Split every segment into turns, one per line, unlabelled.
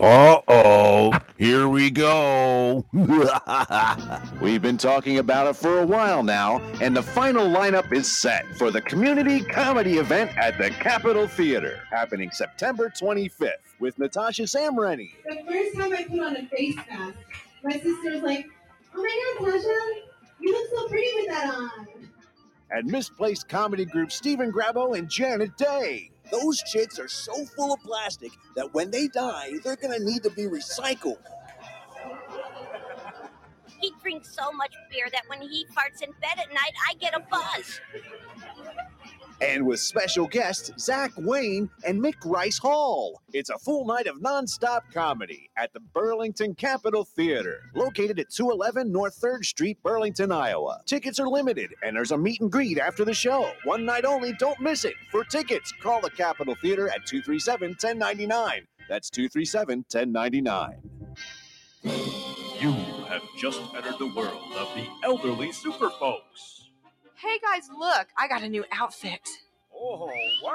Uh oh, here we go.
We've been talking about it for a while now, and the final lineup is set for the community comedy event at the Capitol Theater, happening September 25th with Natasha Samrani.
The first time I put on a face mask, my sister was like, "Oh my God, Tasha, you look so pretty with that on."
and misplaced comedy group Stephen Grabo and Janet Day.
Those chicks are so full of plastic that when they die, they're gonna need to be recycled.
He drinks so much beer that when he farts in bed at night, I get a buzz.
And with special guests Zach Wayne and Mick Rice Hall. It's a full night of nonstop comedy at the Burlington Capitol Theater, located at 211 North 3rd Street, Burlington, Iowa. Tickets are limited, and there's a meet and greet after the show. One night only, don't miss it. For tickets, call the Capitol Theater at 237 1099. That's 237 1099.
You have just entered the world of the elderly super folks.
Hey guys, look, I got a new outfit. Oh,
Oh, wow.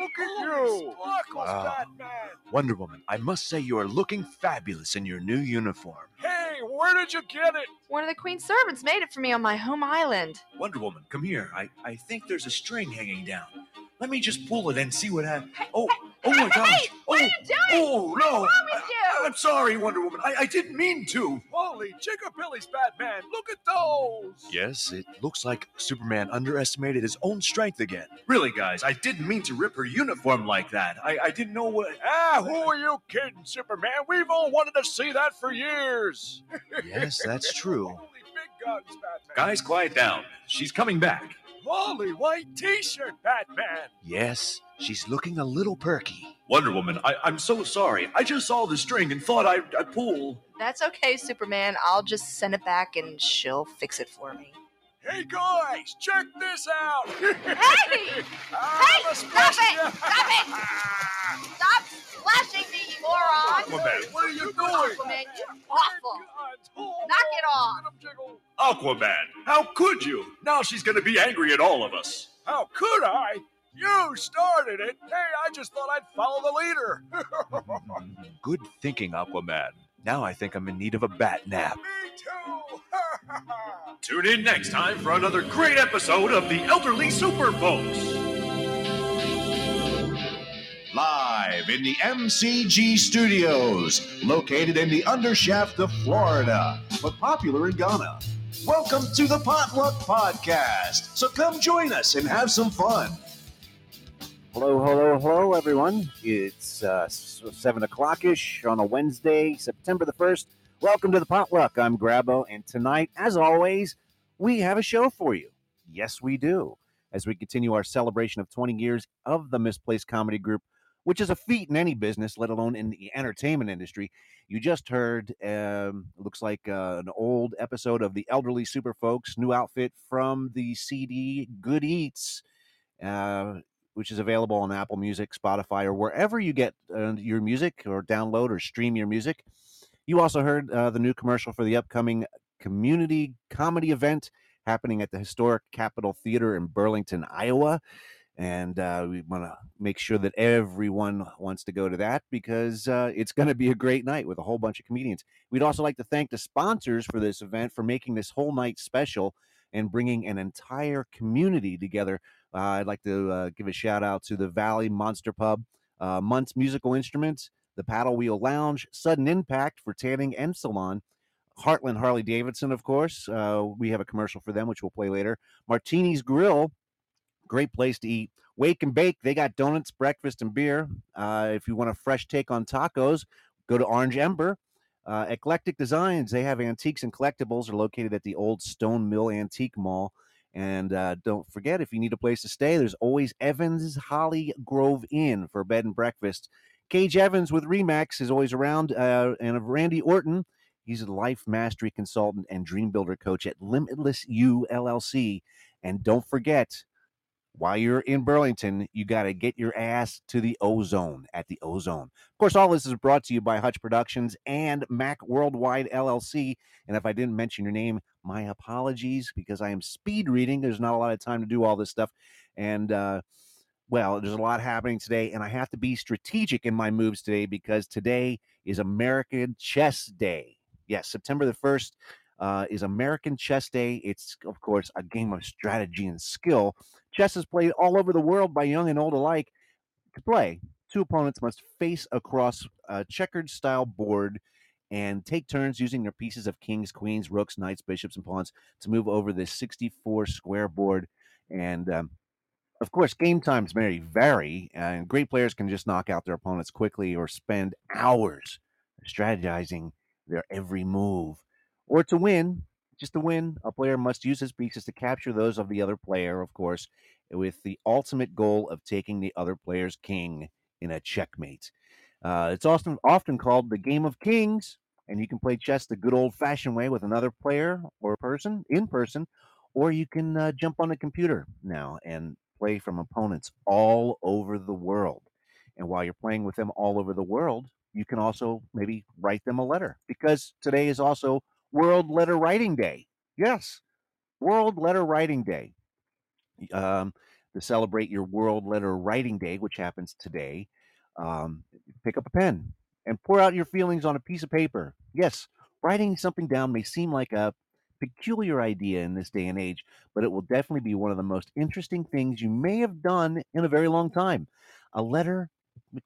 Look at you. Knuckles
Wow.
Batman.
Ah, Wonder Woman, I must say you are looking fabulous in your new uniform.
Hey, where did you get it?
One of the Queen's servants made it for me on my home island.
Wonder Woman, come here. I, I think there's a string hanging down. Let me just pull it and see what happens. Oh, oh my gosh.
Hey, what are
Oh,
you doing?
oh no.
What's wrong with you?
I'm sorry, Wonder Woman. I, I didn't mean to.
Holy Jiggabilly's Batman. Look at those.
Yes, it looks like Superman underestimated his own strength again.
Really, guys, I didn't mean to rip her uniform like that. I, I didn't know what.
Ah, who are you kidding, Superman? We've all wanted to see that for years.
Yes, that's true.
Holy big guns, Batman.
Guys, quiet down. She's coming back.
Holy white t-shirt, Batman.
Yes, she's looking a little perky.
Wonder Woman, I, I'm so sorry. I just saw the string and thought I, I'd pull.
That's okay, Superman. I'll just send it back and she'll fix it for me.
Hey, guys, check this out.
Hey!
I'm a
stop it!
special-
Stop Stop flashing me, you moron!
Aquaman.
What are you doing?
Aquaman, you're awful. Knock it off.
off.
Aquaman, how could you? Now she's gonna be angry at all of us.
How could I? You started it. Hey, I just thought I'd follow the leader.
Good thinking, Aquaman. Now I think I'm in need of a bat nap.
Me too.
Tune in next time for another great episode of the Elderly Super Folks.
Live in the MCG studios, located in the undershaft of Florida, but popular in Ghana. Welcome to the Potluck Podcast. So come join us and have some fun.
Hello, hello, hello, everyone. It's uh, s- 7 o'clock ish on a Wednesday, September the 1st. Welcome to the Potluck. I'm Grabo, and tonight, as always, we have a show for you. Yes, we do. As we continue our celebration of 20 years of the Misplaced Comedy Group, which is a feat in any business, let alone in the entertainment industry. You just heard, um, looks like uh, an old episode of the Elderly Super Folks, new outfit from the CD Good Eats. Uh, which is available on Apple Music, Spotify, or wherever you get uh, your music or download or stream your music. You also heard uh, the new commercial for the upcoming community comedy event happening at the historic Capitol Theater in Burlington, Iowa. And uh, we want to make sure that everyone wants to go to that because uh, it's going to be a great night with a whole bunch of comedians. We'd also like to thank the sponsors for this event for making this whole night special and bringing an entire community together uh, I'd like to uh, give a shout out to the Valley Monster Pub, uh, Munt's Musical Instruments, the Paddle Wheel Lounge, Sudden Impact for Tanning and Salon, Heartland Harley Davidson, of course. Uh, we have a commercial for them, which we'll play later. Martini's Grill, great place to eat. Wake and Bake, they got donuts, breakfast, and beer. Uh, if you want a fresh take on tacos, go to Orange Ember. Uh, Eclectic Designs, they have antiques and collectibles, are located at the old Stone Mill Antique Mall. And uh, don't forget, if you need a place to stay, there's always Evans Holly Grove Inn for bed and breakfast. Cage Evans with Remax is always around, uh, and Randy Orton, he's a life mastery consultant and dream builder coach at Limitless U LLC. And don't forget, while you're in Burlington, you got to get your ass to the Ozone at the Ozone. Of course, all this is brought to you by Hutch Productions and Mac Worldwide LLC. And if I didn't mention your name, my apologies because I am speed reading. There's not a lot of time to do all this stuff. And uh, Well, there's a lot happening today, and I have to be strategic in my moves today because today is American Chess Day. Yes, September the 1st uh, is American Chess Day. It's, of course, a game of strategy and skill. Chess is played all over the world by young and old alike. To play, two opponents must face across a checkered style board and take turns using their pieces of kings, queens, rooks, knights, bishops, and pawns to move over this 64 square board. And um, of course, game times may vary, and great players can just knock out their opponents quickly or spend hours strategizing their every move. Or to win, just to win, a player must use his pieces to capture those of the other player, of course, with the ultimate goal of taking the other player's king in a checkmate. Uh, it's often often called the game of kings, and you can play chess the good old fashioned way with another player or person in person, or you can uh, jump on a computer now and play from opponents all over the world. And while you're playing with them all over the world, you can also maybe write them a letter because today is also World Letter Writing Day. Yes, World Letter Writing Day. Um, to celebrate your World Letter Writing Day, which happens today, um, pick up a pen and pour out your feelings on a piece of paper. Yes, writing something down may seem like a peculiar idea in this day and age, but it will definitely be one of the most interesting things you may have done in a very long time. A letter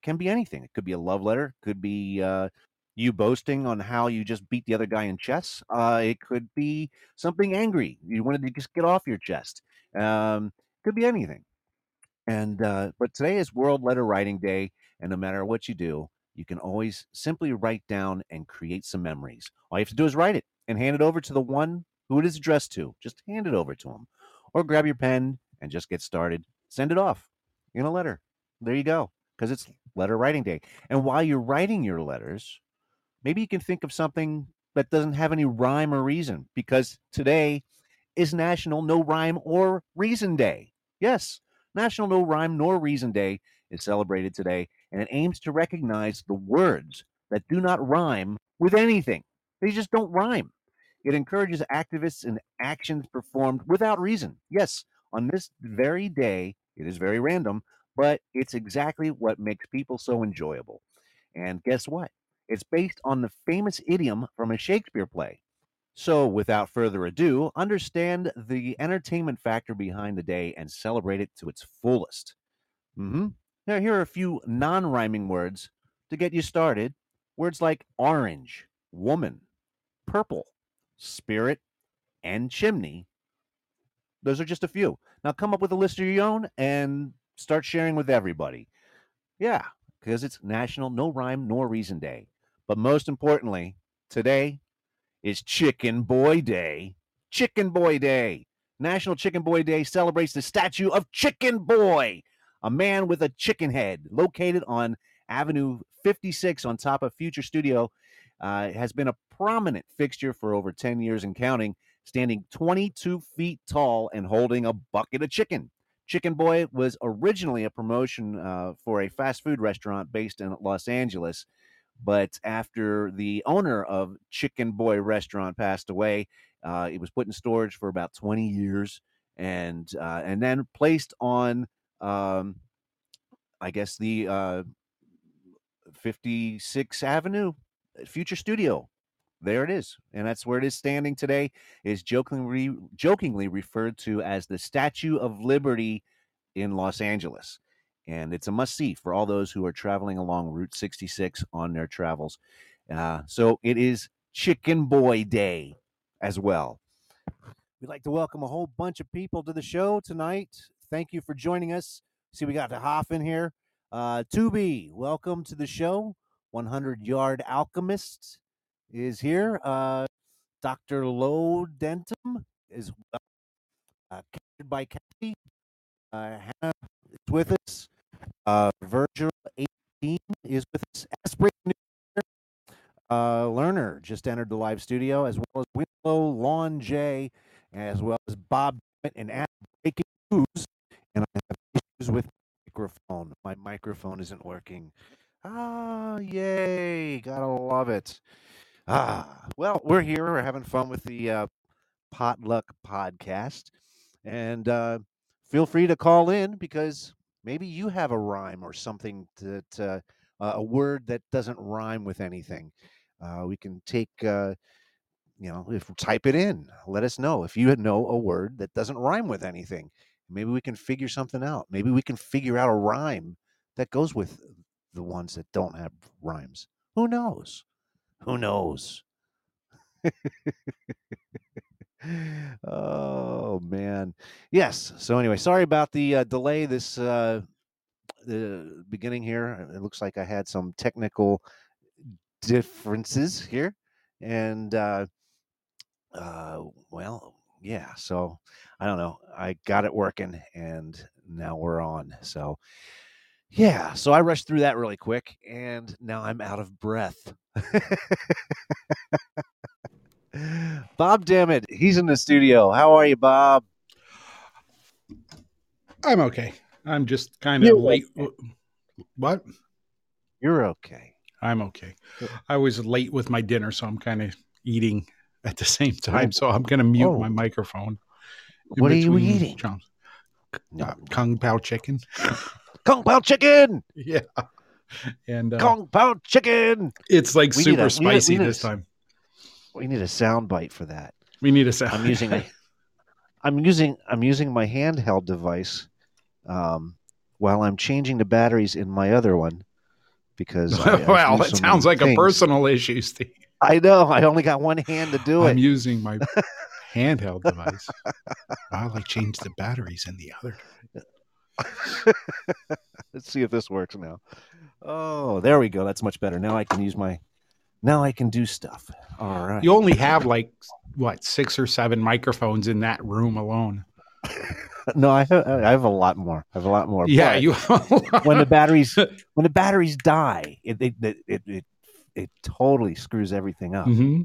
can be anything. It could be a love letter, could be uh, you boasting on how you just beat the other guy in chess. Uh, it could be something angry you wanted to just get off your chest. Um, could be anything. And uh, but today is World Letter Writing Day, and no matter what you do, you can always simply write down and create some memories. All you have to do is write it and hand it over to the one who it is addressed to. Just hand it over to him, or grab your pen and just get started. Send it off in a letter. There you go, because it's Letter Writing Day. And while you're writing your letters, maybe you can think of something that doesn't have any rhyme or reason, because today is National No Rhyme or Reason Day. Yes, National No Rhyme Nor Reason Day is celebrated today, and it aims to recognize the words that do not rhyme with anything. They just don't rhyme. It encourages activists and actions performed without reason. Yes, on this very day, it is very random, but it's exactly what makes people so enjoyable. And guess what? It's based on the famous idiom from a Shakespeare play. So, without further ado, understand the entertainment factor behind the day and celebrate it to its fullest. hmm Now, here are a few non rhyming words to get you started words like orange, woman, purple, spirit, and chimney. Those are just a few. Now, come up with a list of your own and start sharing with everybody. Yeah, because it's National No Rhyme Nor Reason Day. But most importantly, today, is Chicken Boy Day. Chicken Boy Day. National Chicken Boy Day celebrates the statue of Chicken Boy, a man with a chicken head located on Avenue 56 on top of Future Studio. Uh, it has been a prominent fixture for over 10 years and counting, standing 22 feet tall and holding a bucket of chicken. Chicken Boy was originally a promotion uh, for a fast food restaurant based in Los Angeles but after the owner of Chicken Boy Restaurant passed away, uh, it was put in storage for about 20 years, and uh, and then placed on, um, I guess the uh, 56 Avenue uh, Future Studio. There it is, and that's where it is standing today. It Is jokingly jokingly referred to as the Statue of Liberty in Los Angeles and it's a must see for all those who are traveling along Route 66 on their travels. Uh, so it is Chicken Boy Day as well. We'd like to welcome a whole bunch of people to the show tonight. Thank you for joining us. See, we got the Hoff in here. Uh, Tubi, welcome to the show. 100 Yard Alchemist is here. Uh, Dr. Low Dentum is well. Uh, captured by Kathy. Uh, Hannah is with us. Uh, Virgil 18 is with us. Aspirate New Year. Uh, Lerner just entered the live studio, as well as Winslow Lawn J, as well as Bob Bennett and at Breaking News. And I have issues with microphone. My microphone isn't working. Ah, yay! Gotta love it. Ah, well, we're here. We're having fun with the uh, Potluck Podcast, and uh, feel free to call in because Maybe you have a rhyme or something that uh, uh, a word that doesn't rhyme with anything. Uh, we can take, uh, you know, if type it in. Let us know if you know a word that doesn't rhyme with anything. Maybe we can figure something out. Maybe we can figure out a rhyme that goes with the ones that don't have rhymes. Who knows? Who knows? oh man yes so anyway sorry about the uh, delay this uh the beginning here it looks like i had some technical differences here and uh uh well yeah so i don't know i got it working and now we're on so yeah so i rushed through that really quick and now i'm out of breath Bob Dammit, he's in the studio. How are you, Bob?
I'm okay. I'm just kind of
You're
late. What?
You're okay.
I'm okay.
Good.
I was late with my dinner, so I'm kind of eating at the same time. So I'm going to mute
Oh.
my microphone. in
What are you
between
eating?
chomps. Uh, Kung Pao chicken.
Kung Pao chicken.
Yeah. And uh,
Kung Pao chicken.
it's like
We need a-
super
we need a-
spicy
we need a
this
s-
time.
We need a sound bite for that.
We need a sound.
I'm using a, I'm using I'm using my handheld device, um, while I'm changing the batteries in my other one, because I, I
well,
do
that
so
sounds
many
like a
things.
personal issue, Steve.
I know. I only got one hand to do
I'm
it.
using my handheld device. I like change the batteries in the other.
Let's see if this works now. Oh, there we go. That's much better. Now I can use my. Now I can do stuff. All right.
You only have like what six or seven microphones in that room alone.
No, I uh, have, I have a lot more. I have a lot more.
yeah,
but
you.
when the batteries when the batteries die, it it it it, it, it totally screws everything up.
hmm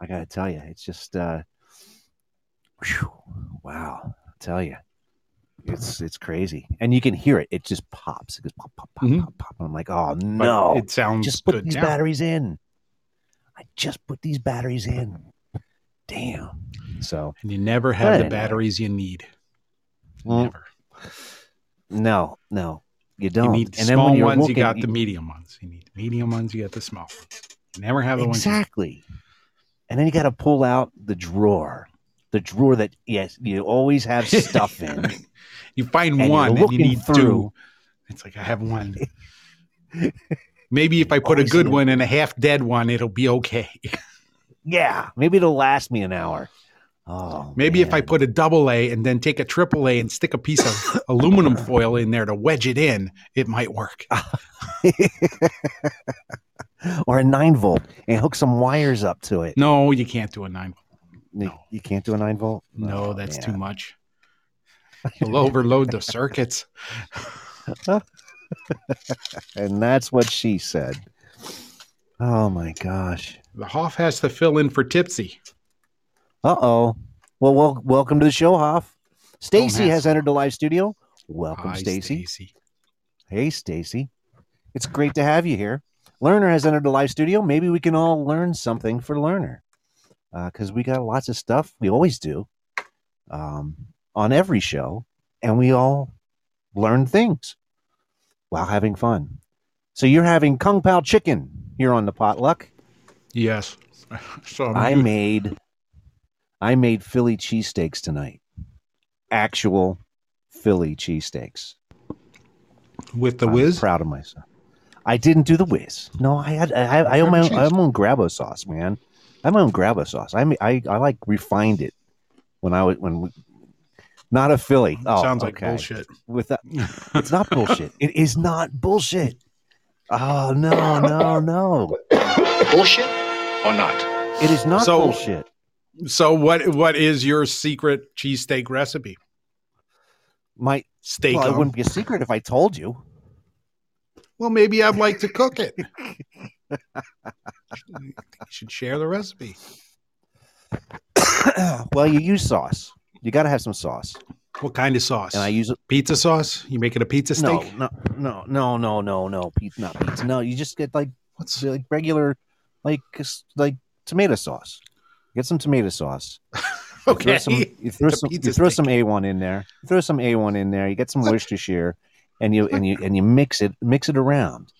I gotta tell you, it's just uh, whew, wow. I tell you, it's it's crazy, and you can hear it. It just pops. It goes pop pop pop
Mhm.
pop pop. And I'm like, oh no!
it sounds
just put
good
these
now.
batteries in. I just put these batteries in. Damn. So
and you never have the
Right.
batteries you need.
Mm,
Never.
no, no, you
You
don't.
need the
and then when
small
you're
ones.
looking,
you got the medium ones. You need the medium ones. You got the small ones. You never have the ones.
exactly. And then you got to pull out the drawer, the drawer that yes you always have stuff in.
You find
And you're
one and you
looking
need
through.
two. It's like I have one. Maybe if I put a
Always
good
need-
one and a half dead one, it'll be okay.
Yeah, maybe it'll last me an hour. Oh,
Maybe if I
man.
put a double A and then take a triple A and stick a piece of aluminum foil in there to wedge it in, it might work.
or a nine volt and hook some wires up to it.
No, you can't do a nine.
You-
no.
You can't do a nine volt.
No, that's too
much.
much. You'll overload the circuits.
and that's what she said. Oh my gosh.
The Hoff has to fill in for Tipsy.
Uh oh. Well, well, welcome to the show, Hoff. Stacy
Don't
has
ask.
entered the live studio. Welcome,
Hi,
Stacy.
Stacy.
Hey, Stacy. It's great to have you here. Learner has entered the live studio. Maybe we can all learn something for Learner because we got lots of stuff. We always do um, on every show, and we all learn things while having fun. So you're having Kung Pao chicken here on the potluck.
Yes. So I'm,
I made I made Philly cheesesteaks tonight. Actual Philly cheesesteaks.
with the
I'm
whiz.
proud of myself. I didn't do the whiz. No, I had I, I own my own, I own my own grabo sauce, man. I have my own grabo sauce. I, ma- I I like refined it when I was when we, not a Philly. Oh,
Sounds like
okay.
bullshit.
With that, it's not bullshit. it is not bullshit. Oh no no no!
Bullshit or not?
It is not
So-
bullshit.
so what? What is your secret cheesesteak recipe?
My
Steak.
well, it
um,
wouldn't be a secret if I told you.
Well, maybe I'd like to cook it. you should share the recipe.
well, you use sauce. You got to have some sauce,
What kind of sauce?
and I use
pizza sauce? You make it a pizza
no,
steak?
no, no, no, no, no, no, pizza, not pizza. No, you just get like
What's
like regular, like s- like tomato sauce. Get some tomato sauce. You
okay?
Throw some, you throw
It's a
some, you
pizza
throw
steak.
some A1 in there. You throw some A1 in there. You get some Worcestershire, and you and you and you mix it mix it around,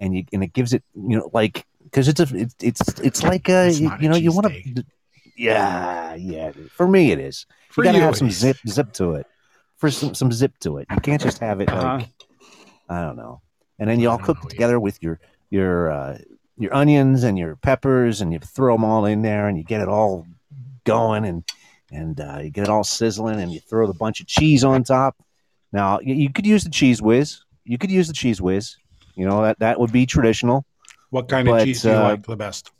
and you and it gives it you know like because it's a it's it's it's like a
It's
you,
not a
you know you want to yeah yeah for me it is
For
you gotta
you,
have
it
some
is.
zip zip to it for some some zip to it you can't just have it
Uh-huh. Oh,
like I don't know and then you
I
all
don't
cook
know
it together with your your uh, your onions and your peppers and you throw them all in there and you get it all going and and uh, you get it all sizzling and you throw the bunch of cheese on top. Now you, you could use the cheese whiz. You could use the cheese whiz. You know that that would be traditional.
What kind
But,
of cheese do you
uh,
like the best?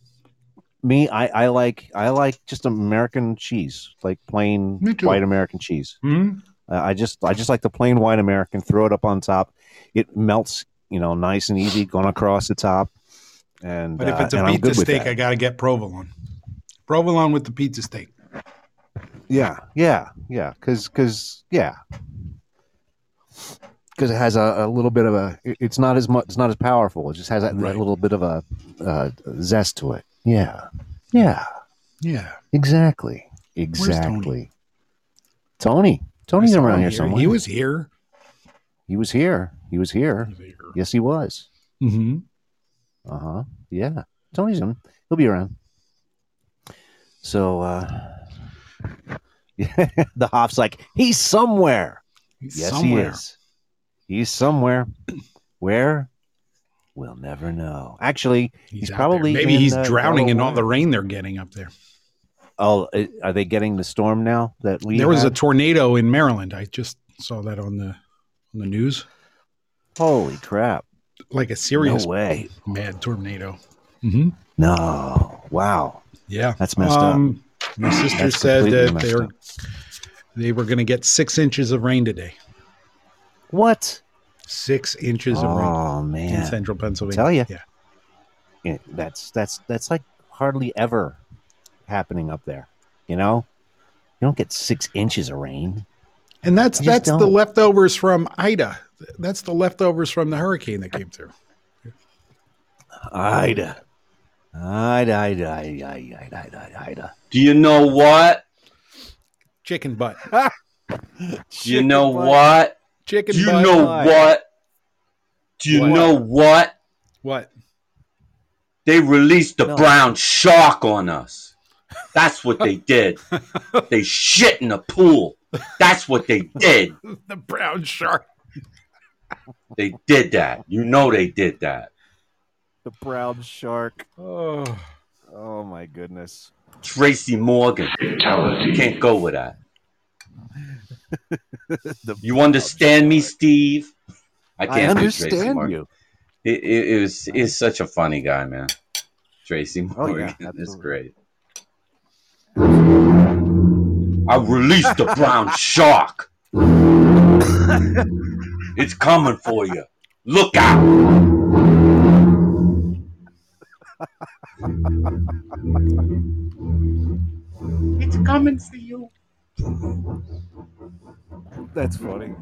Me, I, I like I like just American cheese, like plain
Me too.
white American cheese.
Hmm?
Uh, I just I just like the plain white American. Throw it up on top. It melts, you know, nice and easy, going across the top. And
But if
uh,
it's a
and I'm
pizza
good with
steak,
that.
I gotta get provolone. Provolone with the pizza steak.
Yeah, yeah, yeah. Because, because, yeah, because it has a, a little bit of a. it- It's not as much. It's not as powerful. It just has that, that
Right.
little bit of a uh, zest to it. Yeah, yeah,
Yeah.
exactly,
Tony?
exactly. Tony, Tony's
I saw
around
him
here somewhere.
He was here.
He was here. He was here. Yes, he was.
Mm-hmm.
Uh huh. Yeah, Tony's in. He'll be around. So, uh, yeah, the Hoff's like he's somewhere. Yes, he is. He's somewhere. Where? We'll never know. Actually,
He's,
He's
out
probably
there. maybe
in,
he's
uh,
drowning in all
Delaware.
the rain they're getting up there.
oh, i- are they getting the storm now that we?
there was a
had?
tornado in Maryland. I just saw that on the on the news.
holy crap!
Like a serious
No way!
mad tornado. Mm-hmm.
No! Wow,
Yeah. Um,
that's messed up.
My sister
That's
said
completely
that
messed
they were
up.
they were going to get six inches of rain today.
What?
Six inches of rain
Oh
in
man!
central Pennsylvania.
Tell ya.
Yeah.
Yeah, that's that's that's like hardly ever happening up there. You know, you don't get six inches of rain.
And that's
You just
that's the
don't.
leftovers from Ida. That's the leftovers from the hurricane that came through.
Ida, Ida, Ida, Ida, Ida, Ida, Ida.
Do you know what?
Chicken butt.
Do you know what?
Chicken
Do you
butt.
know
butt.
what? Do you
What?
know what?
What?
They released the
No.
brown shark on us. That's what they did. they shit in the pool. That's what they did.
The brown shark.
They did that. You know they did that.
The brown shark.
Oh.
Oh my goodness.
Tracy Morgan. You can't go with that.
The
You understand me, Steve? I
I
can't do Tracy
understand
Morgan.
you.
It, it, it was is such a funny guy, man. Tracy
Oh, yeah,
Morgan is
absolutely.
great. I released the brown shark. it's coming for you. Look out! It's coming for you.
That's funny.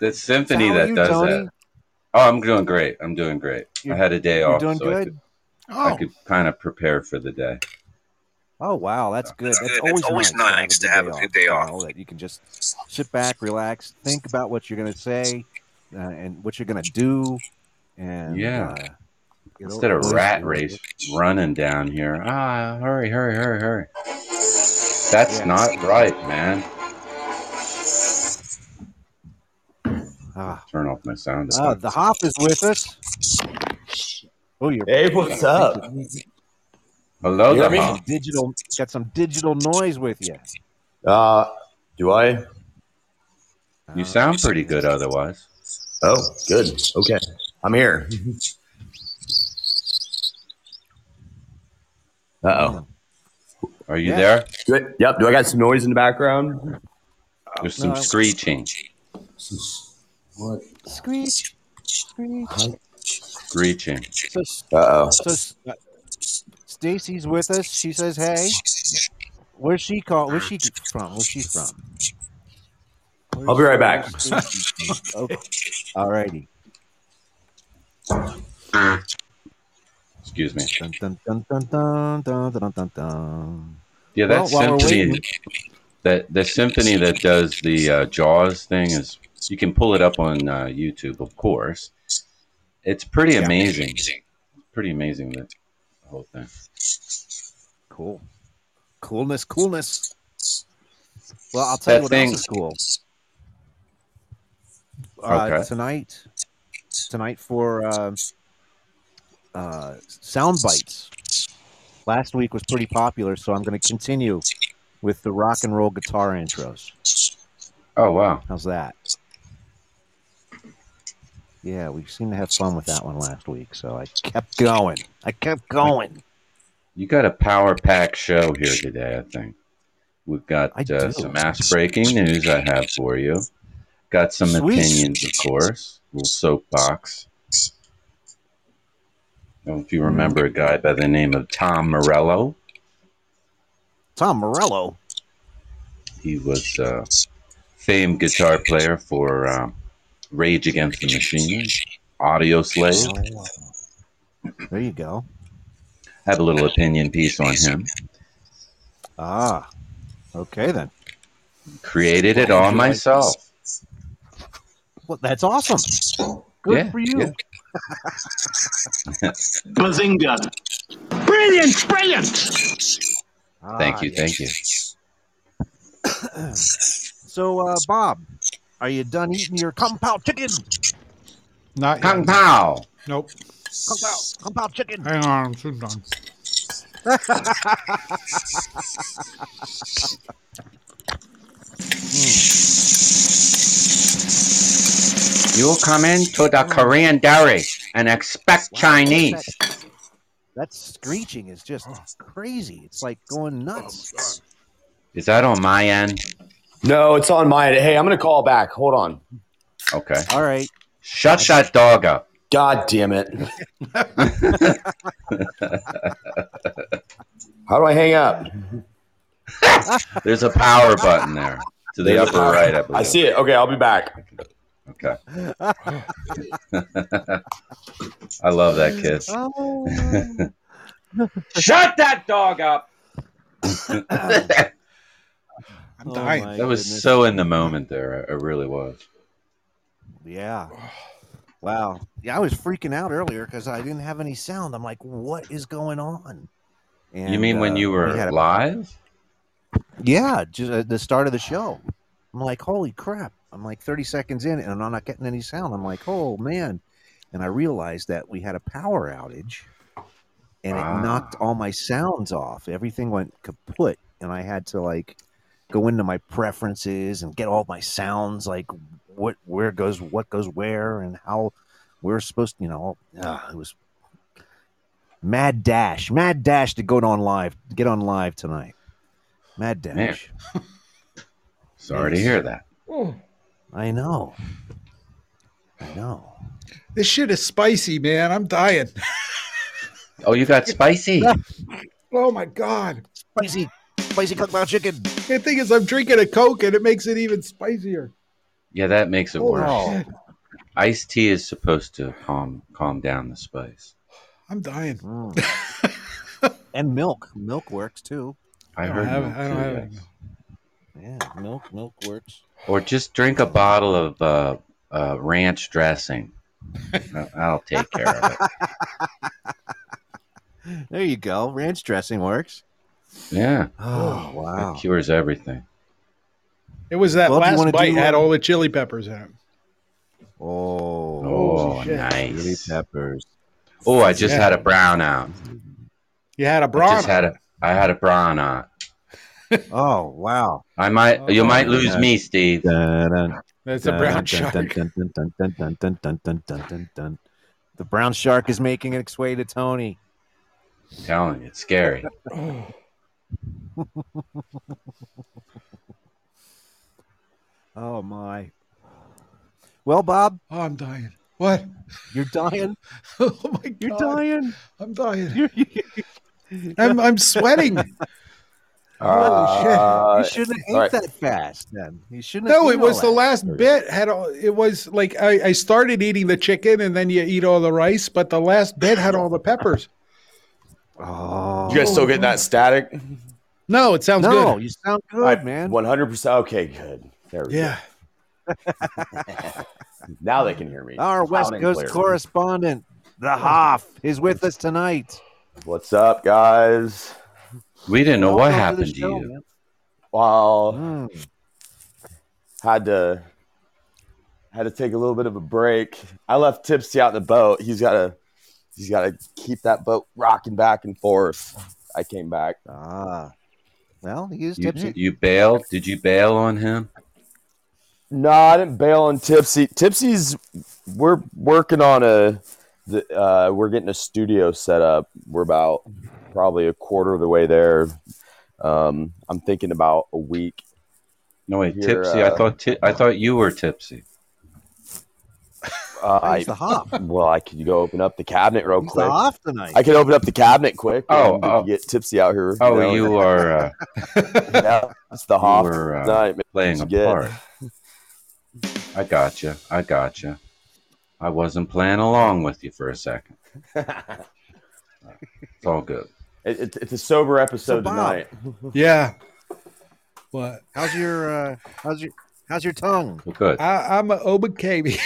The symphony
How are
that
you,
does
Tony?
that. Oh, I'm doing great. I'm doing great.
You're-
I had a day
You're
off,
doing
so I
good.
could I
Oh.
could kind of prepare for the day.
Oh wow, that's good. That's, always, nice to have a good day off. you know, that you can just sit back, relax, think about what you're going to say, uh, and what you're going to do, and
Yeah.
uh, you know,
Instead of
always-
rat
always-
race running down here. Ah, hurry, hurry, hurry, hurry. That's
Yeah.
not right, man.
Ah,
Turn off my sound.
Ah, the Hop is with us. Oh, you're
Hey, what's
got
up?
some
Hello
hear
there.
me?
Hawk.
digital got some digital noise with you.
Uh, do I?
You
Uh,
sound pretty good otherwise.
Oh, good. Okay. I'm here. Uh oh.
Are you
Yeah.
there?
Good. Yep. Do I got some noise in the background?
There's some
Uh, No.
screeching.
What?
Screech, screech.
Screeching.
So, s-
Uh oh.
so s- uh, Stacy's with us. She says, "Hey, where's she call? Where's she from? Where's she from?"
I'll be right back.
Okay. All righty.
Excuse me.
Dun, dun, dun, dun, dun, dun, dun, dun, dun, dun.
Yeah, that
Well, while we're
symphony
waiting-
that The the symphony that does the uh, Jaws thing is you can pull it up on uh, YouTube, of course. It's pretty
Yeah.
amazing. Pretty amazing that the whole thing.
Cool. Coolness, coolness. Well, I'll tell
That
you what
thing-
else is cool. Uh,
Okay.
Tonight, tonight for uh, uh, sound bites. Last week was pretty popular, so I'm going to continue with the rock and roll guitar intros.
Oh wow!
How's that? Yeah, we seemed to have fun with that one last week, so I kept going. I kept going.
You got a power pack show here today, I think. We've got uh,
do.
some ass breaking news I have for you. Got some
Sweet.
opinions, of course. Little soapbox. Don't know
Hmm.
if you remember a guy by the name of Tom Morello.
Tom Morello.
He was a famed guitar player for um, Rage Against the Machine, Audio Slave.
There you go.
Have a little opinion piece on him.
Ah, okay then.
Created it all myself.
Well, that's awesome. Good
Yeah,
for you.
yeah.
Bazinga. Brilliant, brilliant.
thank you,
Ah,
thank you.
yeah. so, uh, Bob, are you done eating your kung pao chicken?
Not
Kung Pao.
Nope.
Kung pao, kung pao chicken.
Hang on, I'm too done.
You come into the Korean dairy and expect Chinese.
That screeching is just crazy. It's like going nuts.
Is that on my end?
No, it's on my Hey, I'm going to call back. Hold on.
Okay.
All right.
Shut that dog up.
God damn it. How do I hang up?
There's a power button there to the upper right, I believe.
I see it. Okay, I'll be back.
Okay. I love that kid.
Shut
that dog up. that
I'm dying.
my
was
goodness.
so in the moment there. I I really was.
Yeah. Wow. Yeah, I was freaking out earlier because I didn't have any sound. I'm like, what is going on?
you mean when
uh,
you
we
were
had a-
live?
Yeah, just at the start of the show. I'm like, holy crap. I'm like 30 seconds in and I'm not getting any sound. I'm like, oh man. And I realized that we had a power outage and it
Ah.
knocked all my sounds off. Everything went kaput and I had to like go into my preferences and get all my sounds like what where goes what goes where and how we're supposed to, you know, ah, it was mad dash, mad dash to go on live, get on live tonight. Mad dash.
Man. Sorry to hear that.
I know. I know.
This shit is spicy, man. I'm dying.
Oh, you got spicy.
Oh my god.
Spicy, spicy kung pao chicken.
The thing is, I'm drinking a Coke and it makes it even spicier.
Yeah, that makes it worse.
Oh,
Iced tea is supposed to calm calm down the spice.
I'm dying.
Mm. and milk. Milk works too.
I
don't
heard
have-
milk,
I don't
too,
have
yes.
any
Yeah, milk, milk works.
Or just drink a bottle of uh, uh, ranch dressing. I- I'll take care of it.
There you go. Ranch dressing works.
Yeah.
Oh, wow.
It cures everything.
It was that
Well, if you wanna
last
do,
bite had
uh,
all the chili peppers in it.
Oh,
Oh,
shit.
nice.
chili peppers.
Oh, I just
Yeah.
had a brown out.
You had
I
a brown.
just had a I had a brown out.
Oh, wow.
I might you might lose me, Steve.
That's a brown shark.
The brown shark is making its way to Tony.
I'm telling you, Oh, it's scary.
Oh my. Well, Bob,
Oh, I'm dying. What?
you're dying.
oh my god.
You're dying.
I'm dying. I'm, I'm sweating.
Holy
Uh,
shit. You shouldn't have ate
all right.
that fast then. You shouldn't have
No, it
eaten all
was the
that.
last bit. Had all, it was like I, I started eating the chicken and then you eat all the rice, but the last bit had all the peppers.
Oh.
You guys still getting that static?
No, it sounds
No,
good.
you sound good, man.
One hundred percent. Okay, good. There we
Yeah.
go. Now they can hear me.
Our
Loud
West
and
Coast
clear.
correspondent, the Hoff, is with us tonight.
What's up, guys?
We didn't know what
Welcome to
happened
the
to
show,
you.
Well,
Mm.
had to had to take a little bit of a break. I left Tipsy out in the boat. He's got to he's got to keep that boat rocking back and forth. I came back.
Ah, well, he is
You, you bailed? Did you bail on him?
No, I didn't bail on Tipsy. Tipsy's we're working on a the, uh, we're getting a studio set up. We're about probably a quarter of the way there. Um, I'm thinking about a week.
No Oh, wait,
Here,
tipsy. I
uh,
thought ti- I thought you were tipsy.
Uh,
He's the hop.
Well, I could go open up the cabinet real
He's the
quick.
hop tonight.
I could open up the cabinet quick.
Oh,
and we could
oh.
get tipsy out here.
Oh, you are, uh,
yeah, it's the
You
hop
were uh,
tonight, man.
playing
It's
a
good.
part. I gotcha. I gotcha. I wasn't playing along with you for a second. It's all good.
It, it, it's a sober episode
Bob.
tonight.
Yeah. What?
How's your uh, how's your how's your tongue?
Well, good.
I, I'm an Obakabi.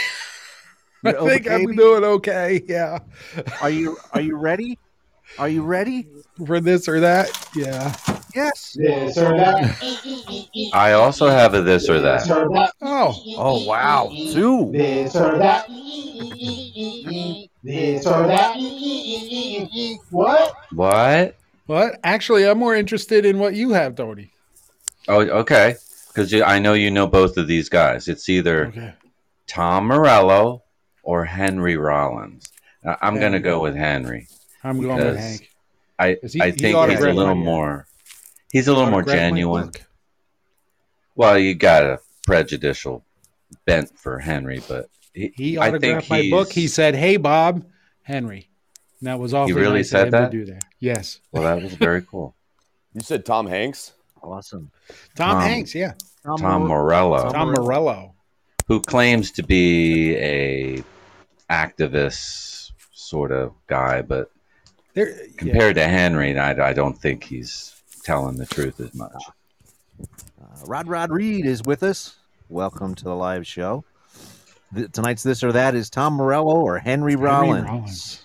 I
You're
think I'm
Obakabi?
doing okay. Yeah.
Are you are you ready? Are you ready?
For this or that? Yeah.
Yes.
Yes,
sir.
I also have a this or that.
Oh.
Oh wow. Two.
This or that. This or that. What?
What?
What? Actually, I'm more interested in what you have, Tony.
Oh, okay. Because I know you know both of these guys. It's either Tom Morello or Henry Rollins. I- I'm going to go with Henry.
I'm going with
because
Hank.
I,
'Cause he-
I
he
think he's a
autographed
little
my-
more. He's a little more
autographed my
genuine. Well, you got a prejudicial bent for Henry, but he,
He
I think
autographed my book. He
he's-
said, "Hey, Bob, Henry." And that was awfully
really
nice
said
of him
that?
to do that. Yes,
Well, that was very cool.
You said Tom Hanks.
Awesome.
Tom,
Tom-
Hanks. Yeah,
Tom,
Tom Morello.
Tom Morello.
who claims to be a activist sort of guy, but
There,
compared to Henry, I, I don't think he's telling the truth as much.
Uh, Rod Rod Reed is with us. Welcome to the live show. Th- tonight's this or that is Tom Morello or Henry Rollins.
Rollins.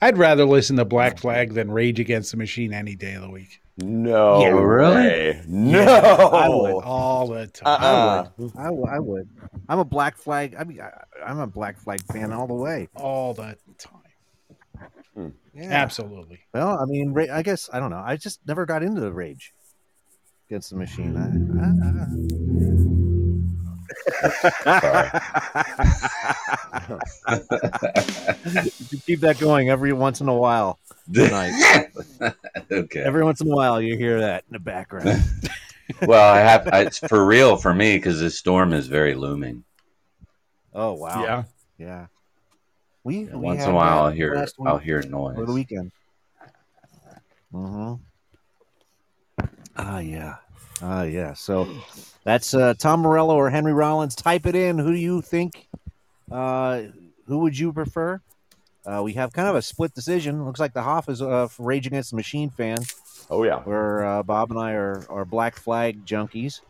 I'd rather listen to Black Flag than Rage Against the Machine any day of the week.
No.
Yeah.
Really?
way. No.
Yeah, I would all the time.
Uh-uh.
Oh. I would. I w- I would. I'm a Black Flag. I mean, I, I'm a Black Flag fan all the way.
all the time.
Yeah.
Absolutely.
Well, I mean, Ra- I guess I don't know. I just never got into the Rage Against the Machine. I, I, I- you keep that going every once in a while. Tonight.
okay.
Every once in a while, you hear that in the background.
well, I have it's for real for me because this storm is very looming.
Oh wow.
Yeah.
Yeah. We, we
Once in
had
a while, I'll
that
hear
last
I'll
week
hear
over the
noise.
weekend. Uh-huh. Ah yeah. Ah yeah. So that's uh, Tom Morello or Henry Rollins. Type it in. Who do you think? Uh, who would you prefer? Uh, we have kind of a split decision. Looks like the Hoff is a Rage Against the Machine fan,
Oh yeah.
where uh, Bob and I are, are Black Flag junkies.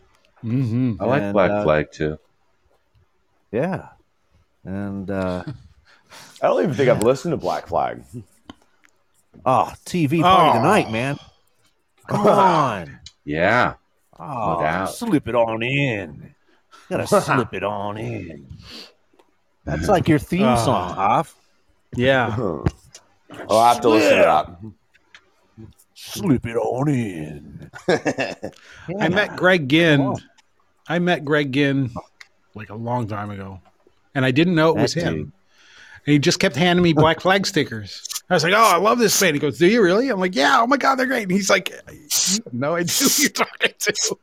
Mm-hmm.
I like
And,
Black
uh,
Flag too.
Yeah. And uh,
I don't even think I've listened to Black Flag.
oh, TV party
Oh.
tonight, man. Come on.
Yeah,
Oh,
doubt.
slip it on in. Gotta slip it on in. Uh, That's like your theme
Ah.
song, Hoff.
Yeah.
I'll have to listen to
Slip it on in.
that.
I met Greg Ginn. I met Greg Ginn like a long time ago, and I didn't know it was
That
him.
dude.
And he just kept handing me black flag stickers. I was like, "Oh, I love this band." He goes, "Do you really?" I'm like, "Yeah." Oh my god, they're great. And he's like, "No, I do." You're talking to.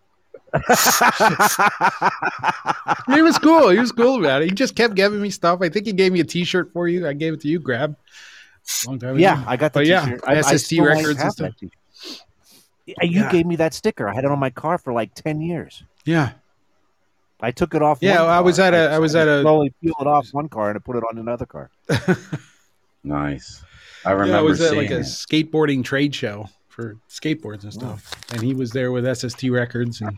And he was cool. He was cool about it. He just kept giving me stuff. I think he gave me a T-shirt for you. I gave it to you, Grab. Long time ago.
Yeah, I got the
But
t-shirt. I-
yeah,
I
SST
still might
records and
have
stuff.
that t-shirt. Yeah, You
Yeah.
gave me that sticker. I had it on my car for like ten years.
Yeah,
I took it off.
Yeah,
one
I was
car.
at a- I was at a-
slowly peel it off one car and I put it on another car.
Nice. I
yeah. I
remember
was at
seeing
like a
it.
skateboarding trade show for skateboards and stuff. And he was there with SST Records and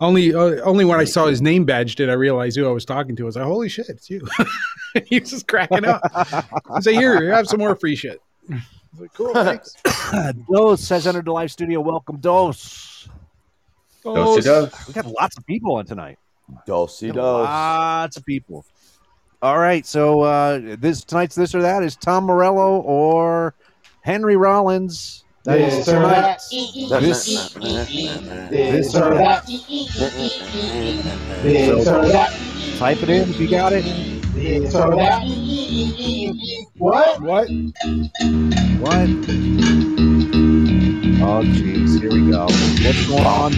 only uh, only when I saw his name badge did I realize who I was talking to. I was like, "Holy shit, it's you!" he was just cracking up. I say, "Here, have some more free shit." I was like, cool, thanks.
Dos says entered the live studio. Welcome, Dos.
Dosey dos.
We got lots of people on tonight.
Dosey dos.
Lots of people. All right, so uh, this tonight's this or that is Tom Morello or Henry Rollins. That is
This or that.
tonight's
This
this
This or that. This
So,
or that.
type it in if you got it.
This or that. What?
What?
Oh, What? Oh, jeez, here we go. What's going on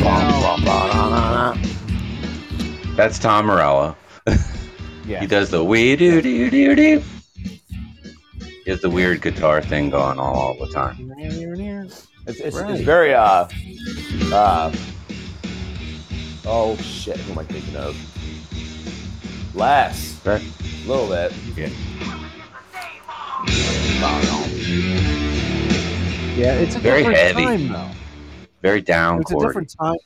now?
That's Tom Morello.
Yeah.
He does the wee doo doo doo doo. He has the weird guitar thing going on all the time.
It's, it's,
Right.
it's very uh uh oh shit, who am I thinking of? Less.
Right.
A little bit.
Yeah.
Yeah, it's a
Very
different
heavy.
time though.
Very down
It's a
chord.
different time.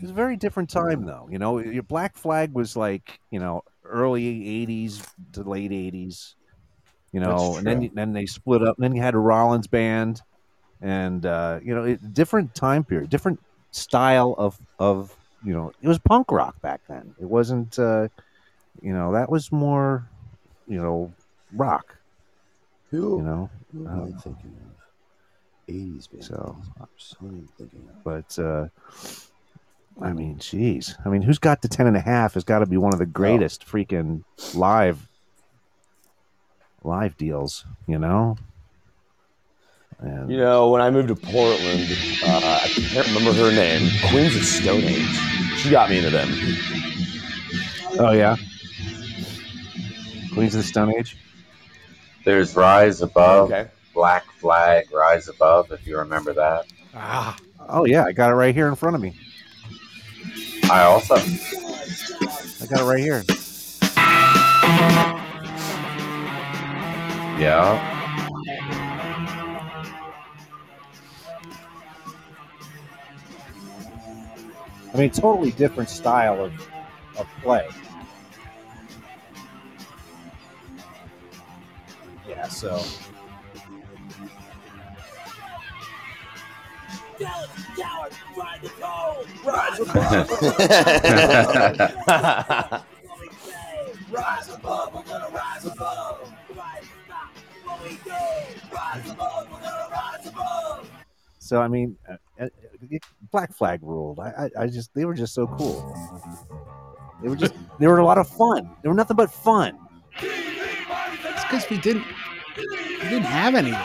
It's a very different time though. You know, your Black Flag was like you know early '80s to late '80s. You know,
That's
and then
true.
then they split up. And then you had a Rollins band, and uh, you know, it, different time period, different style of of you know, it was punk rock back then. It wasn't, uh, you know, that was more, you know, rock.
Who
you know, Um,
who am I thinking of? 80s band.
So,
Someone I'm thinking of.
but uh, I mean, jeez, I mean, who's got the ten and a half? Has got to be one
Oh.
of the greatest freaking live live deals, you know. And
You know, when I moved to Portland, uh, I can't remember her name. Queens of Stone Age. She got me into them.
oh yeah, Queens of the Stone Age.
There's Rise Above,
Okay.
Black Flag, Rise Above, if you remember that.
Ah,
Oh yeah, I got it right here in front of me.
I also.
I got it right here.
Yeah.
I mean, totally different style of of play. Yeah, so
Coward, coward, ride the pole.
Rise
above. Rise above, we're gonna rise above. Rise, stop what we do. Rise above, we're gonna rise above.
so I mean, uh, uh, Black Flag ruled. I, I I just they were just so cool. They were just they were a lot of fun. They were nothing but fun.
It's because we didn't we didn't have anything.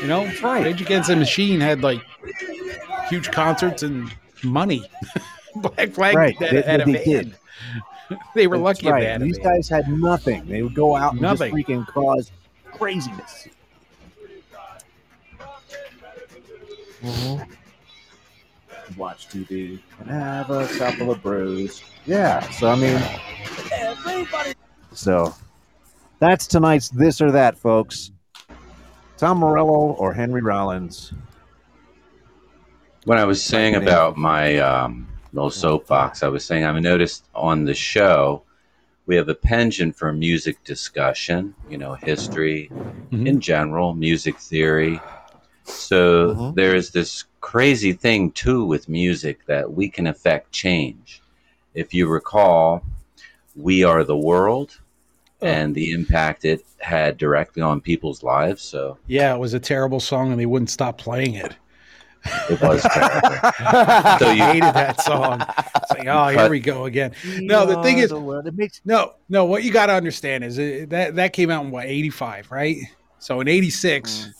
You know, Rage Against the Machine had like huge concerts and money. Black Flag
Right,
had,
they-
had a
they
band.
did.
they were
That's
lucky
right.
they had a
These
band.
guys had nothing. They would go out and just
Nothing.
freaking cause craziness.
Watch TV.
And have a couple of brews. Yeah. So I mean,
Everybody.
So that's tonight's this or that, folks. Tom Morello or Henry Rollins.
When I was saying about my um, little soapbox, I was saying I've noticed on the show we have a penchant for music discussion, you know, history in general, music theory. So there is this crazy thing too with music that we can affect change. If you recall, we are the world and the impact it had directly on people's lives. So
Yeah, it was a terrible song, and they wouldn't stop playing it.
it was terrible. So you-
I hated that song. It's like, oh, here
But-
we go again. No, the thing is,
it makes
no, no. What you got to understand is uh, that that came out in what eighty five, right? So in eighty six,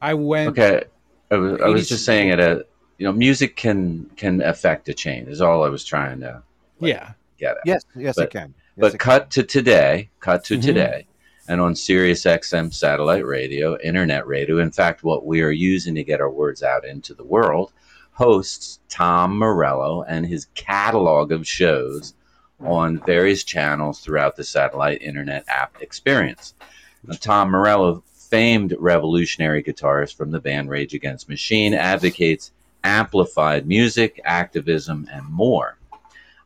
I went.
Okay, I was, I was
80s
just saying it. Uh, you know, music can can affect a change. Is all I was trying to
Yeah.
get at.
Yes, yes,
but,
it can.
but cut to today, cut to
Mhm.
today, and on Sirius XM satellite radio, internet radio. In fact, what we are using to get our words out into the world, hosts Tom Morello and his catalog of shows on various channels throughout the satellite internet app experience. Now, Tom Morello famed revolutionary guitarist from the band Rage Against Machine, advocates amplified music, activism, and more.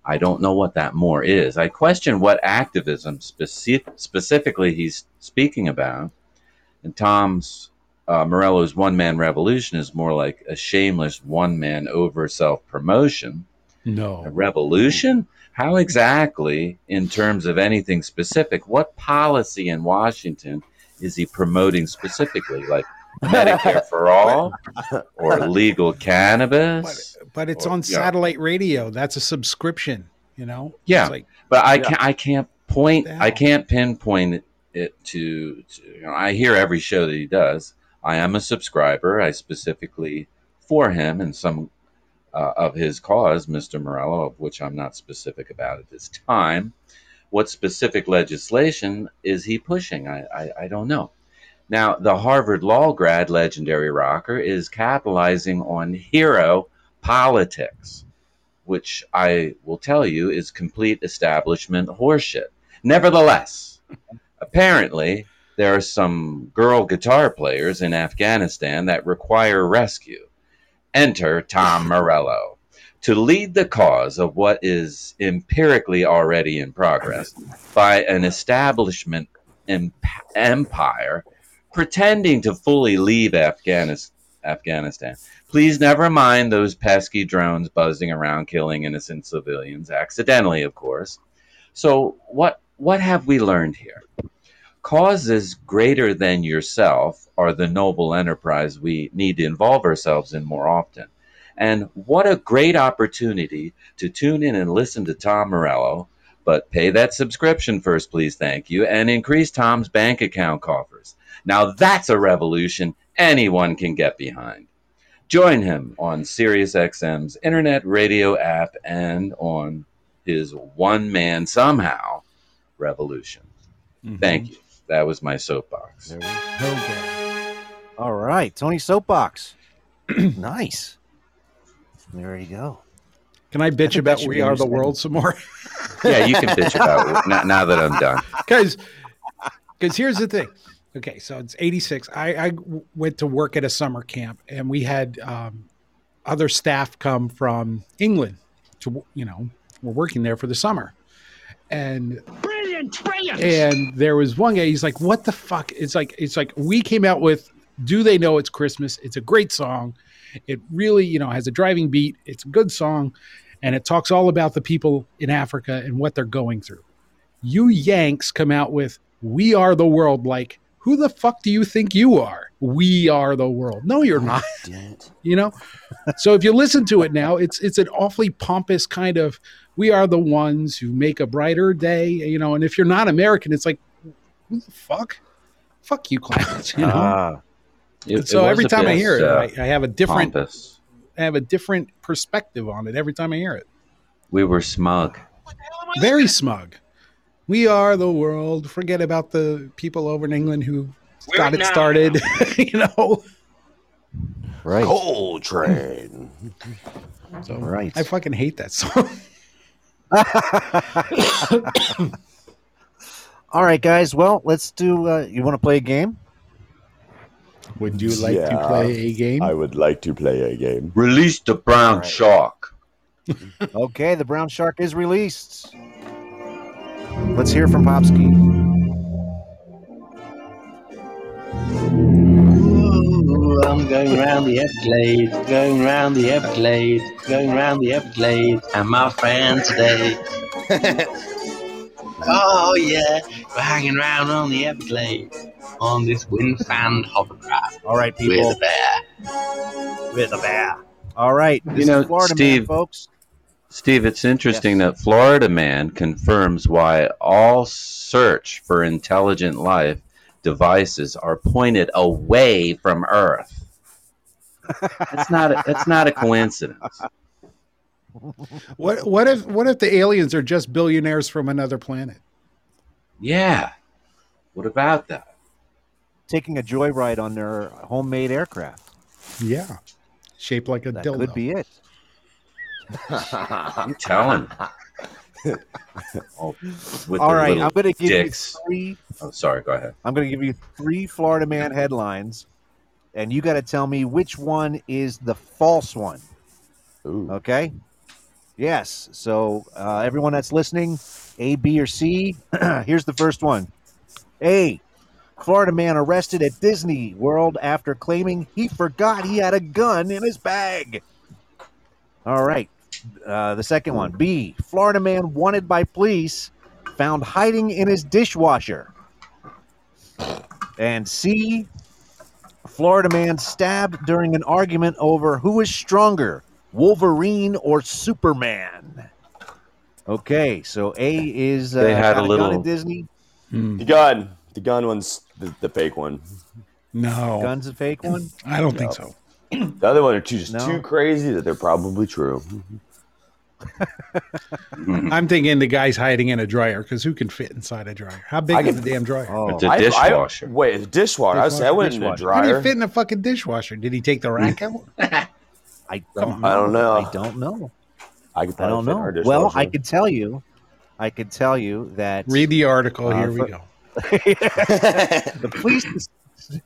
I don't know what that more is. I question what activism speci- specifically he's speaking about. And Tom's uh, Morello's one man revolution is more like a shameless one man over self promotion.
No.
A revolution? How exactly, in terms of anything specific, what policy in Washington is he promoting specifically? Like Medicare for all or legal cannabis?
But it's on
yeah.
satellite radio. That's a subscription, you know?
Yeah,
It's like-
but I
Yeah.
can't. I can't point.
What the
I can't pinpoint it to. to you know, I hear every show that he does. I am a subscriber. I specifically for him and some uh, of his cause, Mr. Morello, of which I'm not specific about at this time. What specific legislation is he pushing? I, I, I don't know. Now, the Harvard law grad, legendary rocker, is capitalizing on hero politics which I will tell you is complete establishment horseshit. Nevertheless, apparently, there are some girl guitar players in Afghanistan that require rescue. Enter Tom Morello to lead the cause of what is empirically already in progress by an establishment em- empire pretending to fully leave Afghanis- Afghanistan. Please never mind those pesky drones buzzing around killing innocent civilians accidentally, of course. So what what have we learned here? Causes greater than yourself are the noble enterprise we need to involve ourselves in more often. And what a great opportunity to tune in and listen to Tom Morello, but pay that subscription first, please, thank you, and increase Tom's bank account coffers. Now that's a revolution anyone can get behind. Join him on SiriusXM's internet radio app and on his one man somehow revolution.
Mm-hmm.
Thank you. That was my soapbox.
All right, Tony Soapbox. nice. There you go.
Can I
think
bitch
that
about
should
We
be
Are
your
the World
segment.
some more?
Yeah, you can bitch about it now, now that I'm done.
because because here's the thing okay so it's 86 i i w- went to work at a summer camp and we had um other staff come from england to w- you know we're working there for the summer and
Brilliant, brilliant.
and there was one guy he's like what the fuck it's like it's like we came out with do they know it's christmas it's a great song it really you know has a driving beat it's a good song and it talks all about the people in africa and what they're going through you yanks come out with we are the world like who the fuck do you think you are we are the world no you're not you know so if you listen to it now it's it's an awfully pompous kind of we are the ones who make a brighter day you know and if you're not american it's like who the fuck fuck you clowns you know
Ah. It-
And so
it was
every
a
time i
bit,
hear it
uh,
I, I have a different
pompous.
i have a different perspective on it every time i hear it
We were smug.
very smug we are the world forget about the people over in england who got it
now.
started you know
Right.
Coal train.
so
Right.
i fucking hate that song
All right, guys. Well, let's do. Uh, you want to play a game?
Would
Yeah, I would like to play a game.
Release the brown shark.
okay, the brown shark is released. Let's hear from Popsky.
Ooh, I'm going round the Everglades, going round the Everglades, going round the Everglades, and my friends today. oh yeah, we're hanging round on the Everglades on this wind fanned hovercraft.
All right, people.
With a bear. With a bear.
All right. This
You know,
is Florida man,
Steve-
folks.
Steve, it's interesting that Florida man confirms why all search for intelligent life devices are pointed away from Earth. That's not a, that's not a coincidence.
What what if what if the aliens are just billionaires from another planet?
Yeah. What about that?
Taking a joyride on their homemade aircraft.
Yeah, shaped like a
That
dildo.
could be it.
I'm telling. you. All, with
All
their
right,
little
I'm going to give
dicks.
you three.
Oh, sorry, go ahead.
I'm going to give you three Florida man headlines, and you got to tell me which one is the false one. Okay. Yes. So uh, everyone that's listening, A, B, or C. here's the first one. A. Florida man arrested at Disney World after claiming he forgot he had a gun in his bag. All right. Uh, the second one. B. Florida man wanted by police found hiding in his dishwasher. And C. Florida man stabbed during an argument over who is stronger, Wolverine or Superman. Okay, so A is uh,
They had
shot
a
gun
little-
at Disney.
The gun. The gun one's the, the fake one.
No.
Guns a fake one?
I don't think so.
The other one are too, just
No.
too crazy that they're probably true. Mm-hmm.
I'm thinking the guy's hiding in a dryer because who can fit inside a dryer? How big
I
is
can-
the damn dryer?
Oh.
Oh,
I- I- wait, the dishwasher. I was I went in a
Dishwasher. How do you
dryer. Mm. Uh,
fit in a fucking dishwasher? Did he take the rack out?
I
Come
don't
on.
know.
I don't know.
I don't know.
I, could
I
probably
don't
fit in
know.
our
Well, I
dishwasher.
could tell you. I could tell you that.
Read the article.
Oh,
Uh,
Here we
for-
go.
the police dis-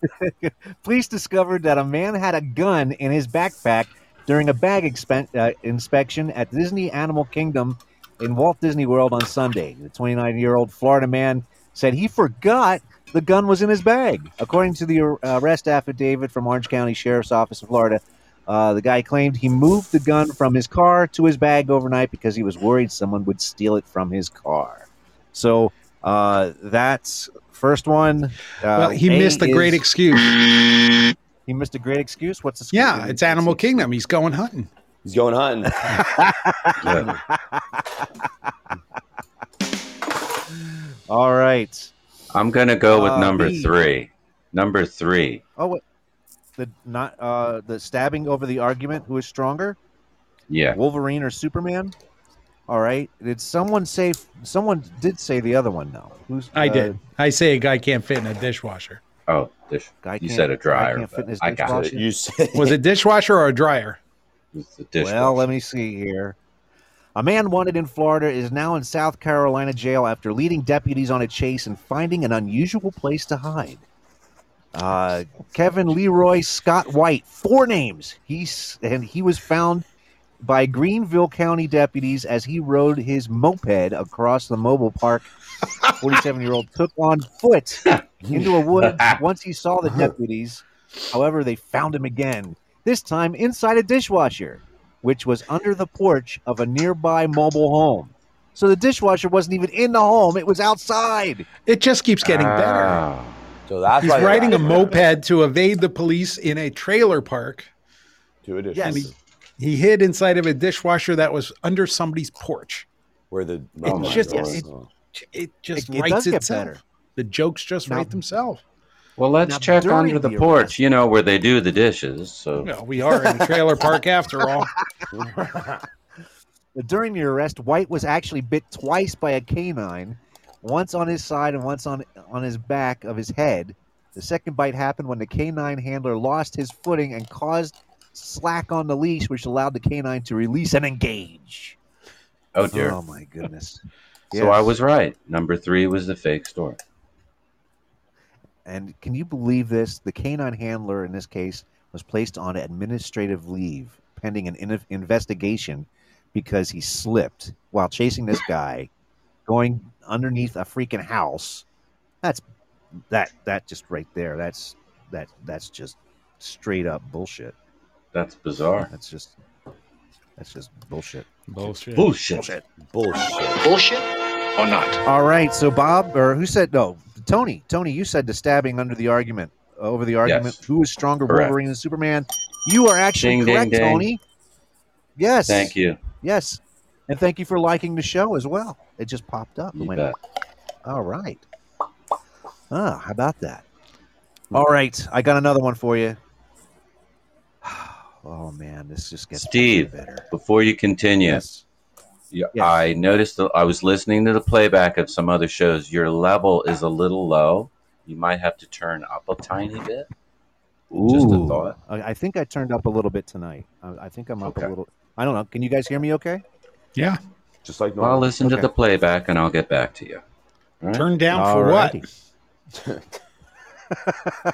police discovered that a man had a gun in his backpack during a bag expen- uh, inspection at Disney Animal Kingdom in Walt Disney World on Sunday. The 29 year old Florida man said he forgot the gun was in his bag. According to the ar- arrest affidavit from Orange County Sheriff's Office in Florida, uh, the guy claimed he moved the gun from his car to his bag overnight because he was worried someone would steal it from his car. So uh, that's first one. Uh,
well, he
A
missed a great
is-
excuse.
He missed a great excuse. What's the
Yeah, it's Animal Kingdom. He's going hunting.
He's going hunting.
All right.
I'm going to go with
Uh,
number
B.
three. Number three.
Oh wait, the not uh, the stabbing over the argument who is stronger,
Yeah.
Wolverine or Superman? All right. Did someone say someone did say the other one though? Who's
I
uh,
did. I say a guy can't fit in a dishwasher.
Oh, dish. you
can't-
said a dryer.
guy can't fit in
but
his
I got it.
dishwasher?
You said
Was it dishwasher or a dryer?
it's a dishwasher.
Well, let me see here. A man wanted in Florida is now in South Carolina jail after leading deputies on a chase and finding an unusual place to hide. Uh, Kevin Leroy Scott White, four names. He's and he was found by Greenville County deputies as he rode his moped across the mobile park. 47 year old took on foot into a wood once he saw the deputies. However, they found him again, this time inside a dishwasher, which was under the porch of a nearby mobile home. So the dishwasher wasn't even in the home, it was outside. Ah.
It just keeps getting better.
So that's
He's
why they're
riding a
laughing.
moped to evade the police in a trailer park.
Two editions.
And he, he hid inside of a dishwasher that was under somebody's porch.
Where the
It
my
just
God.
it, it just
It- it
writes
does get
itself.
better.
The jokes just write themselves.
Well, let's
Now,
check
during
under the,
the
porch, you know, where they do the dishes. So
Well, we are in a trailer park after all.
During the arrest, White was actually bit twice by a canine, once on his side and once on, on his back of his head. The second bite happened when the canine handler lost his footing and caused slack on the leash, which allowed the canine to release and engage.
Oh, dear.
Oh, my goodness.
so I was right. Number three was the fake story.
And can you believe this? The canine handler in this case was placed on administrative leave pending an in- investigation because he slipped while chasing this guy going underneath a freaking house. That's that that just right there. That's that that's just straight up bullshit.
That's bizarre.
That's just that's just bullshit.
Bullshit.
Bullshit.
Bullshit.
Bullshit or not?
All right, so Bob, or who said no? Tony, Tony, you said the stabbing under the argument, uh, over the argument. Who is stronger,
Correct.
Wolverine and Superman? You are actually
Ding, ding,
correct,
ding.
Tony. Yes.
Thank you.
Yes, and thank you for liking the show as well. It just popped up. and
You
went,
bet.
All right. Ah, how about that? All right, I got another one for you. Oh man, this just gets
Steve, before you continue, you- I noticed that I was listening to the playback of some other shows. Your level is a little low. You might have to turn up a tiny bit. Just a
Ooh.
thought.
I, I think I turned up a little bit tonight. I, I think I'm up a little. I don't know. Can you guys hear me? Okay.
Yeah.
just like normal.
I'll listen to
Okay.
the playback and I'll get back to you. All right?
Turned down for what?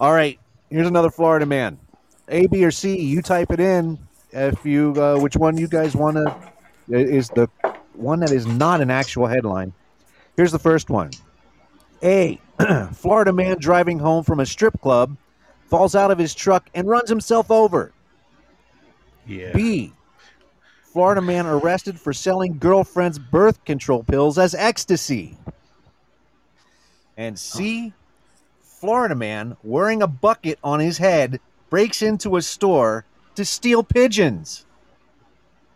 All right, here's another Florida man. A, B, or C. You type it in if you uh, which one you guys want to is the one that is not an actual headline. Here's the first one. A, Florida man driving home from a strip club falls out of his truck and runs himself over.
Yeah.
B, Florida man arrested for selling girlfriend's birth control pills as ecstasy. And C, Florida man wearing a bucket on his head breaks into a store to steal pigeons.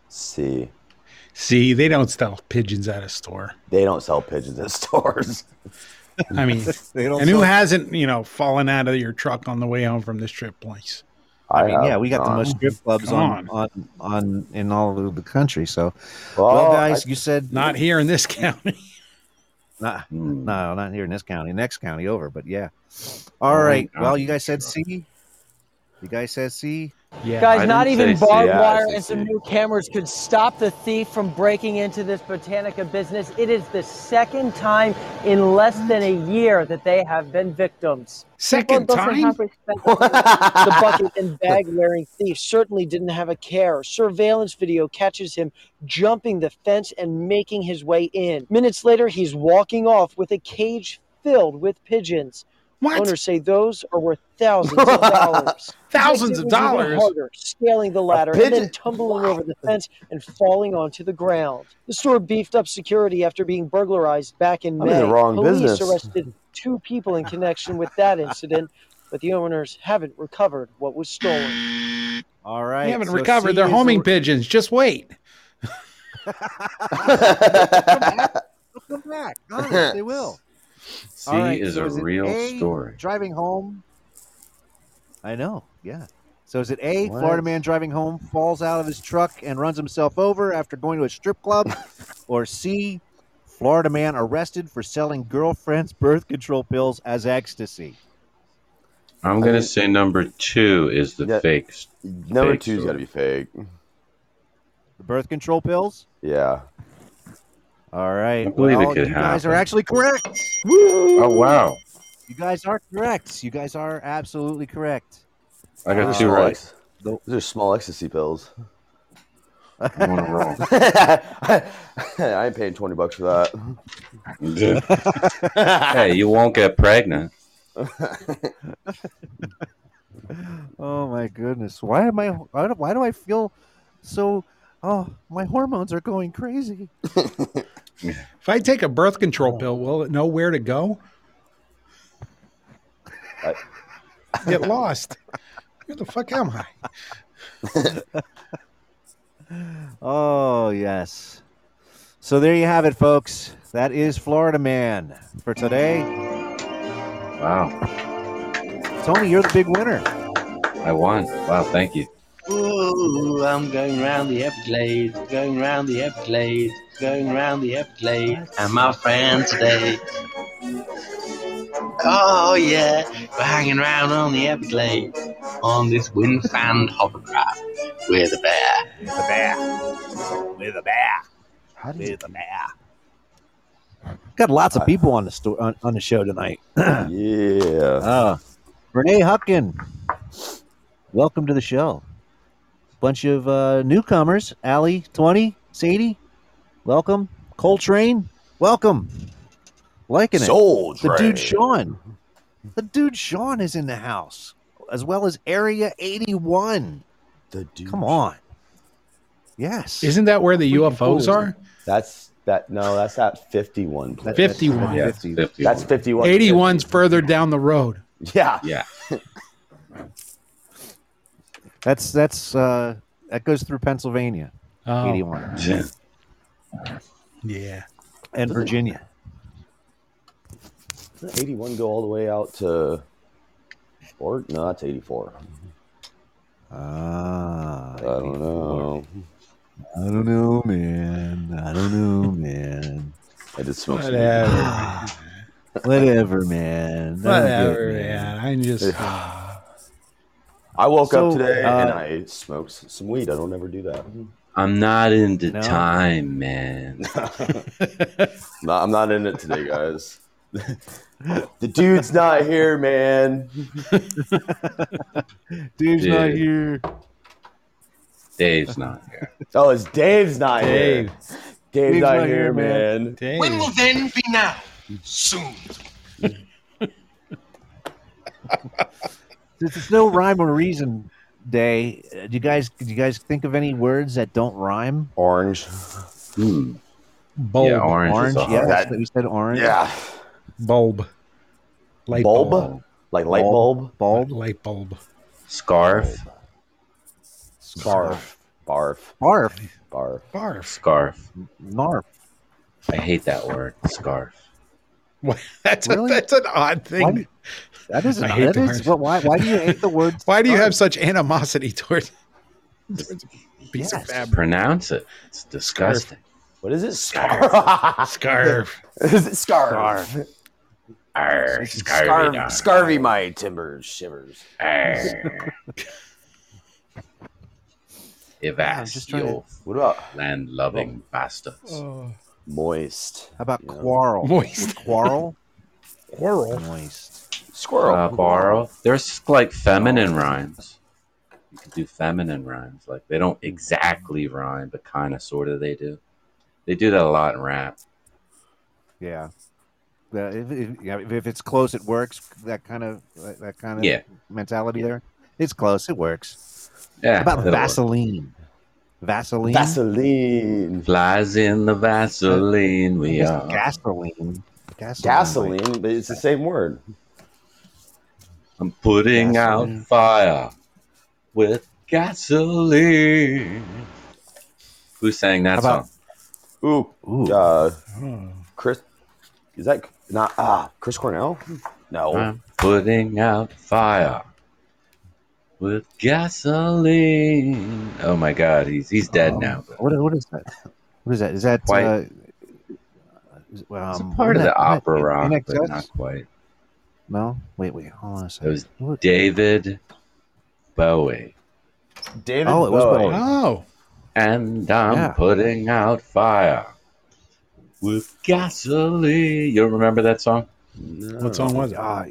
See,
See, they don't sell pigeons at a store.
they don't sell pigeons at stores.
I mean,
They don't
and who
sell-
hasn't, you know, fallen out of your truck on the way home from this trip place?
I, mean, yeah, we got the most strip clubs
Come
on, on on in all of the country. So,
well,
guys, you said
not here in this county.
Nah, No, not here in this county. Next county over, but yeah. All
Oh,
right.
God.
Well, you guys said C. You guys said C.
Guys, not even barbed wire and some new cameras could stop the thief from breaking into this Botanica business. It is the second time in less than a year that they have been victims.
Second
People doesn't
time?
have respect for the bucket and bag wearing thief certainly didn't have a care. Surveillance video catches him jumping the fence and making his way in. Minutes later, he's walking off with a cage filled with pigeons. Owners say those are worth thousands of dollars.
Thousands of
It was even
dollars?
Harder, scaling the ladder and
pigeon-
then tumbling over the fence and falling onto the ground. The store beefed up security after being burglarized back in
I'm
May.
in the wrong
Police
business.
arrested two people in connection with that incident, but the owners haven't recovered what was stolen.
All right.
They haven't
so
recovered.
C
They're
is
homing
the-
pigeons. Just wait.
They'll come back. Honest, they will.
C is a
it
real story.
Driving home. I know. Yeah. So is it A,
What?
Florida man driving home falls out of his truck and runs himself over after going to a strip club? or C, Florida man arrested for selling girlfriend's birth control pills as ecstasy?
I'm gonna say number two is the fake. s-
Number
fake
two's got to
story.
be fake.
The birth control pills?
Yeah.
All right.
I believe
well,
it could
you
happen.
guys are actually correct.
oh wow!
You guys are correct. You guys are absolutely correct.
I got
Those
two
are
right.
ex- Those are small ecstasy pills.
I'm on a roll.
I ain't paying twenty bucks for that.
hey, you won't get pregnant.
Oh my goodness! Why am I? Why do, why do I feel so? Oh, my hormones are going crazy.
If I take a birth control pill, will it know where to go?
I-
Get lost. Where the fuck am I?
Oh yes. So there you have it, folks. That is Florida Man for today.
Wow,
Tony, you're the big winner.
I won. Wow, thank you.
Ooh, I'm going round the Everglades, going round the Everglades, going round the Everglades. And my friends today. Oh yeah, we're hanging round on the Everglades on this wind fanned hovercraft with a bear.
With a bear. With a bear.
How do
With a bear.
Got lots of people on the sto- on, on the show tonight.
yeah.
Uh, Renee Huckin, welcome to the show. Bunch of uh, newcomers, Allie, 20, Sadie, welcome. Coltrane, welcome. Liking it.
Soul
The
Train.
dude Sean. The dude Sean is in the house, as well as Area 81.
The dude.
Come on. Yes.
Isn't that where the UFOs are?
That's that. No, that's at fifty-one. place.
51. Yeah,
That's That's fifty-one.
81's further down the road.
Yeah.
Yeah.
That's that's uh, that goes through Pennsylvania.
Oh.
81.
Yeah.
Yeah.
And Virginia.
Doesn't Eighty-one go all the way out to, or no, that's eighty-four.
Ah, I
don't know.
I don't
Oh,
know, man. I don't know, man.
I did smoke some.
Whatever.
weed.
Whatever, man. That'll do it,
Whatever, man. I'm just.
I woke
So,
up today
uh,
and I smoked s- some weed. I don't ever do that.
I'm not into time, man.
No, I'm not in it today, guys. the dude's not here, man.
Dude's
not
here.
Dave's not here.
Oh, it's Dave's not
Dave.
here. Dave's, not, here, man.
When will then be now? Soon.
Since it's no rhyme or reason day, uh, do you guys do you guys think of any words that don't rhyme?
Orange.
Bulb.
Yeah, orange is Hmm. Orange, a yeah, hard- that's what we said orange. Yeah.
Bulb. Light
Bulb? Like light bulb?
Bulb.
Light bulb.
Scarf.
Scarf. Barf.
Barf.
Barf.
Barf.
Scarf.
Narf.
I hate that word. Scarf.
That's a, that's an odd
Why
thing.
do-
that is
I
an-
hate
that
the
is-
word.
why- why do you hate the word?
Why do you have such animosity towards, towards a piece of fabric?
Pronounce it. It's disgusting.
What is it?
Scarf. Scarf.
Is it scarf?
Arr,
Scarf.
scarf.
Scarvy my timbers shivers.
Arr.
Yeah, I'm
Evas,
just trying to- Oh.
you
What about
land loving
Oh.
bastards.
moist?
How about quarrel?
Moist.
Quarrel.
Quarrel.
Moist.
Squirrel.
Uh, borrow. There's like feminine rhymes. You can do feminine rhymes. Like they don't exactly rhyme, but kind of, sort of, they do. They do that a lot in rap.
Yeah. Yeah, if, if, yeah, if- if it's close, it works. That kind of that, that kind of
Yeah.
mentality there. It's close. It works.
Yeah,
How about
that'll work.
Vaseline. Vaseline.
Vaseline.
Flies in the Vaseline. We
It's
are.
Gasoline. Gasoline.
Gasoline, but it's the same word.
I'm putting
Gasoline.
out fire with gasoline. Who sang that
How about-
song?
Ooh. Uh, Chris. Is that not ah Chris Cornell? No.
I'm putting out fire with gasoline. Oh my God, he's he's dead
Um,
now.
What, what is that? What is that? Is that
Quite.
uh, is- um,
It's a part of the
isn't that- isn't that
opera rock,
in
but
excess?
not quite.
No, wait, wait, hold on a
It
second.
was David Bowie.
David
Oh, it was Bowie. Bowie.
Oh.
And I'm putting out fire with gasoline. You remember that song?
What song was it?
Ah,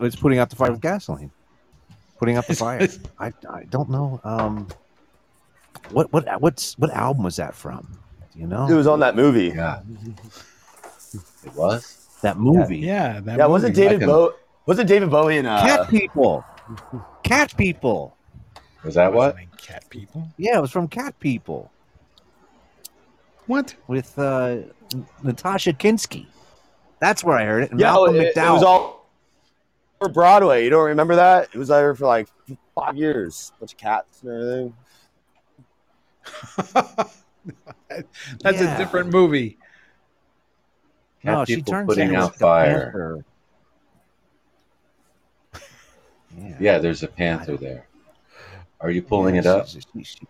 it's putting out the fire with gasoline. Putting out the fire. I, I don't know. Um, what what what's what album was that from? Do you know?
It was on that movie.
Yeah. It was?
that movie.
Yeah, that
yeah, wasn't
movie.
David Bowie? Wasn't David Bowie in uh,
Cat people. Cat people.
Was that what?
Cat people.
Yeah, it was from Cat People
What?
with uh, N- Natasha Kinsky. That's where I heard it. And
Yeah,
Malcolm
it, it
McDowell.
was all for Broadway. You don't remember that? It was there for like five years. Bunch of cats and everything.
That's
Yeah.
a different movie.
no,
Cat
Oh, she
people
turns
putting
into
out
like a
fire.
panther.
Yeah. there's a panther there. Are you pulling
Yeah,
it up?
she's- she- she-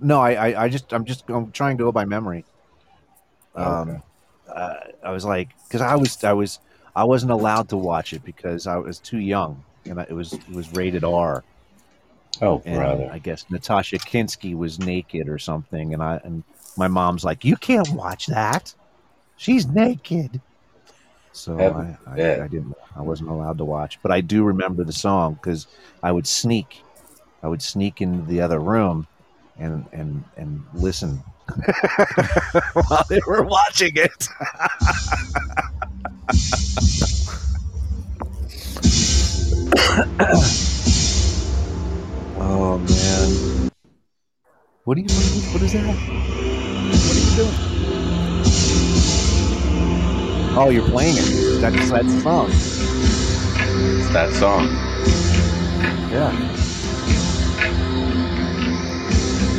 No, I, I, I just, I'm just, I'm trying to go by memory. Um, uh, I was like, because I was, I was, I wasn't allowed to watch it because I was too young, and I, it was, it was rated R.
Oh,
and
brother.
I guess Natasha Kinsky was naked or something, and I, and my mom's like, you can't watch that. She's naked. So I,
Heaven
I,
forbid.
I didn't, I wasn't allowed to watch, but I do remember the song because I would sneak, I would sneak into the other room, and and and listen while they were watching it. oh man, what do you? What is that? Oh, you're playing it. That's that's the song.
It's that song.
Yeah.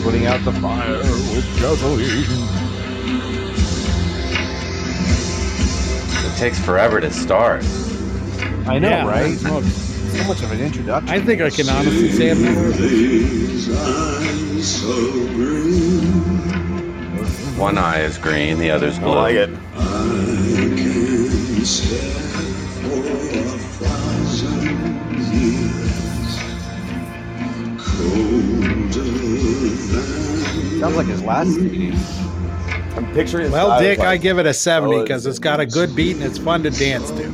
Putting out the fire with gasoline.
It takes forever to start.
I know,
Yeah,
right?
holy smokes.
So much of an introduction.
I think I can honestly say I've never heard it.
One eye is green, the other's blue.
I like it.
Sounds like his last CD.
Hmm. I'm picturing. his
Well,
eyes
Dick,
like-
I give it a 70
Oh,
because it's got a good beat and it's fun to dance to.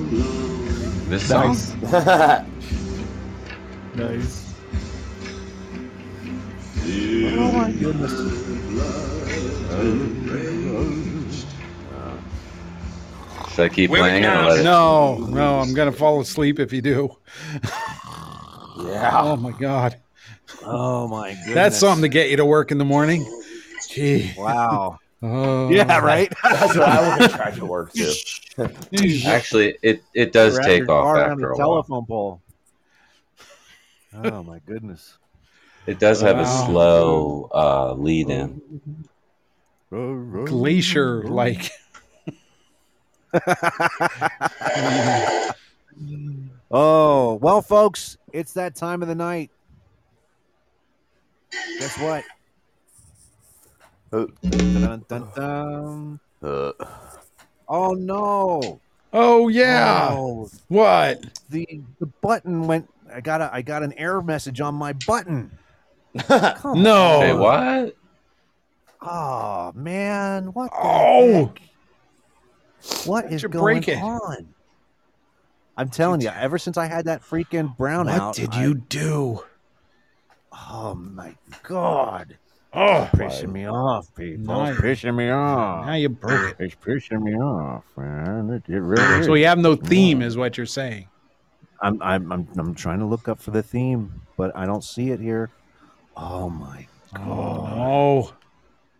This
Nice.
song?
Nice. Oh my goodness.
Should I keep playing it or let it?
No, no, I'm gonna fall asleep if you do.
Yeah.
Oh my god.
Oh my goodness.
That's something to get you to work in the morning. Gee.
Wow.
Oh.
Yeah, right?
That's what I would have tried to work to.
Actually, it, it does
Wrap
take
your
off
car around
after
the
a while.
telephone pole. Oh my goodness.
It does have a
Wow.
slow uh, lead in.
Glacier like.
Oh, well, folks, it's that time of the night. Guess what? Dun, dun, dun. Oh, no.
Oh yeah.
Oh.
What?
The the button went I got a I got an error message on my button. Come
No.
on.
Hey, what?
Oh man, what the
Oh.
heck? What is
you
going
break it?
on? I'm telling you, ever since I had that freaking brownout,
What did you do?
Oh my god.
Oh,
pissing me off, people.
Now you-
pissing me off.
now you broke
it. It's pissing me off, man. It, it really
So
is.
we have no theme, is what you're saying.
I'm, I'm I'm I'm trying to look up for the theme, but I don't see it here. Oh my god.
Oh.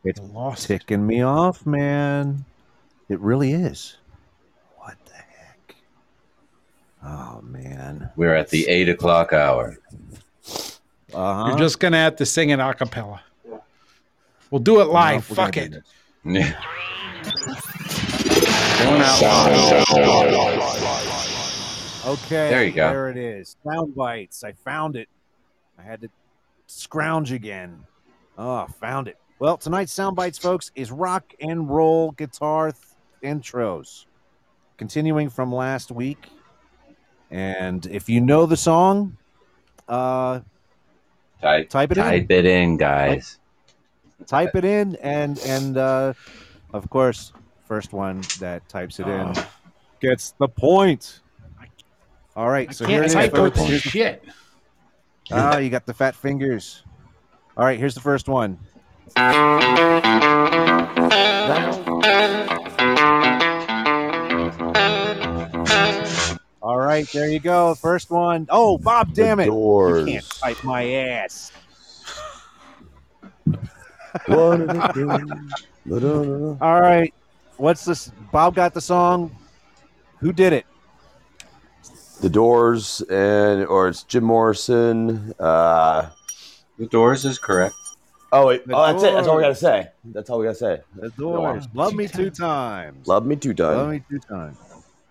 It's
lost.
ticking me off, man. It really is. What the heck? Oh man.
We're at the eight o'clock hour.
Uh-huh.
You're just gonna have to sing it a cappella. We'll do it live.
we're gonna
Fuck
do
it.
Yeah.
Okay.
There you go.
There it is. Sound bites. I found it. I had to scrounge again. Oh, found it. Well, tonight's sound bites, folks, is rock and roll guitar th- intros, continuing from last week. And if you know the song, uh,
Type,
type it in.
type it in, guys.
type it in and and uh of course first one that types it in
Ah.
gets the point all right so here
Can't
it is
type worth
folks. Here's-
shit.
ah you got the fat fingers all right here's the first one all right there you go first one. Oh, bob damn it you
Doors.
can't type my ass
What did it do? Da-da-da.
All right. What's this? Bob got the song. Who did it?
The Doors and or it's Jim Morrison. Uh,
the Doors is correct.
Oh wait,
The
oh that's it. That's all we gotta
Doors.
say. That's all we gotta say.
The Doors. Love me two times.
Love me too, Doug.
Love me two times.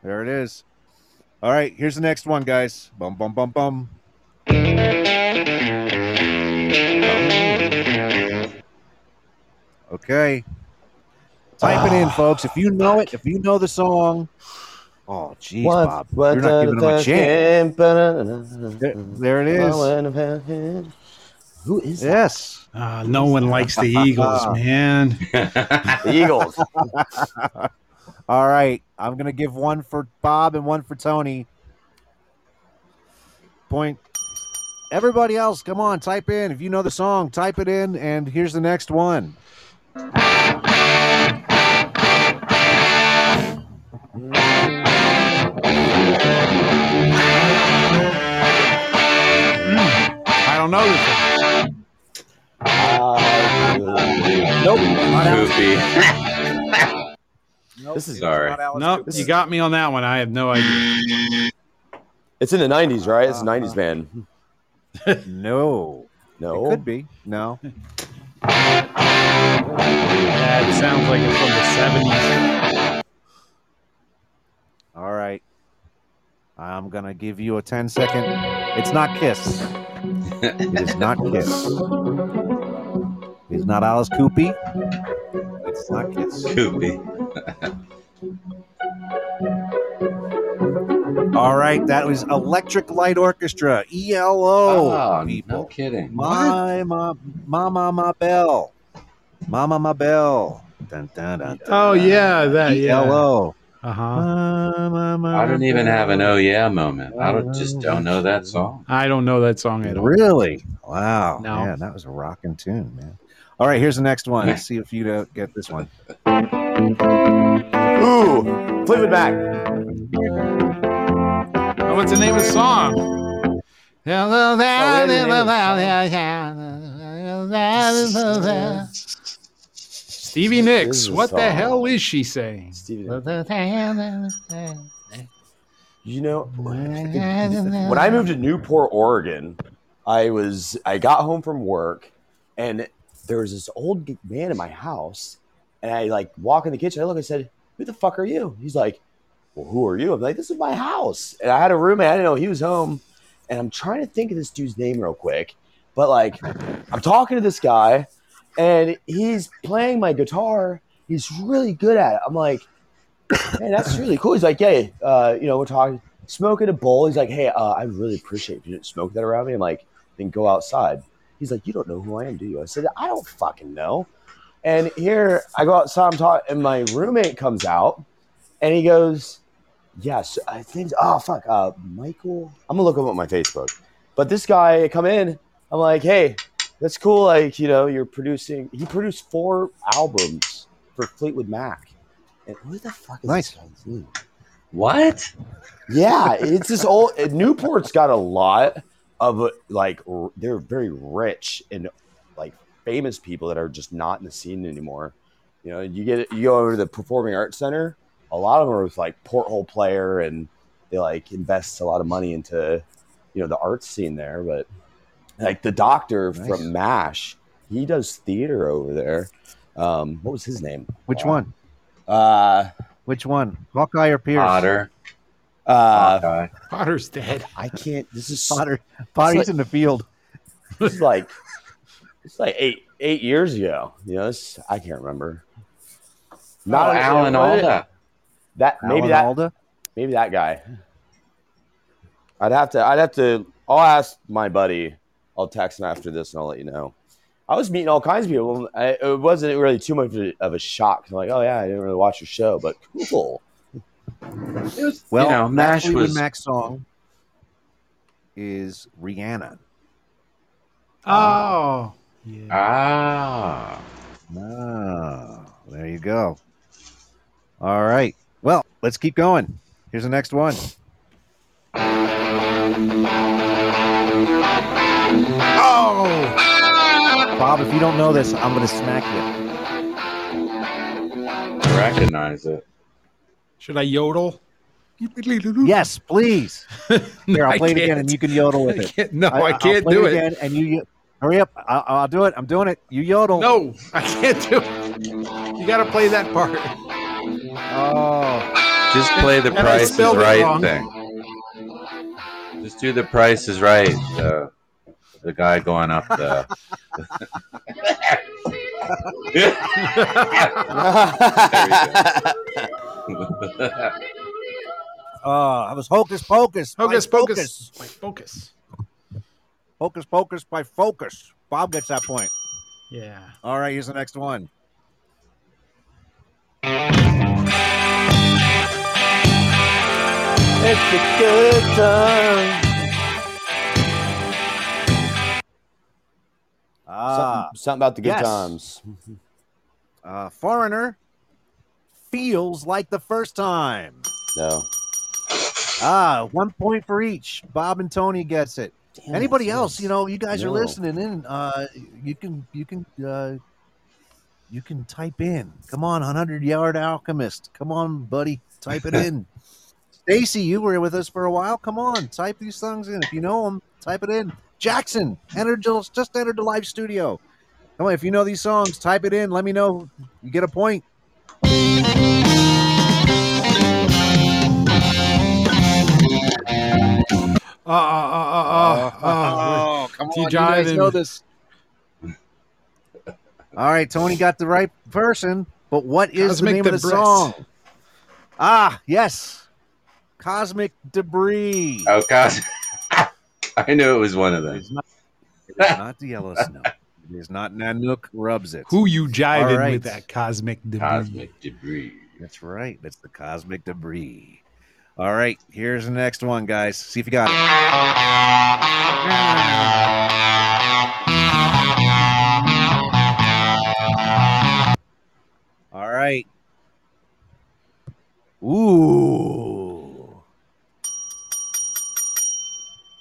There it is. All right. Here's the next one, guys. Bum bum bum bum. Okay. Type it
Ah.
in, folks. If you know it, if you know the song. Oh, jeez,
What-
Bob.
what
You're not
da-
giving him a
da-
chance.
There,
there it is.
Who is that?
Yes.
Ah, no one likes the Eagles, man.
The Eagles.
All right. I'm going to give one for Bob and one for Tony. Point. Everybody else, come on, type in. If you know the song, type it in. And here's the next one. I don't know this one. Uh,
Nope. Goofy.
This is
Sorry.
Nope, you got me on that one. I have no idea.
It's in the '90s, right? It's a '90s band.
no.
No.
It could be. No.
That sounds like it's from the 70s.
All right. I'm going to give you a 10 second. It's not Kiss. it is not Kiss. It's not Alice Coopy. It's not Kiss.
Coopy.
All right. That was Electric Light Orchestra, ELO.
Oh,
people.
no kidding.
My, my, my, my, my bell. Mama Ma Bell. Dun, dun, dun, E dun.
Oh yeah, that yeah.
ELO.
Uh-huh.
I don't even have an oh yeah moment. I don't just don't know that song.
I don't know that song at all.
Really? Wow.
No.
Yeah, that was a rocking tune, man. All right, here's the next one. Let's see if you don't get this one.
Ooh, Fleetwood Mac.
Oh, what's the name of the song? Oh, Hello there, Stevie Nicks.
a
What the
song.
hell is she saying?
You know, when I moved to Newport, Oregon, I was I got home from work, and there was this old man in my house, and I like walk in the kitchen. I look, I said, "Who the fuck are you?" He's like, "Well, who are you?" I'm like, "This is my house," and I had a roommate. I didn't know he was home, and I'm trying to think of this dude's name real quick, but like, I'm talking to this guy, and he's playing my guitar. He's really good at it. I'm like, man, that's really cool. He's like, hey, uh, you know, we're talking, smoking a bowl. He's like, hey, uh, I really appreciate if you didn't smoke that around me. I'm like, then go outside. He's like, you don't know who I am, do you? I said, I don't fucking know. And here I go outside, I'm talking, and my roommate comes out and he goes, yes, I think, oh, fuck, uh, Michael. I'm going to look him up on my Facebook. But this guy, I come in, I'm like, hey, that's cool. Like, you know, you're producing, he produced four albums for Fleetwood Mac. And who the fuck is this guy's name?
What?
Yeah, it's this old Newport's got a lot of uh, like r- they're very rich and like famous people that are just not in the scene anymore. You know, you get you go over to the Performing Arts Center, a lot of them are with like porthole player and they like invest a lot of money into you know the arts scene there, but like the doctor from MASH, he does theater over there. Um, what was his name?
Which
Wow.
one?
Uh,
Which one? Hawkeye or Pierce?
Potter.
Uh,
Potter's dead.
I can't. This is
Potter. Potter's in the field.
This is like it's like eight eight years ago. You know, this, I can't remember.
Oh, Alan
what-
Alda.
That maybe
Alan
that
Alda?
maybe that guy. I'd have to. I'd have to. I'll ask my buddy. I'll text him after this, and I'll let you know. I was meeting all kinds of people. I, it wasn't really too much of a, of a shock. I'm like, oh yeah, I didn't really watch your show, but cool.
It
was,
well,
you know, Mash
Mash was
was-
Mac's song is Rihanna.
Oh.
Ah.
Ah, there you go. All right. Well, let's keep going. Here's the next one. Oh, Bob! If you don't know this, I'm gonna smack you.
I recognize it.
Should I yodel?
Yes, please. Here, I'll
I
play it again,
can't.
and you can yodel with
I
it.
can't- no, I
I'll
can't
play
do it.
again, and you, you hurry up. I'll, I'll do it. I'm doing it. You yodel.
No, I can't do it. You got to play that part.
Oh,
Just play the
And I
Price is
spelled it
Right
wrong.
thing. Just do the Price is Right. The, the guy going up the.
Oh, I was hocus pocus. by
Hocus pocus. My focus.
Hocus pocus by focus. Bob gets that point.
Yeah.
All right, here's the next one.
It's a good time.
Ah,
something, something about the good
yes.
times.
Uh, foreigner feels like the first time.
No.
Ah, one point for each. Bob and Tony gets it. Anybody else? You know, you guys are
No.
listening in. Uh, you can you can uh, you can type in. Come on, hundred yard alchemist. Come on, buddy, type it in. Stacy, you were with us for a while. Come on, type these songs in. If you know them, type it in. Jackson, entered just just entered the live studio. Come on, if you know these songs, type it in. Let me know. You get a point.
Uh, uh, uh, uh, uh,
Oh, come
T.
on,
John
you guys know
and-
this. All right, Tony got the right person, but what is
Cosmic
the name of the
Debris.
song? Ah, yes, Cosmic Debris.
Oh, gosh. I knew it was one of them.
It is not the yellow snow. It is not Nanook rubs it.
Who you jiving
All right.
with that cosmic debris?
Cosmic debris. That's right. That's the cosmic debris. All right. Here's the next one, guys. See if you got it. All right. Ooh.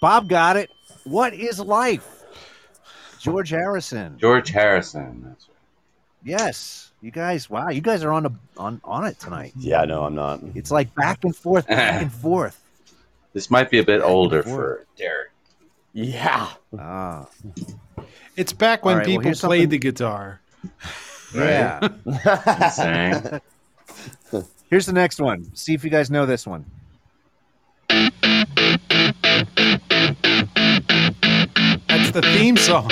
Bob got it. What is life? George Harrison.
George Harrison. That's
Yes, you guys. Wow, you guys are on a, on on it tonight.
Yeah, no, I'm not.
It's like back and forth, back and forth.
This might be a bit older for Derek.
Yeah.
Ah.
It's back when
All right, well,
people played
here's
the guitar.
Yeah.
Sang.
Here's the next one. See if you guys know this one.
That's the theme song.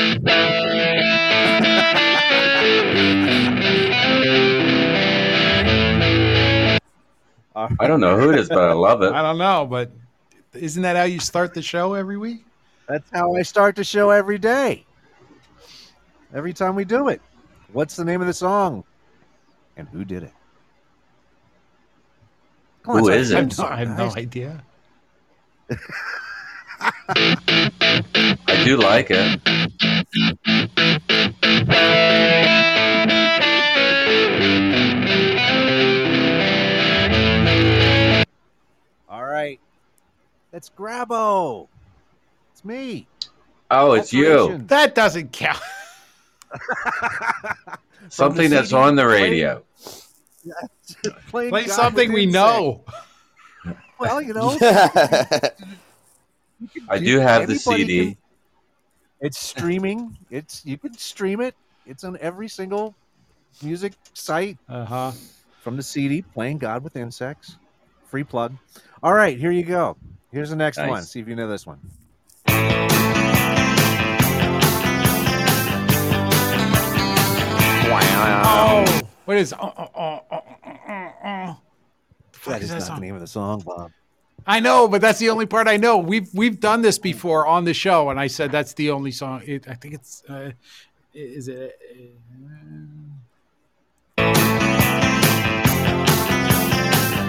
I don't know who it is, but I love it.
I don't know, but isn't that how you start the show every week?
That's how I start the show every day. Every time we do it. What's the name of the song? And who did it? Come on,
Who
it's
is
a
it?
theme song,
I have no
guys.
idea.
I do like it.
All right. That's Grabo. It's me.
Oh, it's you.
Decorations.
That doesn't count.
Something that's on the radio.
Playing
Play
God
something we
within
know.
sight. Well, you know.
I do have the
Everybody
CD.
can- it's streaming. It's you can stream it. It's on every single music site.
Uh-huh.
From the CD, playing God with insects. Free plug. All right, here you go. Here's the next
Nice.
one. See if you know this one.
Oh, what is? Oh, oh, oh, oh, oh, oh, oh.
That
is
is
that
not
song?
the name of the song, Bob.
I know, but that's the only part I know. We've we've done this before on the show, and I said that's the only song. It, I think it's uh, is it.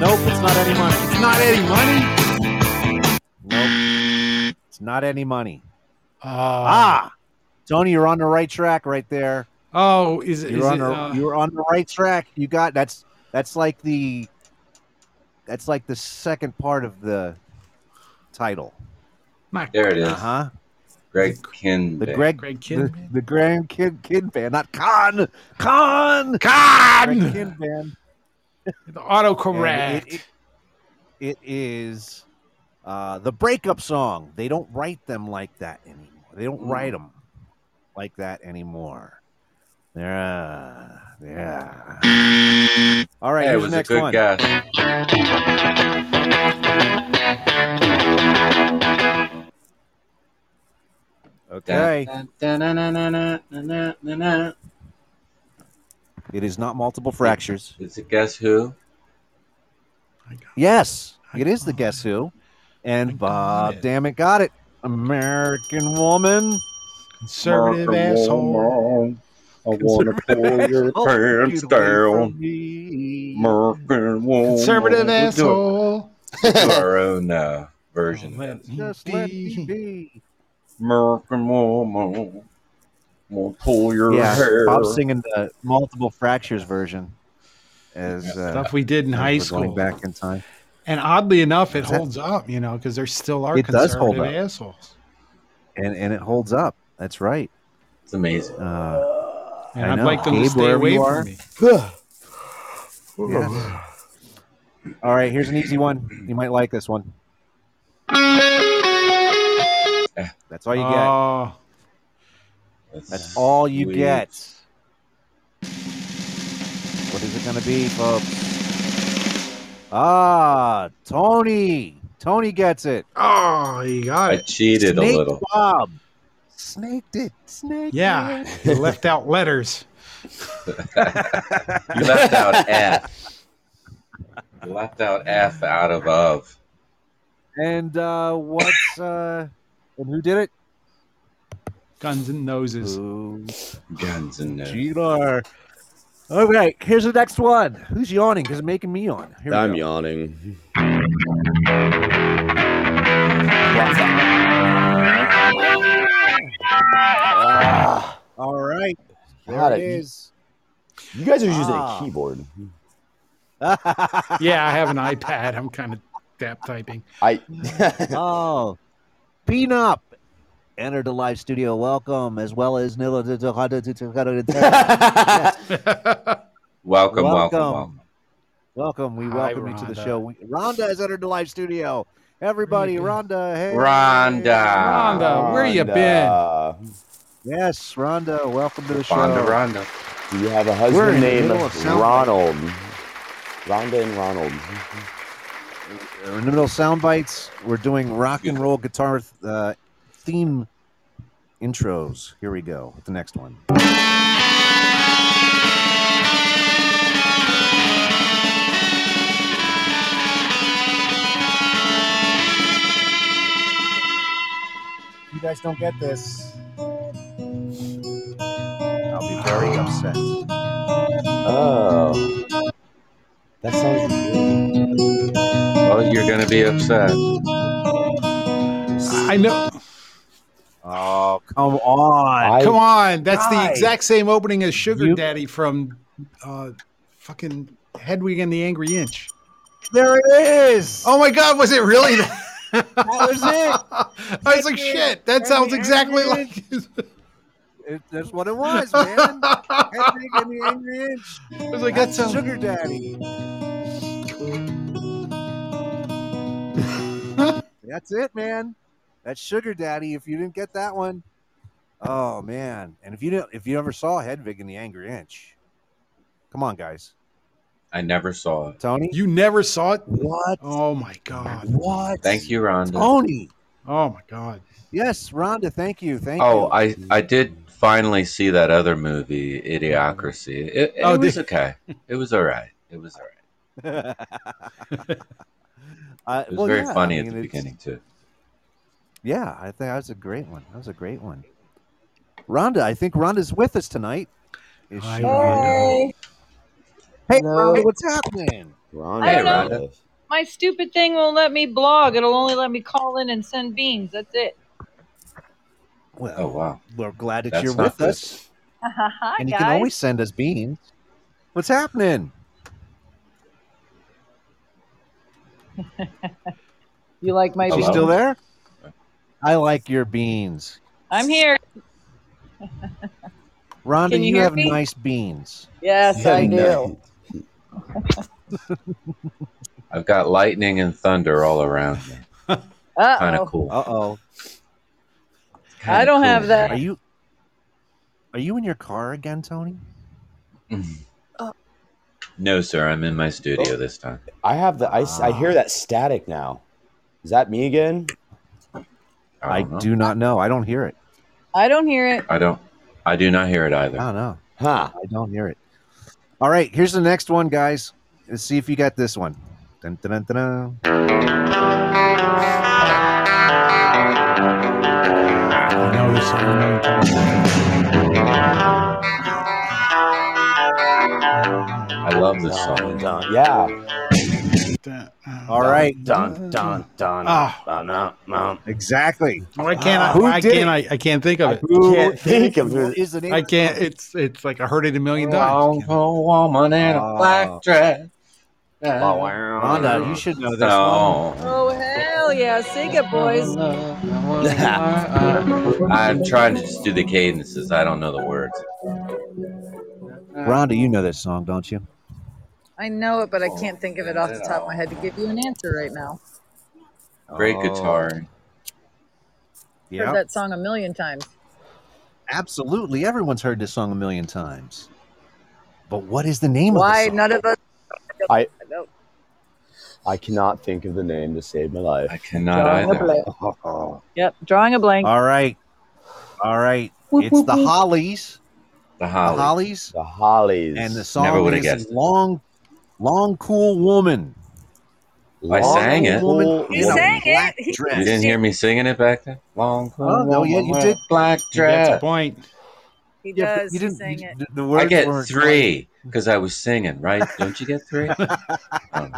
Nope, it's not any money.
It's not any money.
Nope. It's not any money.
ah,
Tony, you're on the right track right there.
Oh, is it?
You're
Is
on
it
the,
uh,
you're on the right track. You got that's that's like the that's like the second part of the title.
There it is.
Uh-huh.
Greg Kinbig.
The Greg,
Greg Kinband?
the, the Grand Kid Kid Band, not Con Con
Con!
Greg Kid Band.
the autocorrect?
And it- it- it is uh, the breakup song. They don't write them like that anymore. They
Hmm.
don't write them like that anymore. They're, uh, yeah. All right,
Hey, it
here's
was
the
a
next
good
one.
guess.
Okay.
Da-na-na-na-na-na-na-na.
It is not multiple fractures.
It's a guess who?
Yes, it is the Guess Who. And Bob damn it, got it. American woman.
Conservative
American
asshole.
woman.
I wanna
Conservative
pull your
asshole.
pants
Get away
down.
from me.
Conservative
We'll do it.
asshole.
We'll do our own uh,
Oh,
version. of
Let me
Just let
be.
me be.
American woman, will pull your
yeah,
hair.
Bob's singing the multiple fractures version as uh,
Stuff we did in
as
high
we're going
school.
back in time.
And oddly enough, it
Is that-
holds up, you know, because there still are
It does hold
conservative
up.
assholes.
and and it holds up. That's right.
It's amazing.
Uh,
And
I
I'd
know.
like them to
Gabe,
stay
wherever
away
you
from
are.
me.
Yes. All right, here's an easy one. You might like this one. That's all you get.
Oh,
That's all you
Sweet.
get. What is it going to be, folks? Ah, Tony. Tony gets it.
oh, you got
I
it.
cheated a
Snake
little.
Bob. Snaked it. Snaked
Yeah,
it.
you left out letters.
You left out F. You left out F out of of.
And uh, what's uh, and who did it?
Guns and noses.
Guns and noses.
G-Lar. All right, here's the next one. Who's yawning? Because it's making me yawn. Here we
I'm
go.
yawning.
Ah. All right. There
Got
it
it.
is.
You guys are using
Ah.
a keyboard.
yeah, I have an iPad. I'm kind of tap typing.
I
oh, Peanut entered the live studio. Welcome, as well as Nilo.
Welcome, welcome, welcome.
Welcome. We
Hi,
welcome you to the
Rhonda.
show. We, Rhonda has entered the live studio. Everybody,
Mm-hmm.
Rhonda. Hey.
Rhonda.
Rhonda, where you
Rhonda.
Yes, Rhonda. Welcome to the show.
Rhonda, Rhonda.
Do you have a
We're
husband
in the
named
middle of sound-
Ronald? Rhonda and Ronald.
We're Uh, in the middle of sound bites. We're doing rock and roll guitar uh, theme intros. Here we go with the next one. You guys don't get this. I'll be very upset.
Oh. That sounds
Oh, you're going to be upset.
I know.
Oh, come on.
Come on. That's the exact same opening as Sugar
You-
Daddy from uh, fucking Hedwig and the Angry Inch.
There it is.
Oh my God, was it really? That
That was it.
I was like, shit, that sounds exactly like.
It, that's what it was, man. Hedwig and the Angry Inch.
I was like,
That's
that sounds-
Sugar Daddy. that's it, man. That's Sugar Daddy. If you didn't get that one, oh man. And if you didn't, if you ever saw Hedwig and the Angry Inch, come on, guys.
I never saw it.
Tony,
You never saw it?
What?
Oh my God.
What?
Thank you, Rhonda.
Tony.
Oh my God.
Yes, Rhonda. Thank you. Thank
Oh,
you.
I I did finally see that other movie, Idiocracy. It, it
Oh,
was
did-
okay. It was all right. It was all right.
uh,
It was very funny at the beginning too.
Yeah, I think that was a great one. That was a great one. Rhonda, I think Rhonda's with us tonight. Is she? Hey, Rhonda, what's happening?
Rhonda.
I don't know. My stupid thing won't let me blog. It'll only let me call in and send beans. That's it.
Well,
oh wow,
we're glad that
That's
you're
not
with
good.
us,
Hi,
and you
guys.
can always send us beans. What's happening?
You like my
She's
beans?
still there? I like your beans,
I'm here.
Rhonda.
Can you
you
hear
have
me?
nice beans.
Yes, I do.
I've got lightning and thunder all around me.
Uh
Kind of
oh.
cool.
Uh oh.
I don't have that.
Are you? Are you in your car again, Tony?
No, sir. I'm in my studio this time.
I have the I, s- I hear that static now. Is that me again?
I do not know. I don't hear it.
I don't hear it.
I don't. I do not hear it either.
I don't know.
Huh.
I don't hear it. All right, here's the next one, guys. Let's see if you got this one. Dun, dun, dun, dun,
I love this song.
Yeah.
dun. All right.
Dun, dun, dun. Ah.
Exactly.
I can't. I,
Who
I
did
can't.
it?
I, I can't think of it.
Who Can't think of
who
is the name
I
of the
can't. It's it's like I heard it a million
Long
times.
woman in a black dress.
Rhonda, you should know this
Oh.
Oh hell yeah! Sing it, boys.
I'm trying to just do the cadences. I don't know the words.
one. Rhonda, you know this song, don't you?
I know it, but I can't think of it off the top of my head to give you an answer right now.
Great
Oh.
guitar.
Yeah.
Heard that song a million times.
Absolutely. Everyone's heard this song a million times. But what is the name
Why
of the song?
none of us?
I
don't-
I cannot think of the name to save my life. I
cannot
Yep, drawing a blank.
All right. All right.
Whoop,
It's
whoop,
the
whoop.
Hollies.
The
The Hollies.
The Hollies.
And the
Never
song
would've
is
guessed it.
Long Long Cool Woman.
I sang it.
Woman in a
sang
black
it.
You didn't hear me singing it back then? Long
Oh, no, yeah, you did.
Black dress.
That's a
point.
He
Yeah, but
does.
you
he
didn't-
sang it.
The
I
words
get
weren't-
three because I was singing, right? Don't you get three? Um,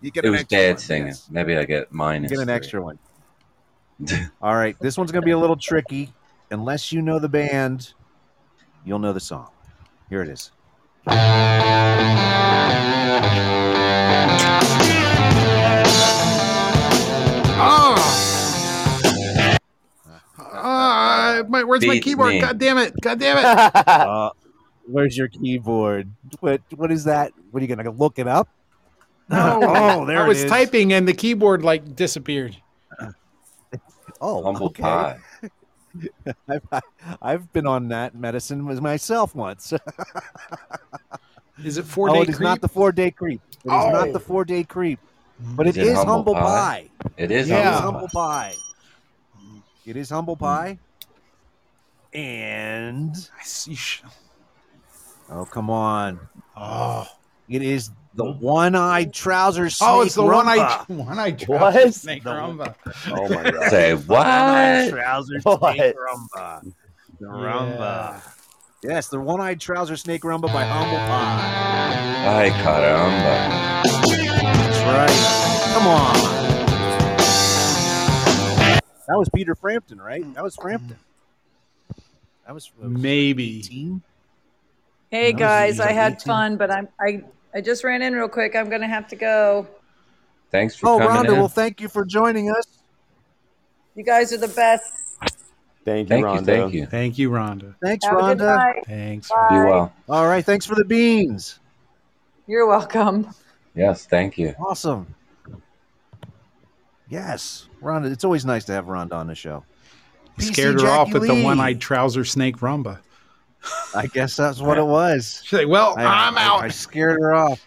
You get
it
an
was
extra
dad
one,
singing.
yes.
Maybe I get minus.
Get an
three.
extra one. All right, this one's going to be a little tricky. Unless you know the band, you'll know the song. Here it is.
Ah! Ah! my where's my
Beat
keyboard?
me.
God damn it! God damn it!
Uh, where's your keyboard? What What is that? What are you going to look it up?
No.
Oh, there
I
it
was
is.
typing and the keyboard like disappeared.
Oh,
Humble
okay.
pie.
I've, I've been on that medicine with myself once.
Is it four
oh,
day
it is not
creep?
the four day creep. It is
Oh.
not the four day creep, but
Is
it is humble pie.
It is
Yeah,
humble
humble pie. It is humble pie. And
I see.
oh, come on!
Oh,
it is the one-eyed trousers.
Oh, it's the one I
rumba.
one I
What?
snake
The-
rumba.
Oh my god!
Say
One-eyed
what?
Trousers
What?
snake rumba. The rumba. Yes, the one-eyed trouser snake rumba by humble pie.
Ay, caramba.
That's right. Come on. That was Peter Frampton, right? That was Frampton. Mm-hmm. That was
maybe.
Hey
That was-
guys,
he's
I
like
had
18.
fun, but I'm I I just ran in real quick. I'm gonna have to go.
Thanks for
Oh,
coming
Rhonda,
in.
well, thank you for joining us.
You guys are the best.
Thank you,
Thank you,
Rhonda.
thank you.
Thank you, Rhonda.
Thanks,
Have a good
Rhonda.
night.
Thanks.
Be
Bye.
well.
All right, thanks for the beans.
You're welcome.
Yes, thank you.
Awesome. Yes, Rhonda. It's always nice to have Rhonda on the show. PC
Scared her off
Jackie
with the
Lee.
one-eyed trouser snake rumba.
I guess that's what it was.
She's like, "Well,
I,
I'm
I-
out."
I scared her off.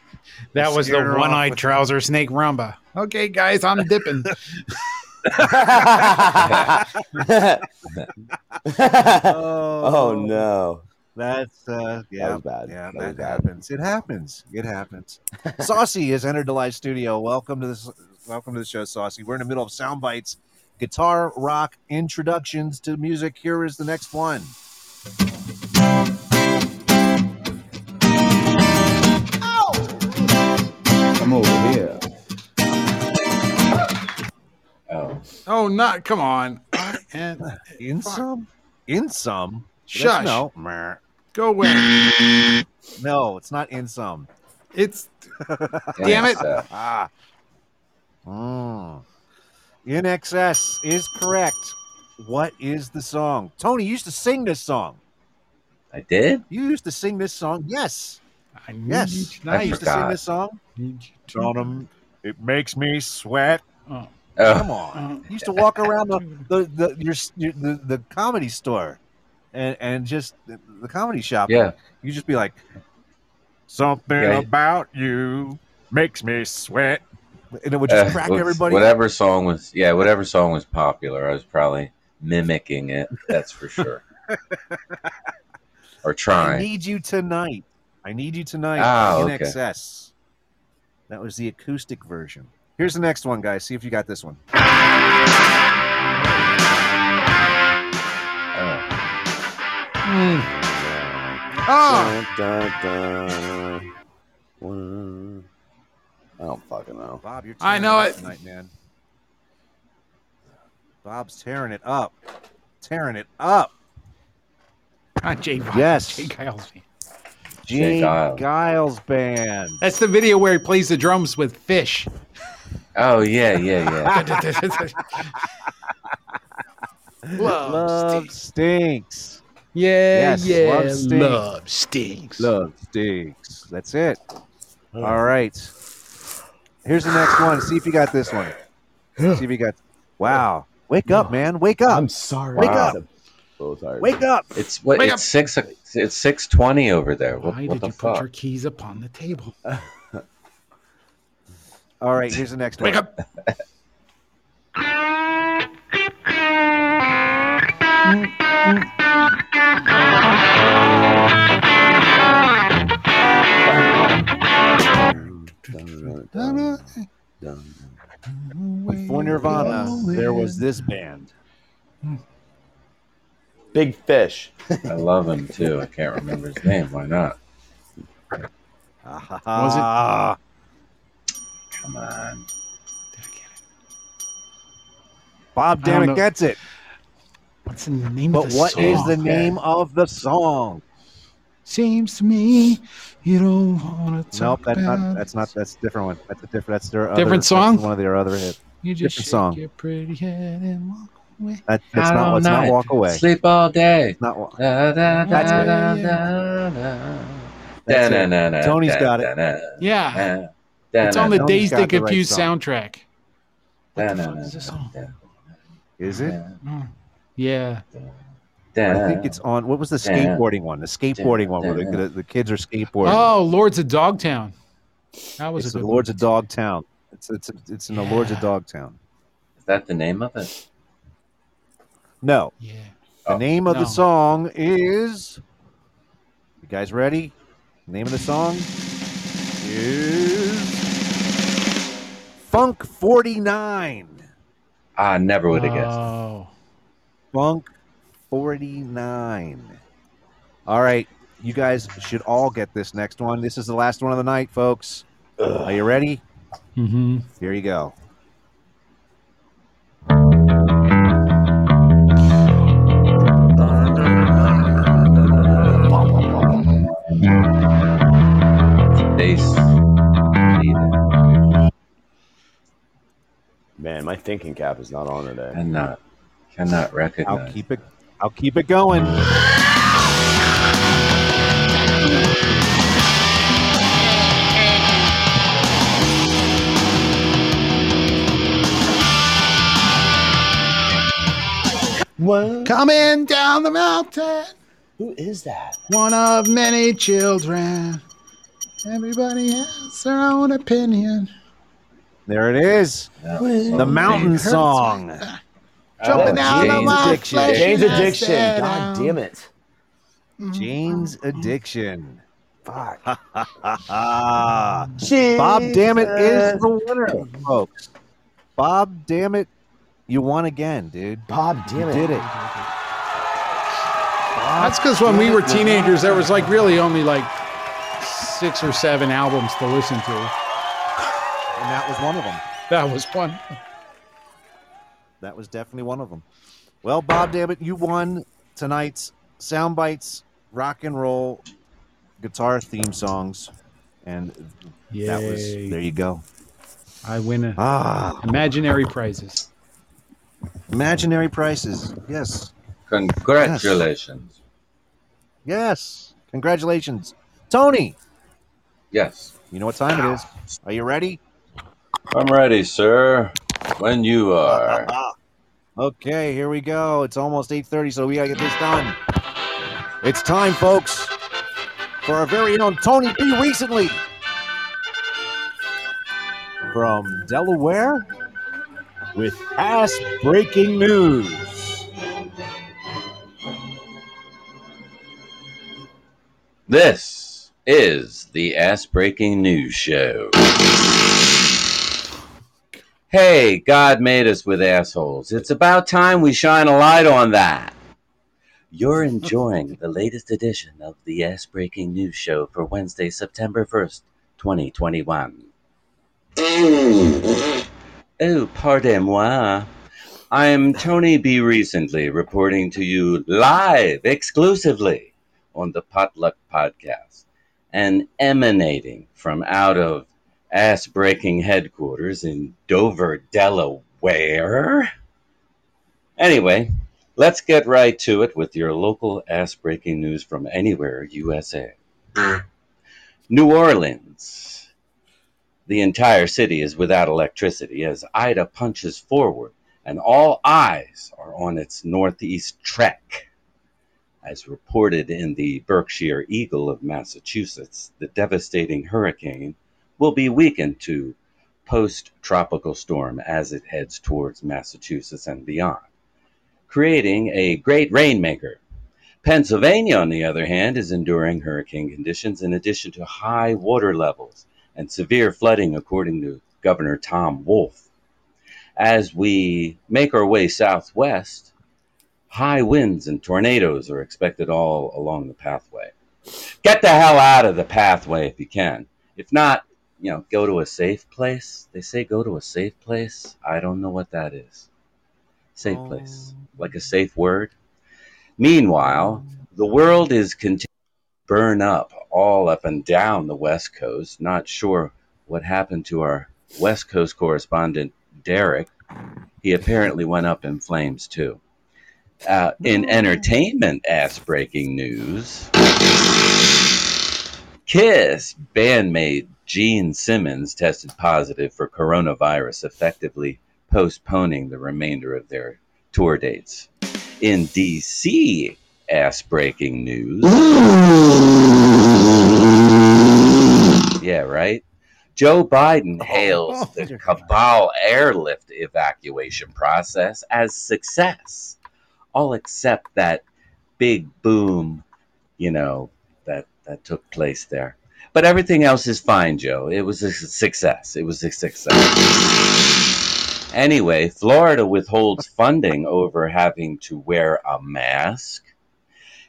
That was the
scared her off
one-eyed
with-
trouser snake rumba. Okay, guys, I'm dipping.
Oh, no.
That's uh, yeah,
was bad.
Yeah,
That
that,
was bad.
happens. It happens. It happens. Saucy has entered the live studio. Welcome to this. Welcome to the show, Saucy. We're in the middle of sound bites, guitar, rock introductions to music. Here is the next one.
Come over here.
Oh,
oh, not come on. I am-
In some, in some.
Shush.
No, meh.
Go away.
no, it's not in some.
It's Damn it.
Ah. Mm. In excess is correct. What is the song? Tony you used to sing this song.
I did?
You used to sing this song. Yes.
I
yes.
you tonight.
You used to sing
forgot.
this song.
Need
Tottenham, it makes me sweat.
Oh.
Come on. You used to walk around the, the, the, your, your the, the comedy store and, and just the, the comedy shop.
Yeah.
You just be like, something
Yeah.
about you makes me sweat. And it would
Uh,
just crack
whoops.
everybody up.
Whatever song was, yeah, whatever song was popular, I was probably mimicking it. That's for sure. or
I
trying.
need you tonight. I need you tonight.
Ah,
in
okay.
excess. That was the acoustic version. Here's the next one, guys. See if you got this one.
Oh.
Ah.
Dun, dun, dun. I don't fucking know.
Bob, you're
I
tearing
know
up
it.
tonight, man. Bob's tearing it up, tearing it up.
Not Ah, Jay. Bob,
Yes.
Jay Giles.
Gene
Giles.
Giles band.
That's the video where he plays the drums with fish.
Oh yeah, yeah, yeah.
Love
stinks.
Yeah,
Yes,
yeah.
love stinks.
Love stinks.
Love stinks. That's it. All right. Here's the next one. See if you got this one. See if you got. Wow. Wake up, man. Wake up. I'm sorry. Wake
Wow.
up. Wake up.
It's what?
Wake
it's
up.
six. o- It's six twenty over there. What,
Why
what
did
the
you put
fuck?
your keys upon the table?
All right. Here's the next one.
Wake up.
Before Nirvana, there was this band.
Big Fish.
I love him too. I can't remember his name. Why not?
Was it?
Ah, Come on.
Bob
I don't
Dammit
know.
gets it.
What's the name
But
of the
what
song?
is the name of the song?
Seems to me you don't want to
Nope,
talk
that's
about
not. That's not. That's a different one. That's a different. That's their other,
Different
that's
song?
one of their other hits.
You just
different
shake
song.
your pretty head and walk away.
That, that's
Out
not.
all
Let's not
night.
walk away.
Sleep all day.
It's not. wa-
Da, da, da,
That's it.
da, da, Da, na, na, na,
Tony's
da,
got
da,
it.
na,
Yeah.
na, da,
it's
na,
on the
na,
Days They
got the right
Confuse
song.
soundtrack.
Da,
What the
na,
fuck
na,
is this
na,
song?
da,
Is it?
Mm. Yeah.
da,
I think it's on. What was the
da,
skateboarding one? The skateboarding
da,
one where the,
da.
the, the kids are skateboarding.
Oh, Lords of Dogtown. That was
it's
a
the
good
Lords of Dogtown. It's it's it's in the Lords of Dogtown.
Is that the name of it? Oh.
No,
Yeah.
the name of
No.
the song is. You guys ready? name of the song is Funk Forty Nine.
I never would have
Uh,
guessed.
Oh.
Funk Forty Nine. All right, you guys should all get this next one. This is the last one of the night, folks. Are you ready?
Mm-hmm.
Here you go.
Bass.
Man, my thinking cap is not on today.
Cannot, cannot
I'll
recognize.
keep it. I'll keep it going.
What?
Coming down the mountain,
Who is that?
one of many children. Everybody has their own opinion.
There it is.
That
The
song
mountain
means-
song.
Jumping
Oh,
out of
Jane's
my
addiction.
flesh
Jane's
and I Mm-hmm.
addiction.
said,
God
um,
damn it.
Jane's addiction.
Fuck.
Bob Dammit is the winner, folks. Bob Dammit, you won again, dude.
Bob Dammit
did it.
That's because when we were teenagers, there was like really only like six or seven albums to listen to.
And that was one of them.
That was fun.
That was definitely one of them. Well, Bob Dammit, you won tonight's Soundbites Rock and Roll Guitar Theme Songs. And that was,
Yay.
there you go.
I win a
Ah,
imaginary prizes.
imaginary prices. Yes.
Congratulations.
Yes. Congratulations. Tony,
Yes.
you know what time it is. Are you ready?
I'm ready, sir. When you are.
Okay, here we go. It's almost 8:30, so we gotta get this done. It's time, folks, for our very own Tony B. Recently from Delaware with ass breaking news.
This is the Ass Breaking News Show. Hey, God made us with assholes. It's about time we shine a light on that. You're enjoying the latest edition of the Ass Breaking News Show for Wednesday, September 1st, 2021. Oh, pardon moi. I am Tony B. Recently reporting to you live exclusively on the Potluck Podcast and emanating from out of ass breaking headquarters in Dover, Delaware. Anyway, let's get right to it with your local ass breaking news from anywhere USA. New Orleans. The entire city is without electricity as Ida punches forward, and all eyes are on its northeast trek. As reported in the Berkshire Eagle of Massachusetts, the devastating hurricane will be weakened to post tropical storm as it heads towards Massachusetts and beyond, creating a great rainmaker. Pennsylvania, on the other hand, is enduring hurricane conditions in addition to high water levels and severe flooding, according to Governor Tom Wolf. As we make our way southwest, high winds and tornadoes are expected all along the pathway. Get the hell out of the pathway if you can. If not, you know, go to a safe place. They say go to a safe place. I don't know what that is. Safe place, like a safe word. Meanwhile, the world is continuing to burn up all up and down the West Coast. Not sure what happened to our West Coast correspondent, Derek. He apparently went up in flames too. Uh, in entertainment ass breaking news, Kiss bandmate Gene Simmons tested positive for coronavirus, effectively postponing the remainder of their tour dates. In DC ass breaking news, yeah, right? Joe Biden hails the Cabal airlift evacuation process as success. I'll accept that big boom, you know, that that took place there. But everything else is fine, Joe. It was a success. It was a success. Anyway, Florida withholds funding over having to wear a mask.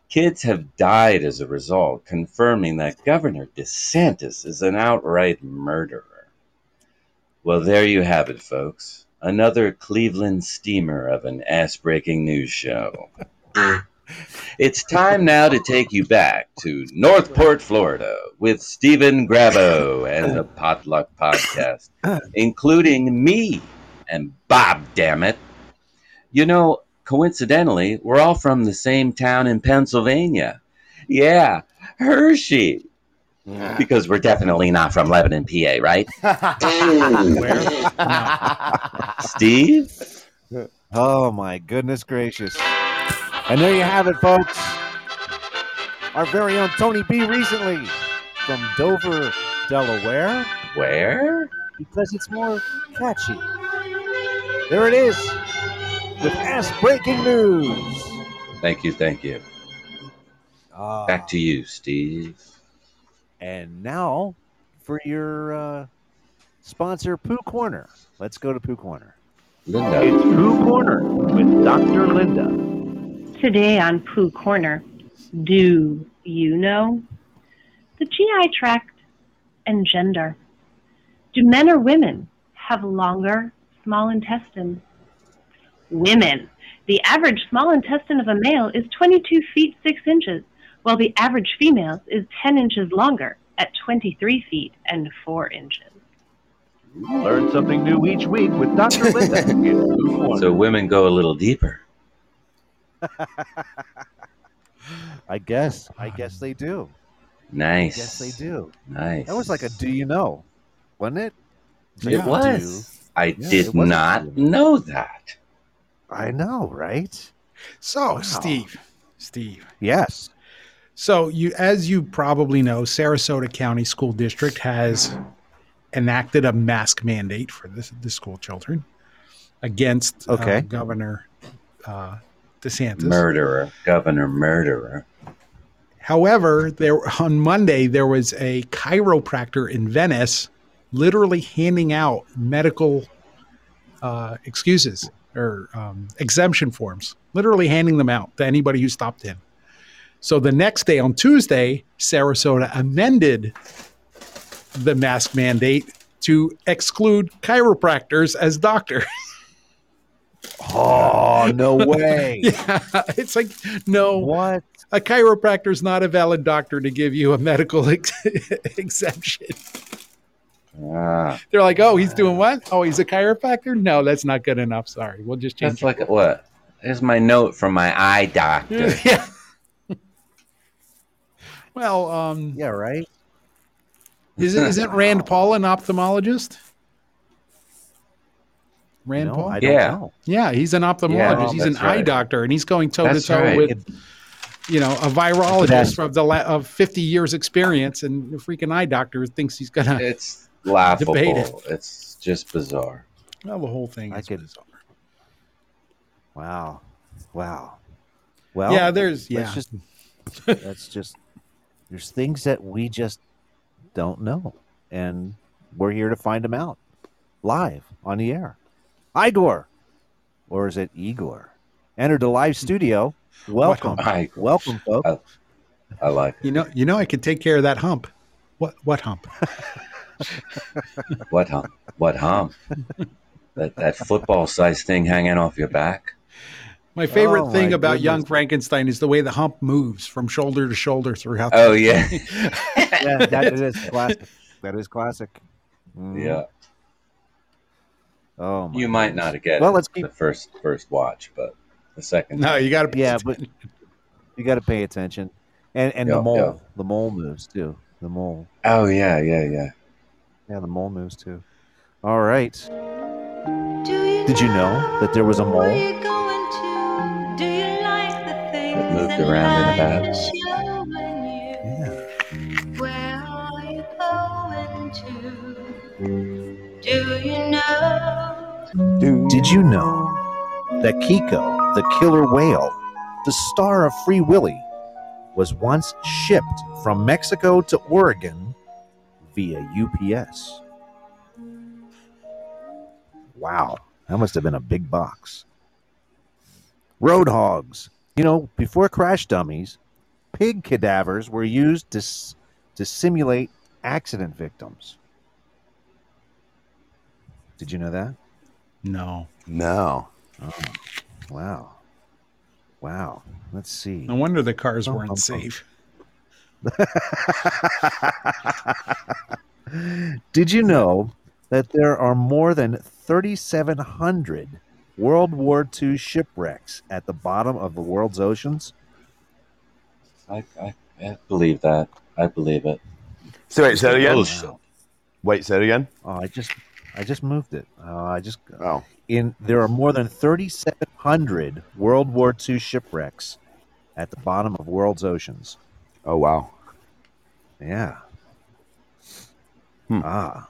Kids have died as a result, confirming that Governor DeSantis is an outright murderer. Well, there you have it, folks. Another Cleveland steamer of an ass breaking news show. it's time now to take you back to Northport, Florida, with Stephen Grabo and the Potluck Podcast, including me and Bob, damn it. You know, coincidentally, we're all from the same town in Pennsylvania. Yeah, Hershey. Because we're definitely not from Lebanon, PA, right? Steve?
Oh my goodness gracious. And there you have it, folks. Our very own Tony B recently from Dover, Delaware.
Where?
Because it's more catchy. There it is. With ass breaking news.
Thank you, thank you.
Ah.
Back to you, Steve.
And now for your uh, sponsor, Pooh Corner. Let's go to Pooh Corner.
Linda.
It's Pooh Corner with Dr. Linda.
Today on Pooh Corner, do you know the GI tract and gender? Do men or women have longer small intestines? Women. The average small intestine of a male is 22 feet 6 inches, while the average female is 10 inches longer at 23 feet and 4 inches.
Learn something new each week with Dr. Linda. It's Pooh Corner.
So women go a little deeper.
I guess. I guess they do.
Nice.
I guess they do.
Nice.
That was like a do you know, wasn't it? Do
It
you-
was. I
Yeah,
did
it was.
not know that.
I know, right?
So, Steve, Steve.
Yes.
So, you, as you probably know, Sarasota County School District has enacted a mask mandate for the, the school children against uh,
Okay.
Governor uh, DeSantis.
Murderer. Governor murderer.
However, there on Monday there was a chiropractor in Venice, literally handing out medical uh, excuses or um, exemption forms, literally handing them out to anybody who stopped in. So the next day on Tuesday, Sarasota amended the mask mandate to exclude chiropractors as doctors.
Oh, no way.
yeah, it's like no.
What?
A chiropractor's not a valid doctor to give you a medical ex- exemption.
Ah,
They're like, oh, he's doing what? Oh, he's a chiropractor? No, that's not good enough. Sorry, we'll just change.
that's like what? Here's my note from my eye doctor.
yeah. well, um,
yeah, right.
Is it, isn't Rand Paul an ophthalmologist? Rand
No,
Paul?
I don't Yeah. know.
Yeah, he's an ophthalmologist.
Yeah,
he's an
that's
eye
right.
doctor, and he's going toe to
That's
toe
right.
with, you know, a virologist
That's-
from the la- of fifty years experience, and the freaking eye doctor thinks he's gonna.
It's laughable.
Debated.
It's just bizarre.
Well, the whole thing.
I
Is,
could. Wow. Wow. Well,
Yeah, there's-
let's
yeah.
Just, that's just, there's things that we just don't know. And we're here to find them out. live on the air. Igor, or is it Igor? Entered the live studio. Welcome, welcome, folks.
I like.
You know, you know, I could take care of that hump. What? What hump?
What hump? What hump? that that football sized thing hanging off your back.
My favorite
Oh,
thing
my
about Young
goodness.
Frankenstein is the way the hump moves from shoulder to shoulder throughout.
Oh,
the
yeah.
yeah, that is classic. That is classic. Mhm.
Yeah.
Oh,
you might not have get
Well,
it
let's
the first first watch, but the second.
No,
you got
to. Yeah, but you got to pay attention, and and the
Yeah,
mole,
yeah.
the mole moves too. The mole.
Oh yeah, yeah, yeah.
Yeah, the mole moves too. All right. Did you know that there was a mole
It moved around in the bath.
Do you know?
Did you know that Kiko, the killer whale, the star of Free Willy, was once shipped from Mexico to Oregon via UPS? Wow, that must have been a big box. Roadhogs. You know, before crash dummies, pig cadavers were used to, s- to simulate accident victims. Did you know that?
No.
No. Oh, wow. Wow. Let's see.
No wonder the cars
Oh,
weren't
oh, oh.
safe.
Did you know that there are more than 3,700 World War II shipwrecks at the bottom of the world's oceans?
I, I, I believe that. I believe it.
So wait, say that again.
Bullshit.
Wait, say it again.
Oh, I just, I just moved it. Oh, I just.
Oh.
In there are more than 3,700 World War II shipwrecks at the bottom of world's oceans.
Oh wow.
Yeah.
Hmm.
Ah.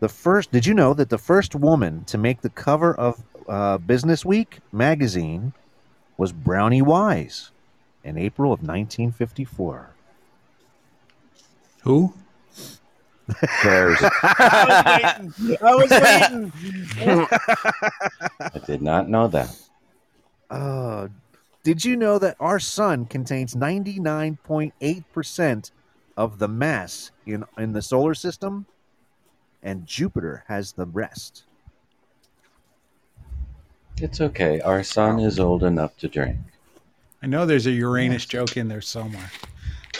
The first, did you know that the first woman to make the cover of uh, Business Week magazine was Brownie Wise in April of 1954?
Who?
Bears.
I was waiting. I was waiting.
I did not know that.
Uh, did you know that our sun contains 99.8% of the mass in, in the solar system? And Jupiter has the rest.
It's okay. Our son is old enough to drink.
I know there's a Uranus joke in there somewhere.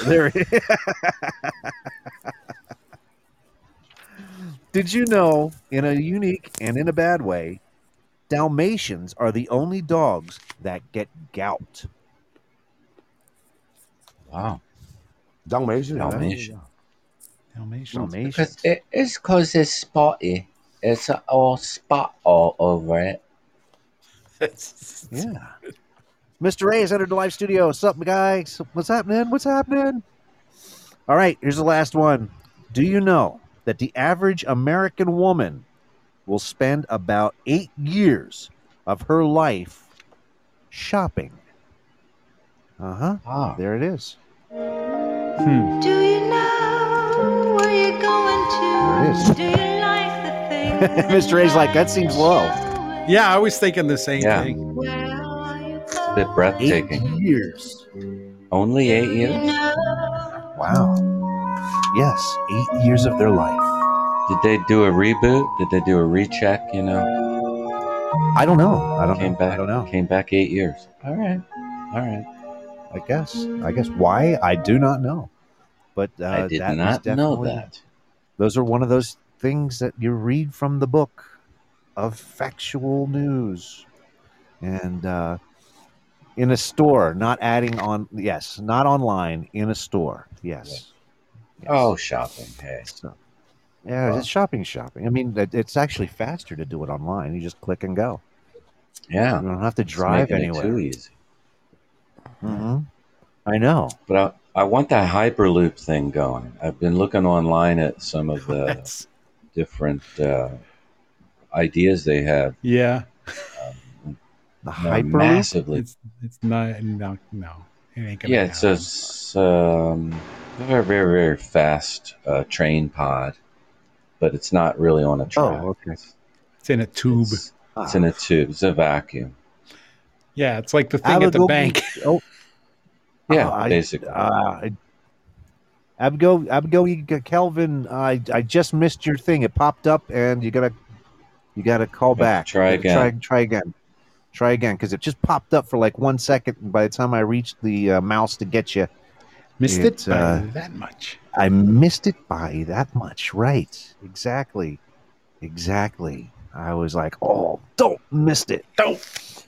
There. Did you know, in a unique and in a bad way, Dalmatians are the only dogs that get gout?
Wow.
Oh,
Dalmatian.
huh?
Dalmatian.
Dalmatians.
Because it, it's because it's spotty. It's a all spot oh, all over it.
yeah. Mr. Ray has entered the live studio. What's up, guys? What's happening? What's happening? All right, here's the last one. Do you know that the average American woman will spend about eight years of her life shopping? Uh huh. There it is.
Do you know where you're going
There it is.
Do you like the
Mr. Ray's like, that seems low.
Yeah, I was thinking the same
Yeah.
thing.
It's a bit breathtaking.
years.
Only eight years?
Wow. Yes, eight years of their life.
Did they do a reboot? Did they do a recheck? You know,
I don't know. I don't
came
know.
back.
I don't know.
Came back eight years. All right. All right.
I guess. I guess why I do not know. But uh,
I did
that was
not know
definitely-
that.
Those are one of those things that you read from the book of factual news, and uh, in a store, not adding on. Yes, not online. In a store. Yes.
Oh, shopping. Hey.
Yeah, it's shopping, shopping. I mean, it- it's actually faster to do it online. You just click and go.
Yeah.
You don't have to
It's
drive
making it
anywhere.
too easy.
hmm I know.
But I, I want that Hyperloop thing going. I've been looking online at some of the different uh, ideas they have.
Yeah.
The
They're massively.
It's, it's not. No, no. It ain't gonna
yeah, it's a s- um, very, very, very fast uh, train pod but it's not really on a track. Oh, okay.
It's in a tube.
It's, it's in a
Ah.
tube. It's a vacuum.
Yeah, it's like the thing at the
Abigail-
bank.
Oh,
Yeah,
Uh, I-
basically.
uh, I- Abigail, Abigail, you got Kelvin. I I just missed your thing. It popped up, and you gotta you gotta call
Have to
back.
try
You gotta
again.
Try try again. Try again because it just popped up for like one second, and by the time I reached the uh, mouse to get you,
Missed it by
uh,
that much.
I missed it by that much. Right? Exactly. Exactly. I was like, oh, don't missed it. Don't.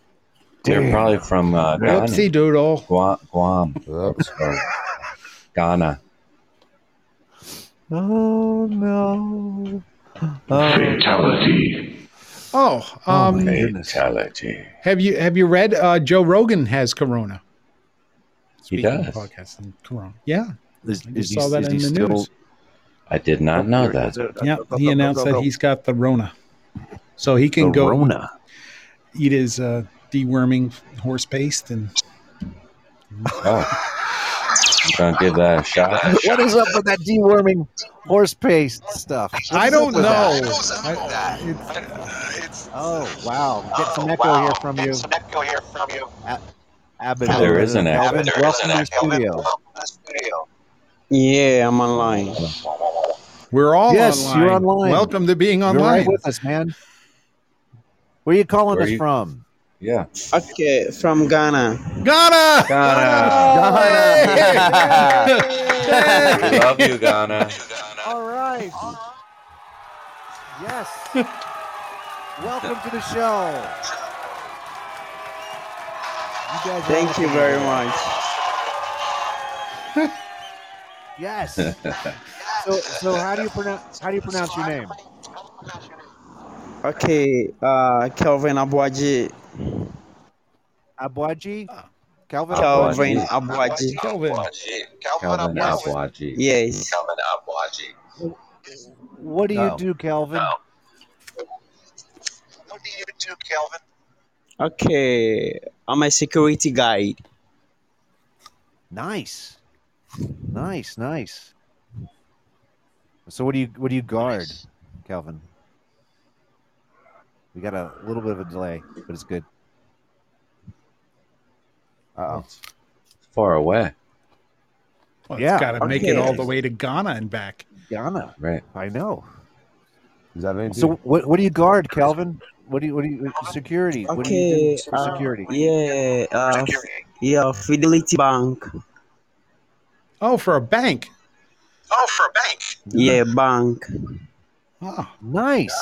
They're probably from uh, Ghana.
Whoopsie doodle.
Guam. Guam. That's right. Ghana.
Oh no.
Fatality. Oh, um,
Fatality.
have you have you read uh, Joe Rogan has corona?
He
Speaking of
does.
Podcasts and corona. Yeah,
Is, Oh,
I just saw that in the news.
I did not know that.
Yeah, he announced that he's got the Rona, so he can
The
go
Rona.
eat his uh, deworming horse paste and
Oh. You gonna give that a shot?
what is up with that deworming horse paste stuff?
I
What's up
don't
with that?
know.
oh wow, get some echo here from you.
echo here from you.
Abbott,
There is an echo.
Kelvin,
There
welcome to the studio.
Yeah, I'm online.
We're all
yes,
online.
you're online.
Welcome to being
You're
online.
right with us, man. Where are you calling
Where
us
you-
from?
Yeah.
Okay, from Ghana.
Ghana.
Ghana.
We love you, Ghana.
All right. Yes. Welcome to the show. You guys are
Thank you
awesome.
very much.
Yes. so, so how do you pronounce how do you pronounce your name?
Okay, uh, Kelvin Abwaji.
Abwaji? Calvin
Kelvin
Abwaji.
Abwaji.
Kelvin Abwaji.
Yes.
What do
No.
you do, Calvin?
Okay, I'm a security guide.
Nice. Nice, nice. So what do you what do you guard, Calvin? We got a little bit of a delay, but it's good. Uh-oh.
Far away.
Well,
Yeah.
It's got to make
Okay.
it all the way to Ghana and back.
Ghana.
Right.
I know.
Is that anything?
So what what do you guard, Calvin? What do you what do you security? What do
Uh, Okay,
you do for
uh,
security?
yeah, uh, f- yeah, Fidelity Bank.
Oh, for a bank.
Oh, for a bank.
Yeah, bank.
Oh,
Nice.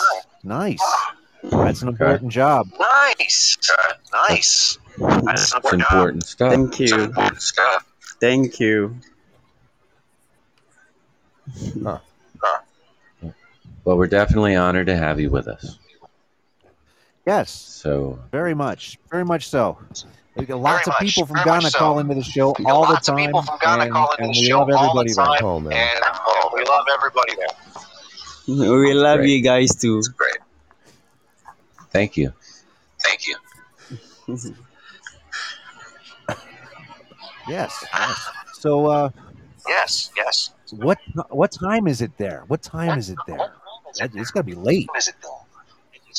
Nice. That's an important job.
Nice. Nice. That's
It's important stuff.
Thank you. Thank you.
Well, we're definitely honored to have you with us.
Yes,
So
very much. Very much so. We got lots
Very
of
much,
people from
very much
Ghana
so.
call into the show
We got
all the
lots of
time.
people from Ghana
and,
calling
and
the
we
show
love
all
everybody
the
there.
time, and uh, we love everybody there.
We love you guys too.
thank you.
Thank you.
Yes. yes. So uh
Yes, yes.
what what time is it there? What time is it there? That- It's got to be late.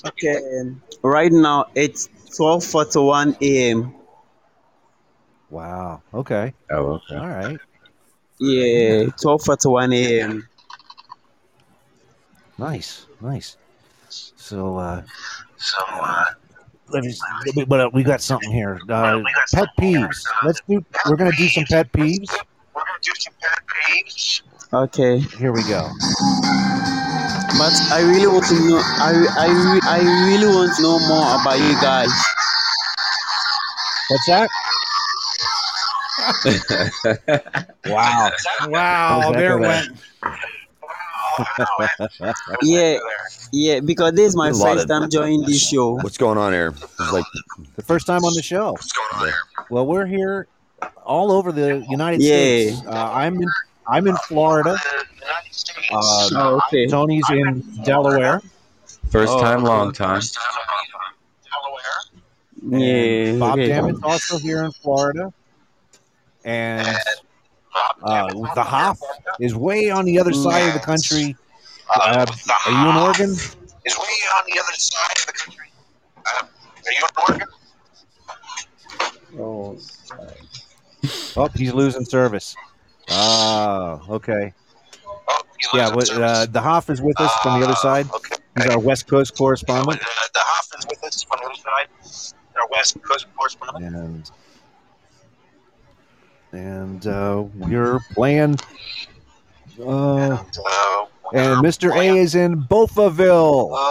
Okay, um, right now it's 12:41 a.m.
Wow. Okay.
Oh, okay.
All right.
Yeah, 12:41 a.m.
Nice. Nice. So uh
So, uh,
let me, let me- but uh, we got something here. Uh, pet peeves. Let's do. We're gonna do some pet peeves.
we're going to do some pet peeves.
Okay.
Here we go.
But I really want to know. I I re- I really want to know more about you guys.
What's that? Wow.
Wow,
Exactly
Oh, there it
that.
went.
Yeah, yeah. Because this is my first time joining this show.
What's going on here? It's like
The first time on the show. Well, we're here all over the United
Yeah.
States. Uh, I'm in, I'm in Florida. Uh,
Oh, okay.
Tony's in Delaware.
First
Oh,
time,
okay.
long time.
Yeah.
Bob
okay.
Dammit's also here in Florida. And uh, the Hoff is way on the other side of the country Uh, are you in Oregon?
Is way on the other side of the country. Uh, are you in Oregon?
Oh, oh, he's losing service. Oh, okay. Yeah, Ah, what, uh, the Hoff is with us from the other side. He's our West Coast correspondent.
Uh, the Hoffman's with us from the other side. Our West Coast correspondent.
and and uh, we're playing. Uh, Uh, and Mr. A is in Bofaville.
Uh,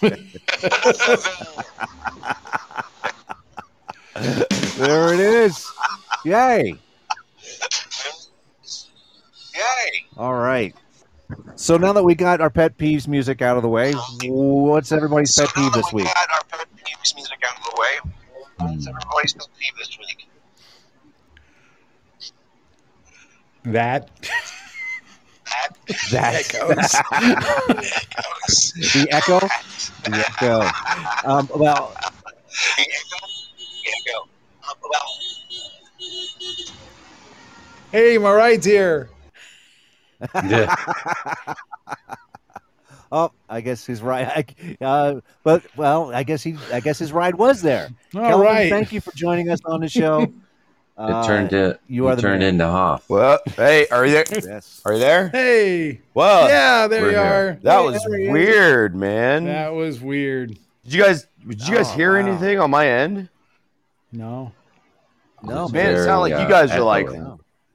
there it is. Yay.
Yay.
All right. So now that we got our pet peeves music out of the way, what's everybody's pet peeve this week?
Peeves music out of the way.
Hmm.
What's everybody's pet peeve this week?
That.
That
goes.
the echo. The echo. Um, well,
Yeah, go. Yeah, go. Uh, well,
Hey, my ride's here.
Yeah.
oh, I guess his ride. Uh, but well, I guess he. I guess his ride was there.
All
Kelvin,
right.
Thank you for joining us on the show.
It
Uh,
turned it. You are turned into Hoff.
Well, hey, are you there?
Yes.
Are you there?
Hey.
Well,
Yeah, there
we're
you
here.
are.
That
Yeah,
was
there he is.
weird, man.
That was weird.
Did you guys? Did you guys
Oh,
hear
wow.
anything on my end?
No.
No,
man, it sounded like you guys are like,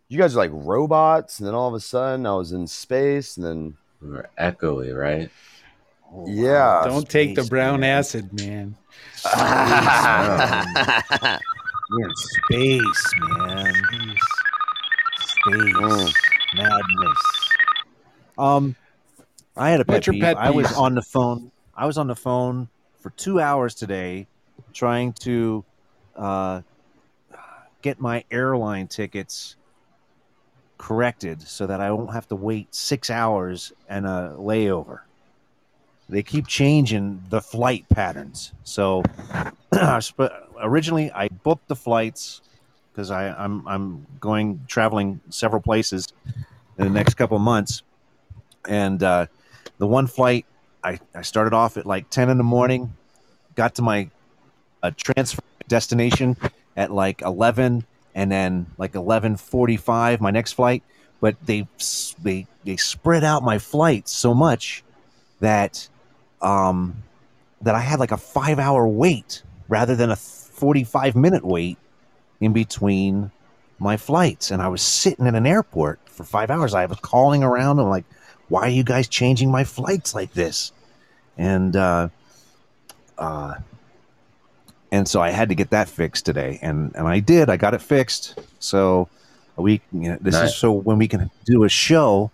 you guys are like robots, and then all of a sudden I was in space, and then
we were echoey, right?
Yeah.
Oh, Don't take the brown acid, man.
We're in space, man. Space madness. Um, I had a pet,
What's your
peeve.
pet
I was
peeve?
on the phone. I was on the phone for two hours today, trying to uh, get my airline tickets corrected so that I won't have to wait six hours and a layover. They keep changing the flight patterns. So sp- originally, I booked the flights because I'm I'm going traveling several places in the next couple months, and uh, the one flight I, I started off at like 10 in the morning, got to my uh, transfer destination at like 11 and then like 11:45 my next flight but they s- they they spread out my flights so much that um that I had like a 5 hour wait rather than a 45 minute wait in between my flights and I was sitting in an airport for 5 hours I was calling around and like why are you guys changing my flights like this and uh uh and so I had to get that fixed today, and and I did. I got it fixed. So we you know, this
Nice.
is so when we can do a show,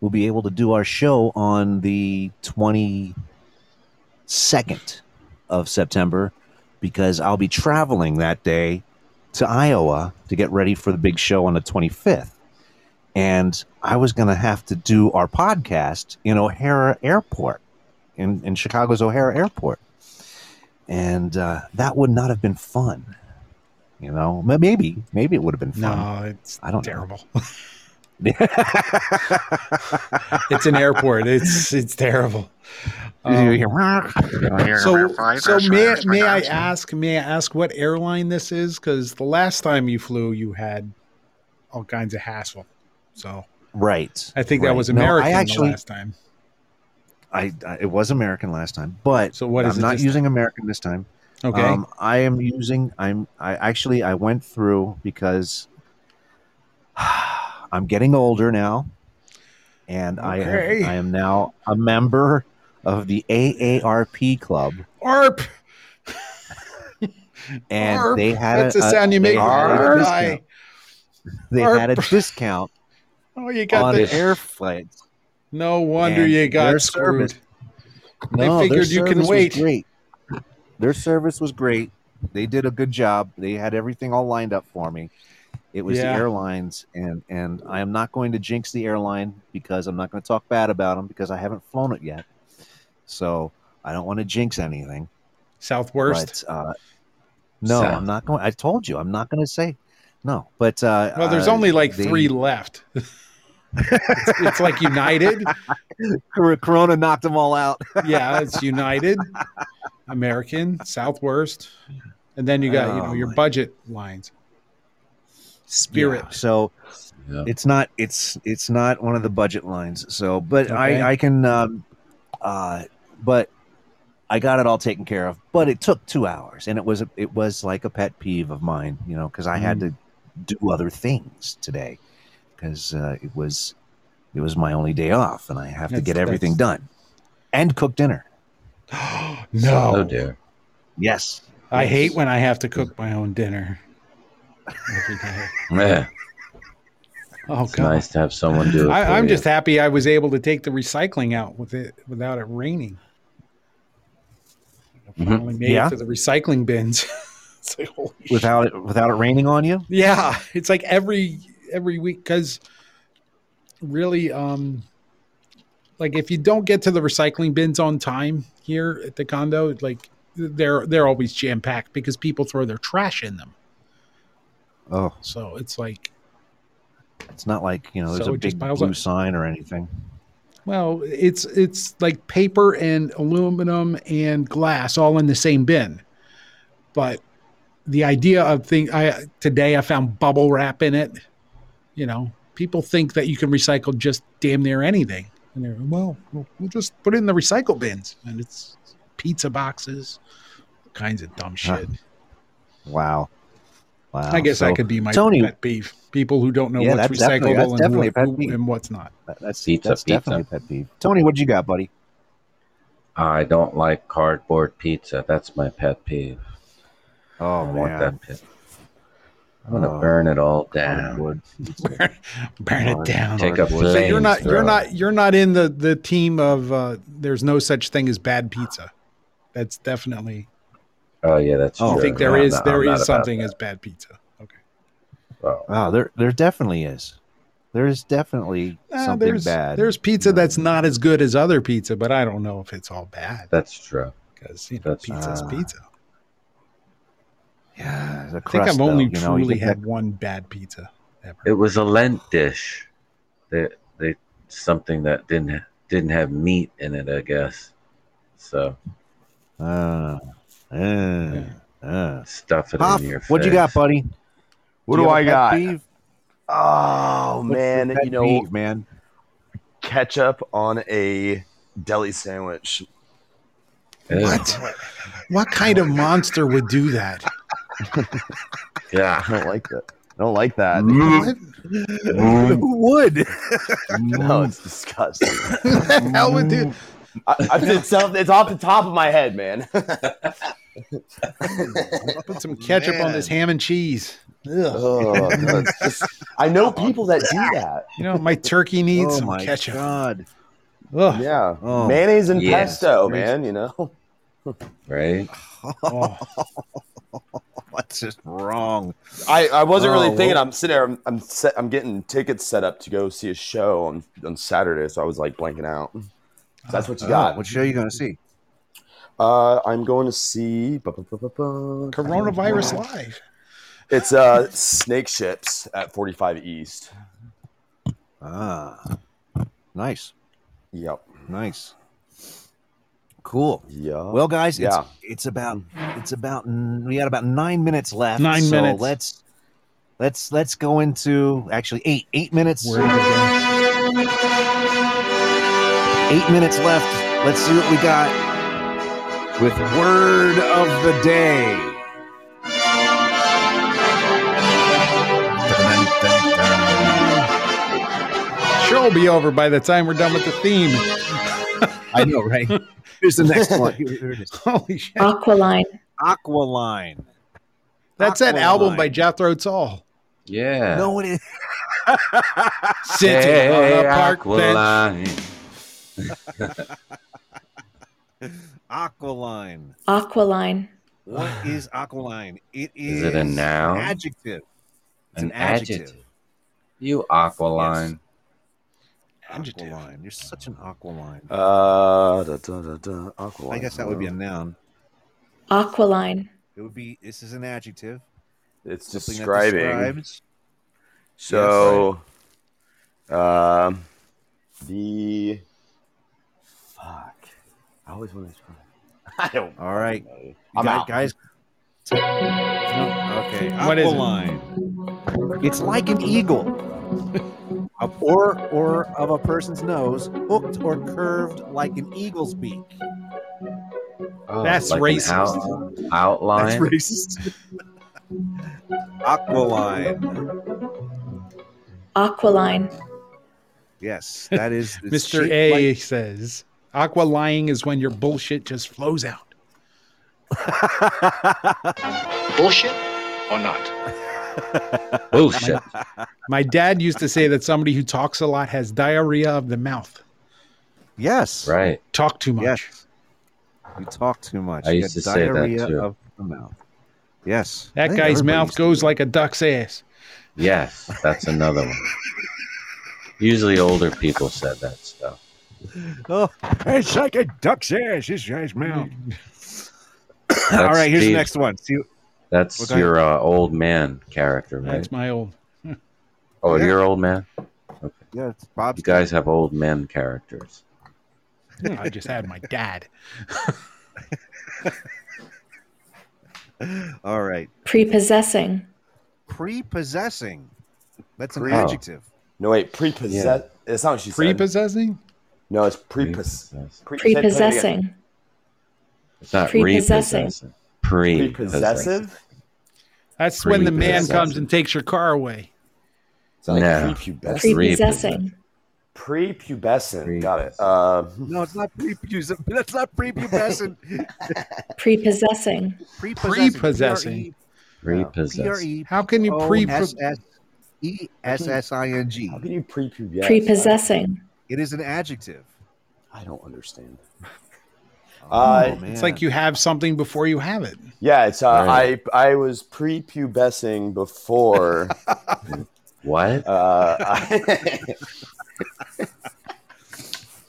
we'll be able to do our show on the twenty second of September because I'll be traveling that day to Iowa to get ready for the big show on the twenty fifth, and I was going to have to do our podcast in O'Hara Airport in in Chicago's O'Hara Airport and uh, that would not have been fun. You know, M- maybe maybe it would have been fun.
No, it's
I don't know.
terrible. it's an airport. It's it's terrible. Um, so so may may I ask may I ask what airline this is? Because the last time you flew, you had all kinds of hassle. So
Right.
I think that
right.
was
No,
American
I actually,
the last time.
I, I it was American last time, but so
what is
I'm
it
not
this
using American this time. Um,
Okay.
I am using. I'm. I actually I went through because I'm getting older now, and I
Okay.
have, I am now a member of the AARP club,
ARP.
and
ARP.
they had
That's
a,
the sound you
they
make when
had a
you cry.
discount. They
ARP.
had a discount
Oh, you got
on
the
air flights.
No wonder
And
you
their
got
service-
screwed. They
No, their
figured you
service
can
was
wait.
great. Their service was great. They did a good job. They had everything all lined up for me. It was
Yeah.
the airlines, and and I am not going to jinx the airline because I'm not going to talk bad about them because I haven't flown it yet. So I don't want to jinx anything.
Southwest.
But, uh, no,
South.
I'm not going. I told you, I'm not going to say no. But uh,
well, there's
uh,
only like
they-
three left. It's, it's like United.
Corona knocked them all out.
yeah, it's United, American, Southwest, and then you got you know
Oh,
your budget lines. Spirit.
Yeah, so it's not it's it's not one of the budget lines. So, but
Okay.
I I can um, uh, but I got it all taken care of. But it took two hours, and it was a, it was like a pet peeve of mine, you know, because I
Mm.
had to do other things today because uh, it was it was my only day off, and I have to
That's-
get everything done and cook dinner.
No.
Oh dear.
Yes.
I
Yes.
hate when I have to cook my own dinner. Every day.
Yeah.
Oh
it's
God.
nice to have someone do it. for
I, I'm
you.
just happy I was able to take the recycling out with it without it raining. I
Mhm.
finally made
Mm-hmm. Yeah.
it to the recycling bins. it's like, holy
without it without it raining on you.
yeah it's like every every week because really um like if you don't get to the recycling bins on time here at the condo like they're they're always jam packed because people throw their trash in them
Oh,
so it's like
it's not like you know there's
So
a
it just
big
piles
blue
up.
sign or anything.
well it's it's like paper and aluminum and glass all in the same bin but the idea of thing i today i found bubble wrap in it you know people think that you can recycle just damn near anything and they're well we'll we'll just put it in the recycle bins and it's pizza boxes all kinds of dumb shit
Wow. Wow.
i guess
So,
that could be my
Tony.
pet peeve people who don't know
Yeah,
what's
that's definitely- that's
recyclable and,
definitely a
what,
pet
who-
peeve.
and what's not
that- That's
Pizza,
that's
pizza.
definitely a pet peeve. Tony, what you got, buddy?
I don't like cardboard pizza. That's my pet peeve.
Oh,
I want
man.
that pit. I'm gonna
Oh,
burn it all down.
cardboard
burn, burn it down
Take a
so you're
flame
not you're
thrower.
not you're not in the the team of uh there's no such thing as bad pizza that's definitely
Oh yeah, that's
you
true.
think there
I'm
is
not-
there
I'm not
is
about
something
that.
as bad pizza
Wow, there there definitely is. There is definitely
Ah,
something
there's
bad.
there's pizza that's not as good as other pizza, but I don't know if it's all bad
That's true.
because you know
That's
pizza's
Ah,
pizza.
yeah, the
I think
crust,
I've only
though, you know, you
truly
get
had one bad pizza.
It was a Lent dish. They they something that didn't ha- didn't have meat in it, I guess. So
that- Ah, ah, ah.
stuff it
Hoff,
in your face.
what you got, buddy?
What
you
do
have a
I
pet
got?
peeve?
Oh
What's your
man,
pet
you know,
peeve, man.
ketchup on a deli sandwich.
What? What kind of monster would do that?
Yeah,
I don't like that. I don't like that.
What?
Mm.
Who would?
no, it's disgusting.
hell would do?
I, I, it's, off, it's off the top of my head, man.
Put some ketchup on this ham and cheese. Ugh.
Oh, no, it's just, I know people that do that.
You know, my turkey needs
Oh
some
my
ketchup.
god.
Ugh.
Yeah,
Oh,
mayonnaise and
yeah.
pesto, man. You know,
right?
Oh.
What's just wrong?
I, I wasn't really
Oh,
thinking.
well-
I'm sitting there. I'm I'm, set, I'm getting tickets set up to go see a show on on Saturday, so I was like blanking out. So that's what you
Oh,
got.
What show you gonna see?
Uh, I'm going to see ba- ba- ba- ba- ba-
Coronavirus live.
It's uh Snake Ships at 45 East.
Ah, nice,
Yep.
nice, cool.
Yeah.
Well, guys, it's
Yeah.
it's about it's about we got about nine minutes left.
Nine
so
minutes.
Let's let's let's go into actually eight eight minutes.
Where did it
Eight minutes left. Let's see what we got with word of the day.
go? Sure, will be over by the time we're done with the theme.
I know, right? Here's the next one. Here, here it is.
Holy shit!
Aqualine.
Aqualine.
That's that album by
Aqualine.
Jethro Tull.
Yeah.
No, it is.
Sitting on a park bench.
Aqualine.
Aqualine.
What is Aqualine? It is,
Is it a noun?
An adjective. It's an,
An
adjective.
adjective. You Aqualine.
Aqualine. You're such an aqualine.
Uh, da, da, da, da, Aqualine.
I guess that would be a noun.
Aqualine.
It would be. This is an adjective.
It's
Something that
describing.
describes-
So Um, the fuck. I always want to. I don't.
All right.
I'm
Guy-
out.
guys. No, okay.
What is it?
Aqualine. It's like an eagle, Of- or or of a person's nose, hooked or curved like an eagle's beak.
Oh,
That's
like an
racist.
out- outline.
racist. Aqualine.
Aquiline.
Yes, that is it's
Mr.
shaped
A
like-
says aqua lying is when your bullshit just flows out.
Bullshit or not?
Bullshit.
My dad used to say that somebody who talks a lot has diarrhea of the mouth.
Yes.
Right.
Talk too much.
You talk too much.
I
You
used
got
to say that
diarrhea
too.
Of the mouth. Yes. I
That
think
guy's
everybody
mouth
used
goes like a duck's ass.
Yes, that's another one. Usually older people said that stuff.
Oh,
it's like a duck's ass. This guy's mouth.
That's
All right, here's the
Steve-
next one. See,
That's
Well, go ahead.
your uh, old man character, right?
That's my old.
oh, your old man.
Yeah, it's Bob's.
You guys have old men characters.
No, I just had my dad.
All right.
Oh.
Prepossessing.
Prepossessing. That's an
Oh.
Pre-
adjective.
No wait, prepossess.
Yeah.
It's not what she said.
Prepossessing?
No, it's preposs. pre- say- say it again.
Prepossessing.
It's not
Prepossessing.
repossessing. Pre
Prepossessive.
That's when the man
Prepossessing.
comes and takes your car away.
It's like
No.
prepubescent.
Prepossessing.
Prepubescent. Got it. Um,
No, it's not prepubescent. That's not prepubescent.
Prepossessing.
Prepossessing.
Prepossessing.
Repossess.
P-R-E-P-O-S-S-E-S-S-I-N-G.
How can you pre
E How
can you prepubescent?
Prepossessing.
It is an adjective.
I don't understand.
Oh,
Uh,
it's like you have something before you have it.
yeah, it's uh,
Right.
I I was prepubescing before.
What?
uh, I,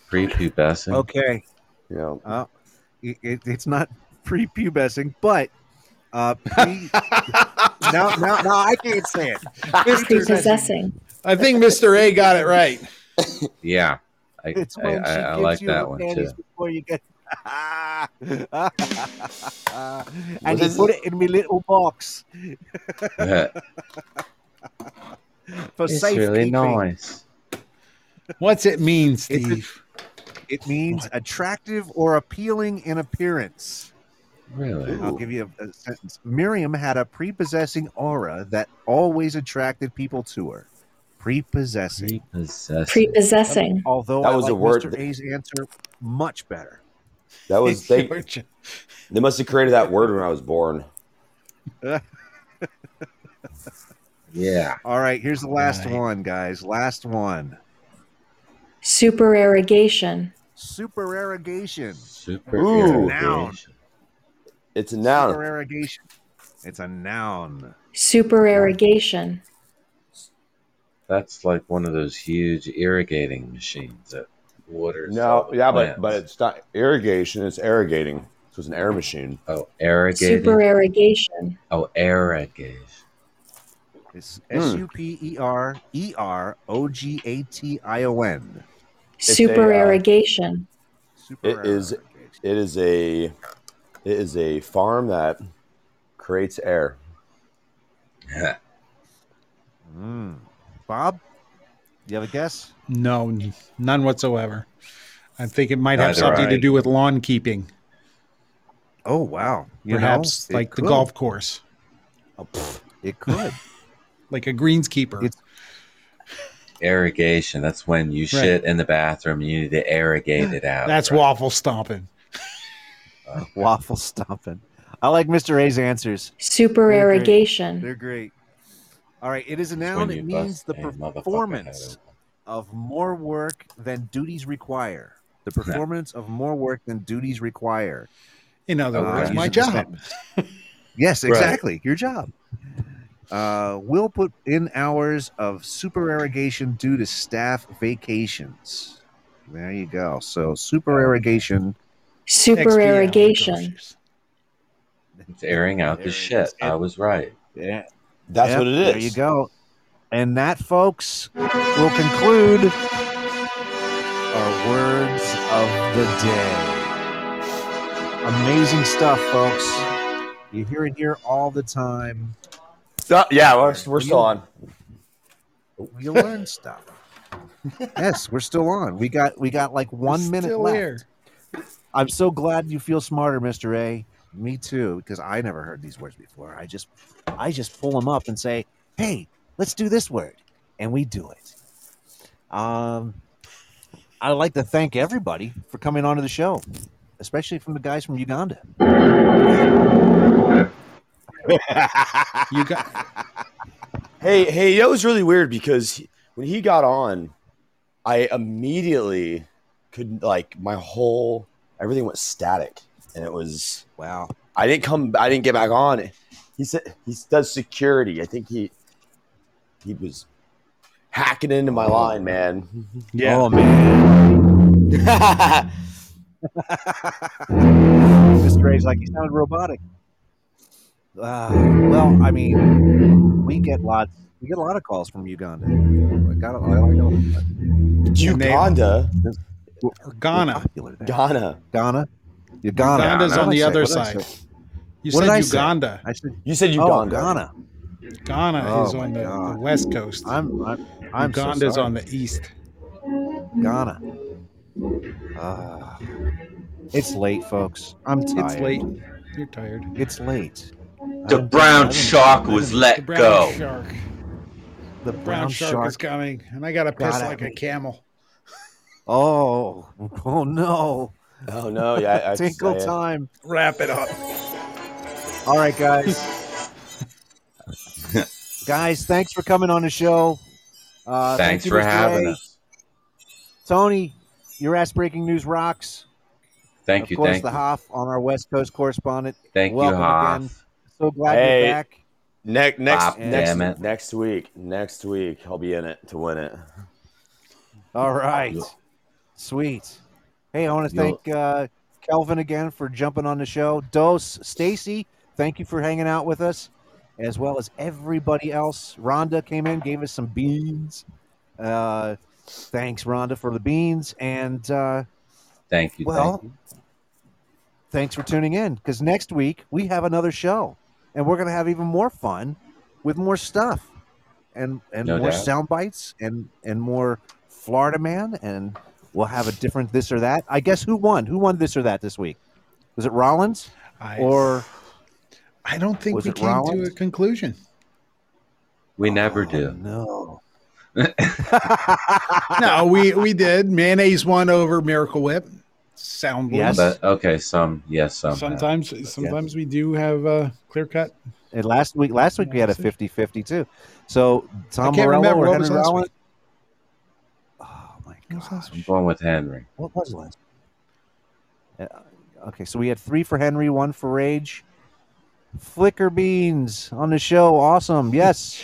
Prepubescent.
Okay.
you know,
Uh, it, it, it's not prepubescing, but uh, pre- now, now, now I can't say it.
Prepossessing.
I think Mr. A got it right.
Yeah. I,
It's
I,
when
I,
she
I
gives
like
you
that
the
one too.
panties before you get. and
What
you
is
put it in my little box for
it's
safekeeping.
really nice.
What's it mean,
It's a-
Steve?
It means attractive or appealing in appearance.
Really?
I'll give you a, a sentence. Miriam had a prepossessing aura that always attracted people to her. Prepossessing.
Prepossessing.
Prepossessing.
Although
That
I
was
like
a word
Mr.
that-
A's answer much better.
that was they.
George.
They must have created that word when I was born.
Yeah.
All right, here's the last
Right.
one, guys. Last one.
Supererogation.
Supererogation.
Super
Ooh.
irrigation.
It's a noun.
Supererogation. It's a noun.
Supererogation.
That's like one of those huge irrigating machines that waters.
No,
all the
yeah, but
plants.
but it's not irrigation. It's irrigating. So it's an air machine.
oh, irrigating.
Supererogation.
oh, irrigation.
It's
Hmm.
S U P E R E R O G A T I O N.
a, uh,
Supererogation.
It is-
Supererogation.
It is a it is a farm that creates air.
Mm. Bob, you have a guess?
No, n- none whatsoever. I think it might have
Neither
something
I.
to do with lawn keeping,
Oh wow! You know,
perhaps
it
like the
could.
golf course,
Oh, pfft, it could.
like a greenskeeper.
It's-
Irrigation. That's when you shit in the bathroom. You need to irrigate it out.
That's
right?
waffle stomping.
Uh, Waffle stomping. I like Mr. A's answers.
Supererogation.
They're great. All right, it is a
That's
noun.
when
It
you
means
bust
the
a motherfucker
performance
head
of more work than duties require. The performance of more work than duties require.
In other
Uh,
words,
using
my
the same-
job.
Yes,
Right.
exactly. Your job. Uh, we'll put in hours of supererogation due to staff vacations. There you go. So supererogation.
Supererogation.
It's airing out the
There it
shit.
is.
I was right.
Yeah,
That's
Yep,
what it is.
There you go. And that, folks, will conclude our words of the day. Amazing stuff, folks. You hear it here all the time.
Uh, yeah, we're, we're still on.
You learn stuff. yes, we're still on. We got we got like one
We're
minute
still
left.
here.
I'm so glad you feel smarter, Mister A. Me too, because I never heard these words before. I just I just pull them up and say, "Hey, let's do this word," and we do it. Um, I'd like to thank everybody for coming onto the show, especially from the guys from Uganda.
you got
Hey, hey, that was really weird because he- when he got on, I immediately could like my whole everything went static, and it was
wow.
I didn't come. I didn't get back on. He said he does security. I think he he was hacking into my line, man.
Yeah. Oh man. Mr. Ray's like, he sounded robotic. Uh, well, I mean, we get lots. We get a lot of calls from Uganda. I got a, I got a,
Uganda,
Ghana,
Ghana,
Ghana, Uganda.
Uganda's on
What did
the
I say?
other side.
What did I say?
You
What
said
did I say?
Uganda.
I said,
you said
oh,
Uganda.
Ghana.
Ghana
Oh,
is
my
on the, the
God.
west coast.
I'm I'm, I'm so
Uganda's
sorry.
on the east.
Ghana. Ah, it's late, folks. I'm tired.
It's late. You're tired.
It's late. I've
The
been-
brown
I've been-
shark
I've
was
been-
let
The brown
go.
shark.
The
Brown, shark, is coming, and I gotta piss
got at
like a
me.
camel.
Oh, oh no.
Oh no, yeah, I- I-
Tinkle
I- uh,
time.
Wrap it up.
All right, guys. guys, thanks for coming on the show. Uh,
Thanks
thank you,
for
Mr.
having
A.
us.
Tony, your ass breaking news rocks.
Thank
of
you.
course,
Thank
the
you.
Hoff on our West Coast correspondent.
Thank you,
Welcome
Hoff.
again. So glad
Hey.
you're back.
Next, next,
Bop,
next,
damn it.
next week. Next week, I'll be in it to win it.
All right.
You'll-
Sweet. Hey, I want to
You'll-
thank uh, Kelvin again for jumping on the show. Dose, Stacy, thank you for hanging out with us, as well as everybody else. Rhonda came in, gave us some beans. Uh, thanks, Rhonda, for the beans. And, uh,
Thank you.
well,
thank you.
thanks for tuning in because next week we have another show and we're going to have even more fun with more stuff and and
No
more
doubt.
sound bites and and more Florida man and we'll have a different this or that. I guess who won? Who won this or that this week? Was it Rollins
I
or
I don't think
Was
we
it
came to a
Rollins?
conclusion.
We never do.
Oh, no?
No, we we did. Mayonnaise won over Miracle Whip. Sound
Yes.
But okay, some yes, some. have.
Sometimes sometimes we do have uh, clear cut.
And last week last week we had a 50-50 too. So Tom
I can't
Morello
remember
or
what
Henry
was last
Rollins?
week.
Oh my gosh.
I'm going with Henry.
What was last? Uh, okay, so we had three for Henry, one for Rage. Flicker beans on the show. Awesome. Yes.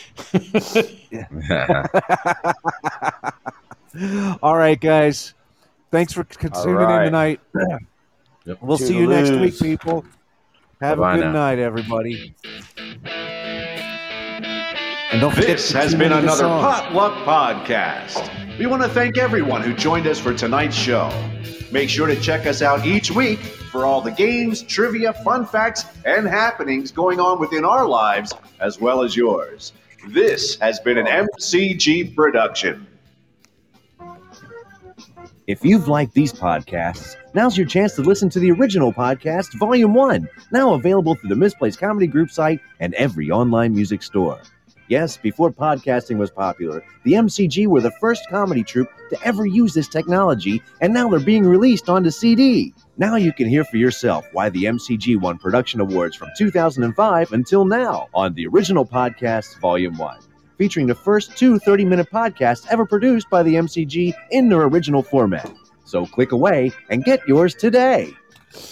Yeah. All right, guys. Thanks for c-
All
tuning
right.
in tonight.
Yep.
We'll see you next week, people. Have
Bye-bye
a good
now.
night, everybody. And don't forget
This
to
has
tune
been
into the
another
song.
Potluck Podcast. We want to thank everyone who joined us for tonight's show. Make sure to check us out each week for all the games, trivia, fun facts, and happenings going on within our lives as well as yours. This has been an MCG production.
If you've liked these podcasts, now's your chance to listen to the original podcast, Volume 1, now available through the Misplaced Comedy Group site and every online music store. Yes, before podcasting was popular, the MCG were the first comedy troupe to ever use this technology, and now they're being released onto CD. Now you can hear for yourself why the MCG won production awards from 2005 until now on the original podcast, Volume 1 featuring the first two 30 minute podcasts ever produced by the MCG in their original format. So click away and get yours today.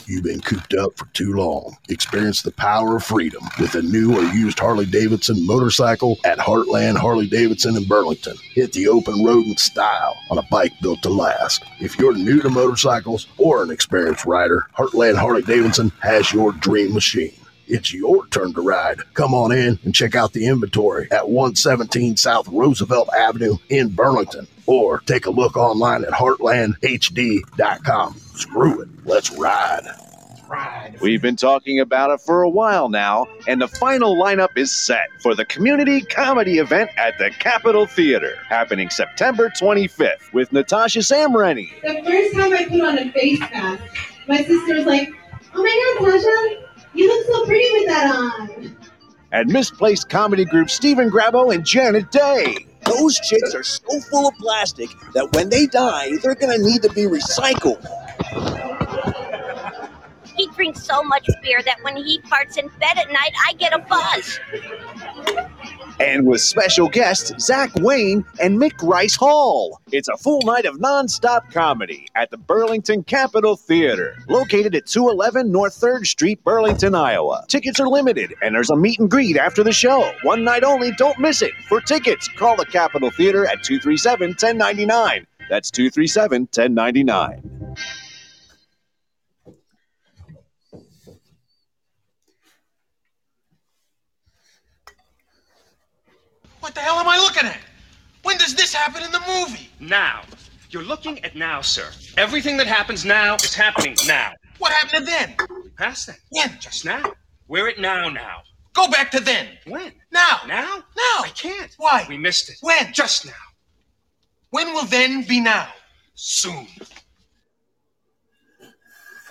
You've been cooped up for too long. Experience the power of freedom with a new or used Harley Davidson motorcycle at Heartland Harley Davidson in Burlington. Hit the open road in style on a bike built to last. If you're new to motorcycles or an experienced rider, Heartland Harley Davidson has your dream machine. It's your turn to ride. Come on in and check out the inventory at 117 South Roosevelt Avenue in Burlington or take a look online at heartlandhd.com. Screw it. Let's ride.
We've been talking about it for a while now, and uh, the final lineup is set for the community comedy event at the Capitol Theater, happening September 25th with Natasha Samrani,
The first time I put on a face mask, my sister was like, "Oh my God, Tasha, you look so pretty with that on."
and misplaced comedy group Stephen Grabo and Janet Day.
Those chicks are so full of plastic that when they die, they're going to need to be recycled.
He drinks so much beer that when he farts in bed at night, I get a buzz.
And with special guests Zach Wayne and Mick Rice Hall. It's a full night of nonstop comedy at the Burlington Capitol Theater, located at 211 North 3rd Street, Burlington, Iowa. Tickets are limited, and there's a meet and greet after the show. One night only, don't miss it. For tickets, call the Capitol Theater at 237 1099. That's 237 1099.
What the hell am I looking at? When does this happen in the movie? Now. You're looking at now, sir. Everything that happens now is happening now. What happened to then? Past then. When? Just now. We're at now now. Go back to then. When? Now. Now? Now. I can't. Why? We missed it. When? Just now. When will then be now? Soon.